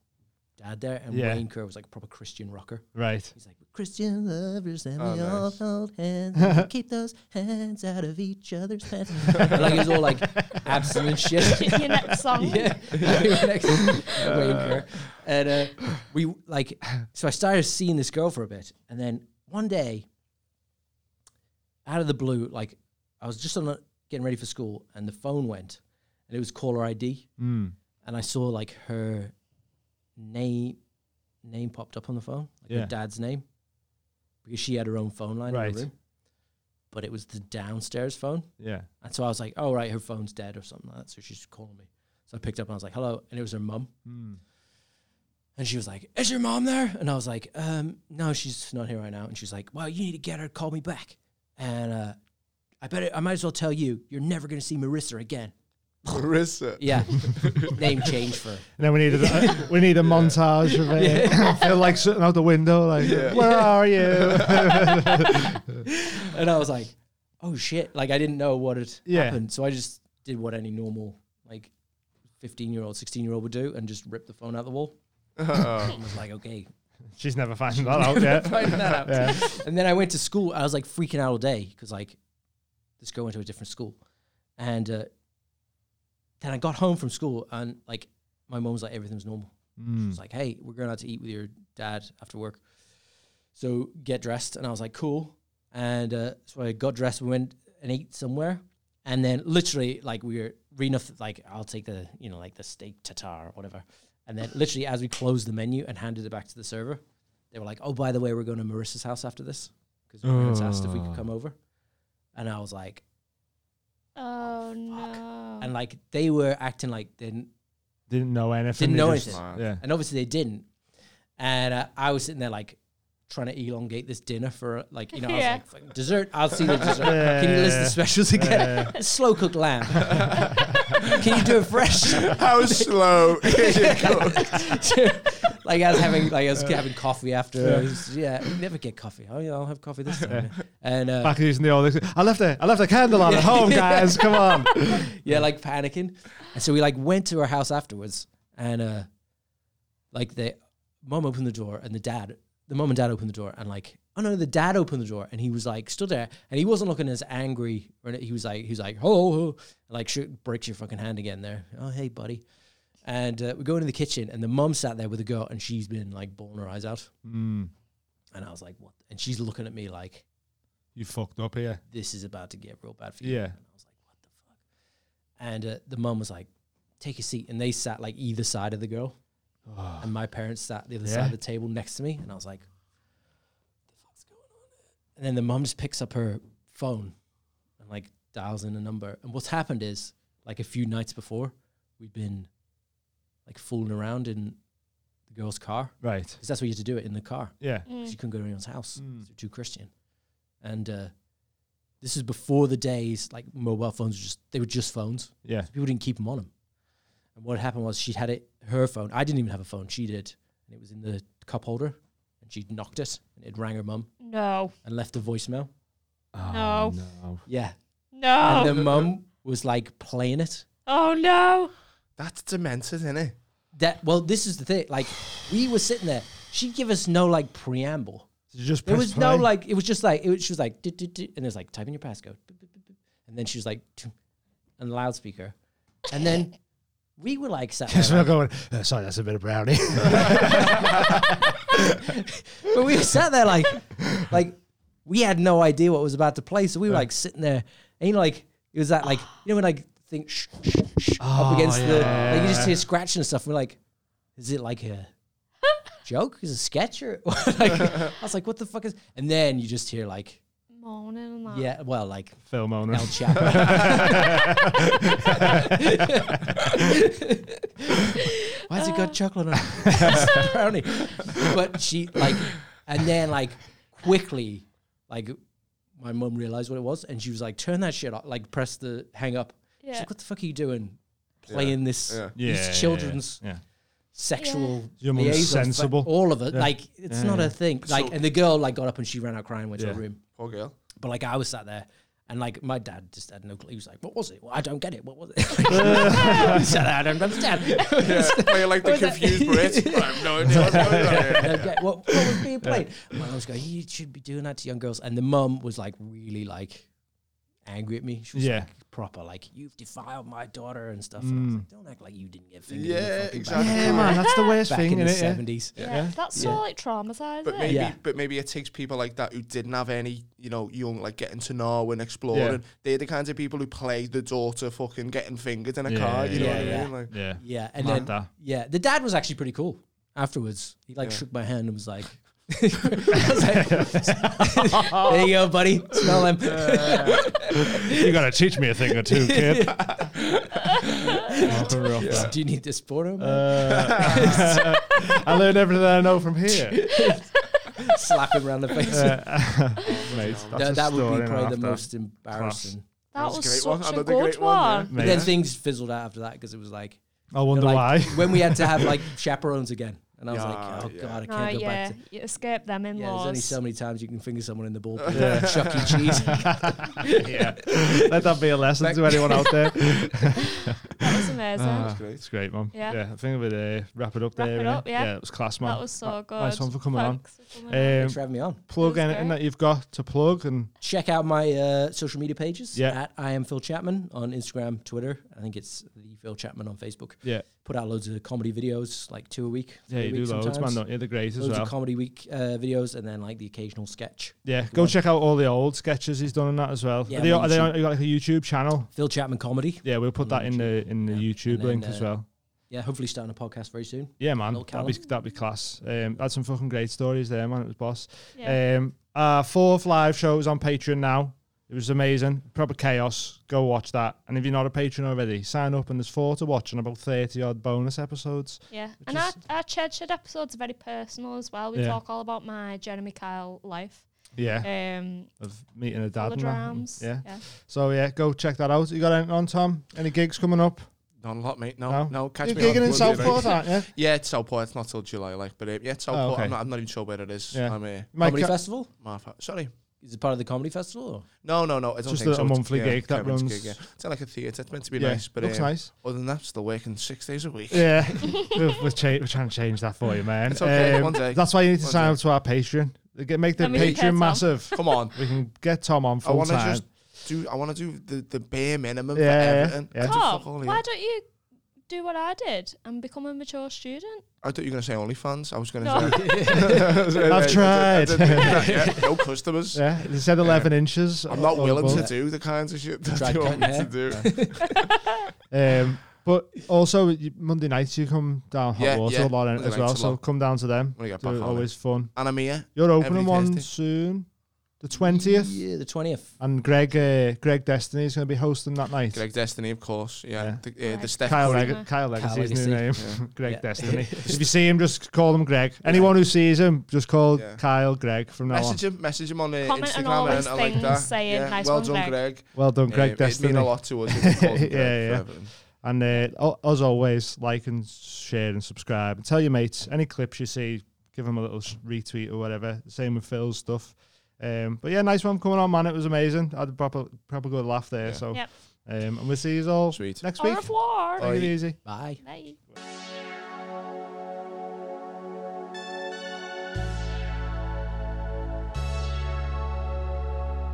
dad there. And Yeah. Wayne Kerr was like a proper Christian rocker. Right. He's like, Christian lovers, and Oh, we all nice. hold hands. and we keep those hands out of each other's pants. And, like, it was all like abstinent shit. Your next song. yeah. We were next Uh, to Wayne Kerr. And uh, we, like, so I started seeing this girl for a bit. And then one day, out of the blue, like, I was just on a, getting ready for school, and the phone went, and it was caller ID, Mm. and I saw like her name name popped up on the phone, like Yeah. her dad's name, because she had her own phone line in Right. the room, but it was the downstairs phone, Yeah. and so I was like, "Oh right, her phone's dead or something like that," so she's calling me. So I picked up and I was like, "Hello," and it was her mum, Mm. and she was like, "Is your mom there?" And I was like, um, "No, she's not here right now." And she's like, "Well, you need to get her. to Call me back." And uh, I bet I might as well tell you, you're never going to see Marissa again. Marissa. Yeah, name change for. And then we needed a, uh, we need a montage of it. They're like sitting out the window, like, Yeah. where are you? And I was like, "Oh shit!" Like I didn't know what had Yeah. happened, so I just did what any normal like. 15 year old, 16 year old would do and just rip the phone out the wall. Oh, And was like, okay, She's never finding that out yet. finding that out. Yeah. and then I went to school. I was like freaking out all day because like this girl went to a different school, and uh, then I got home from school and like my mom was like everything's normal. Hmm. She was like, hey, we're going out to eat with your dad after work, so get dressed. And I was like, cool. And uh, so I got dressed. We went and ate somewhere, and then literally like we were reading off, like I'll take the you know like the steak tartare or whatever. And then literally as we closed the menu and handed it back to the server, they were like, "Oh, by the way, we're going to Marissa's house after this because my parents asked if we could come over," and I was like, Oh, fuck. no. and like they were acting like they didn't, Didn't know anything. Didn't they know just- anything. Yeah. and obviously they didn't, and uh, I was sitting there like trying to elongate this dinner for uh, like you know I was Yeah. like "Fuck, dessert. I'll see the dessert. Yeah, Can you list yeah, the specials again? Slow cooked lamb. Can you do it fresh? how slow is it cooked? like I was having like I was having coffee after. Yeah, I was, yeah I never get coffee. Oh yeah, I'll have coffee this time. And uh, Back using the old. I left a I left a candle on at home, guys. Come on. yeah, like panicking. And so we like went to her house afterwards, and uh, like the mom opened the door, and the dad, the mom and dad opened the door, and like oh no, the dad opened the door, and he was like stood there, and he wasn't looking as angry, or he was like he was like oh, oh like shoot, breaks your fucking hand again there. Oh hey buddy, and uh, we go into the kitchen, and the mom sat there with a girl, and she's been like bawling her eyes out, Mm, and I was like what, and she's looking at me like you fucked up here. this is about to get real bad for you. Yeah. And I was like, what the fuck? And uh, the mum was like, take a seat. And they sat like either side of the girl. And my parents sat the other Yeah. side of the table next to me. And I was like, what the fuck's going on? here?" And then the mum just picks up her phone and like dials in a number. And what's happened is like a few nights before, we'd been like fooling around in the girl's car. Right. Because that's what you had to do it in the car. Yeah. Mm. 'cause you couldn't go to anyone's house. Mm. 'cause They're too Christian. And uh, this is before the days like mobile phones. Were just they were just phones. Yeah. People didn't keep them on them. And what happened was she had it her phone. I didn't even have a phone. She did, and it was in the cup holder. And she knocked it, and it rang her mum No. and left a voicemail. Oh, No. no. Yeah, and No. the mum was like playing it. Oh, no. That's demented, isn't it? That well, this is the thing. Like we were sitting there. She give us no like preamble. you just There press was no play? like. It was just like it was. She was like, "Du- du- du," and it was like, type in your passcode, Du- du- du- du. and then she was like, "Tu," and loudspeaker, and then we were like, sat Yes, there, we're like- going. "Uh, sorry, that's a bit of brownie. but we were sat there like, like we had no idea what was about to play, so we were like sitting there, and you know, like it was that like you know when like think shh, shh, shh, Oh, up against the like you just hear scratching and stuff. And we're like, is it like a joke? Is it a sketch or like, I was like, what the fuck is? And then you just hear like, Moaning and that. yeah, well, like Film owner. El Chapo. Why's it got chocolate on it? It's a brownie. But she like, and then like quickly, like my mum realized what it was, and she was like, "Turn that shit off!" Like, press the hang up. She's Yeah. like, "What the fuck are you doing? Playing this Yeah. Yeah, yeah, these children's Yeah. sexual Your mum's liaisons, like, sensible. all of it. Yeah. Like, it's not a thing. Like, and the girl like got up and she ran out crying, and went to Yeah. her room. Poor girl. But like I was sat there and like my dad just had no clue. He was like, What was it? Well, I don't get it. What was it? he said, I don't understand. Play like the Was that- confused Brit. I have no idea what's going on here. I don't get what, what was being played. My mum was going, You should be doing that to young girls. And the mum was like really like angry at me. She was Yeah. like proper, like, You've defiled my daughter and stuff. And I Mm. was like, Don't act like you didn't get fingered. in the Yeah, fucking exactly. back- Yeah, man, that's the worst Back thing, in the innit? Yeah. seventies. Yeah, That's so like traumatized. But maybe, Yeah. but maybe it takes people like that who didn't have any, you know, young like getting to know and exploring. Yeah. They're the kinds of people who play the daughter fucking getting fingered in a Yeah, car. You know yeah, what yeah. I mean? Like, Yeah. Yeah, and Mad then that. yeah, the dad was actually pretty cool. Afterwards, he like Yeah. shook my hand and was like, I was like, "There you go, buddy. Smell him." You gotta teach me a thing or two, kid. Proper rough, that. Do you need this photo? man? Oh, Uh, I learned everything I know from here. Slap him round the face. Uh, Mate, that's a that, that would story be and probably half the that. most embarrassing. that was a was great such one. a Another good great one, one. Mate, But then things fizzled out after that because it was like I wonder like, why. when we had to have like chaperones again, and I was Yeah, like, "Oh yeah. god, I can't Ah, go yeah. back to." You escape them in Yeah, there's only laws. so many times you can finger someone in the ball. Chuck E. Cheese. yeah. Let that be a lesson to anyone out there. that was amazing. Ah, great. it's great, Mum. Yeah. I think we'd uh, wrap it up Wrap there. it innit? up, yeah. it was class, man. that was so good. Nice one for coming Thanks for on. coming on. Um, Thanks for having me on. plug That was anything great. that you've got to plug and check out my uh, social media pages Yeah. at I am Phil Chapman on Instagram, Twitter. I think it's the Phil Chapman on Facebook. yeah, Put out loads of comedy videos, like two a week. yeah, three a you do week loads, man. sometimes. Don't you? They're great as Loads well. of comedy week uh, videos, and then like the occasional sketch. yeah, go check out all the old sketches he's done and that as well. Yeah, are they, I'm on are they YouTube. on, you got like a YouTube channel? Phil Chapman comedy. Yeah, we'll put I'm that on in the in the Yeah. YouTube And then, link as uh, well. Yeah, hopefully starting a podcast very soon. Yeah, man, Little that'd be Callum. that'd be class. Um, had some fucking great stories there, man. It was boss. Yeah. Um, our fourth live show is on Patreon now. It was amazing, proper chaos. Go watch that, and if you're not a patron already, sign up. And there's four to watch and about thirty odd bonus episodes. yeah. And our, our Ched Shed episode's very personal as well. We Yeah. talk all about my Jeremy Kyle life. Yeah, Um, of meeting a dad. And holograms. that. Yeah. yeah. So yeah, go check that out. You got anything on Tom? Any gigs coming up? Not a lot, mate. No, No? no. catch You're me on gigging in Monday Southport, night. aren't you? Yeah, it's Southport. It's not till July, like, but uh, yeah, it's Southport. Oh, okay. I'm, not, I'm not even sure where it is. Yeah. I'm here. Mike, comedy uh, festival? Marfa. Sorry. Is it part of the comedy festival? Or? No, no, no. I don't Just think a- so. a It's- monthly yeah, gig that Kevin's runs- Gig, yeah. It's like a theatre. It's meant to be yeah, nice, but looks um, nice. other than that, still working six days a week. Yeah, we're, we're, cha- we're trying to change that for you, man. Um, It's okay, one day. That's why you need to One sign day. up to our Patreon. Get, make the Let me get Patreon Tom. massive. Come on. We can get Tom on I full want to time. just do. I want to do the, the bare minimum Yeah, yeah, for everything. yeah. I do fuck all Tom, of why you. don't you do what I did and become a mature student? I thought you were going to say OnlyFans. I was going to No. say. I've tried. Yeah, no customers. yeah, they said 11 inches. I'm not or willing above. to do the kinds of shit Try that you want me to cutting do. Um, but also you- Monday nights you come down hot Yeah, water yeah, a lot Monday as well, nights a so lot. come down to them. When I get They're back on always fun. And I'm here. You're opening Every one Thursday. soon, the twentieth, Yeah, the 20th. and Greg uh, Greg Destiny is going to be hosting that night. Greg Destiny, of course. Yeah. Yeah. The, uh, Right. the Steph Kyle, Curry. Leg- Kyle Legacy's Legacy. new name, Greg Yeah. Destiny. if you see him, just call him Greg. Anyone who sees him, just call Yeah. Kyle Greg from now on. Message him, message him on uh, Comment on Instagram all and his I like things that. saying, yeah. "Nice well one, Greg." done, Greg. Well done, Greg Um, It Destiny. mean a lot to us. if you called him Greg Yeah, yeah. for everything. And uh, al- as always, like and share and subscribe. And tell your mates any clips you see, give them a little sh- retweet or whatever. Same with Phil's stuff. Um, but yeah, nice one coming on, man. It was amazing. I had a proper, proper good laugh there. Yeah. So, Yep. um, and we'll see you all Sweet. next Au week. revoir. Bye. Take it easy. Bye. Bye.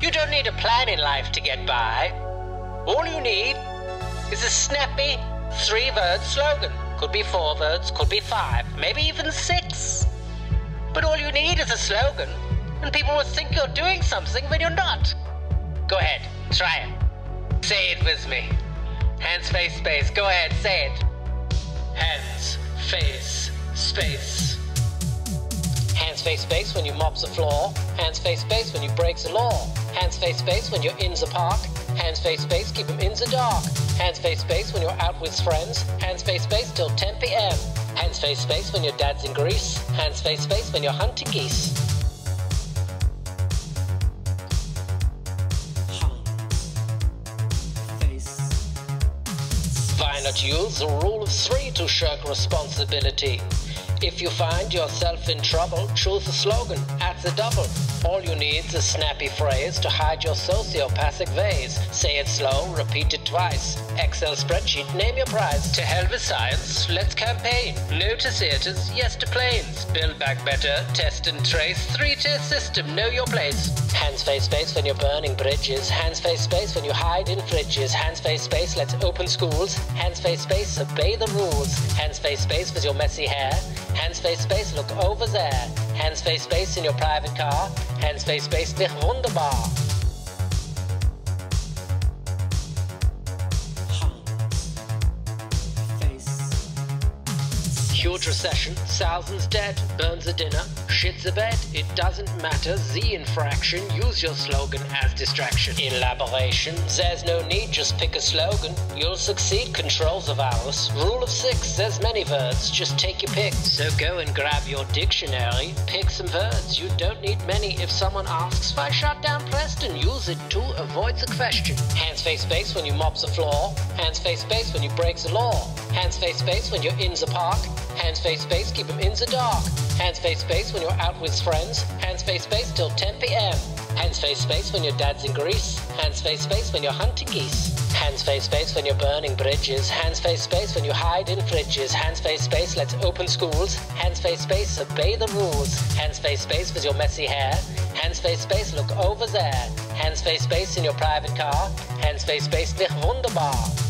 You don't need a plan in life to get by. All you need is a snappy three word slogan. Could be four words, could be five, maybe even six. But all you need is a slogan, and people will think you're doing something when you're not. Go ahead, try it. Say it with me. Hands, face, space. Go ahead, say it. Hands, face, space. Hands, face, space when you mop the floor. Hands, face, space when you break the law. Hands, face, space when you're in the park. Hands, face, space keep 'em in the dark. Hands, face, space when you're out with friends. Hands, face, space till 10 p.m. Hands, face, space when your dad's in Greece. Hands, face, space when you're hunting geese. Why not use the rule of three to shirk responsibility? If you find yourself in trouble, choose a slogan at the double. All you need is a snappy phrase to hide your sociopathic ways. Say it slow, repeat it twice. Excel spreadsheet, name your price. To hell with science, let's campaign. No to theaters, yes to planes. Build back better, test and trace. Three tier system, know your place. Hands face space when you're burning bridges. Hands face space when you hide in fridges. Hands face space, let's open schools. Hands face space, obey the rules. Hands face space with your messy hair. Hands face space, look over there. Hands face space in your private car. Hands face space, dich wunderbar. Huge recession, thousands dead, burns a dinner, shits a bed. It doesn't matter, the infraction, use your slogan as distraction. Elaboration, there's no need, just pick a slogan. You'll succeed, control the vowels. Rule of six, there's many words, just take your pick. So go and grab your dictionary, pick some words. You don't need many if someone asks, why shut down Preston? Use it to avoid the question. Hands face space when you mop the floor, hands face space when you break the law, hands face space when you're in the park. Hands face space, keep 'em in the dark. Hands face space when you're out with friends. Hands face space till 10 p.m. Hands face space when your dad's in Greece. Hands face space when you're hunting geese. Hands face space when you're burning bridges. Hands face space when you hide in fridges. Hands face space, let's open schools. Hands face space, obey the rules. Hands face space with your messy hair. Hands face space, look over there. Hands face space in your private car. Hands face space, dich wunderbar.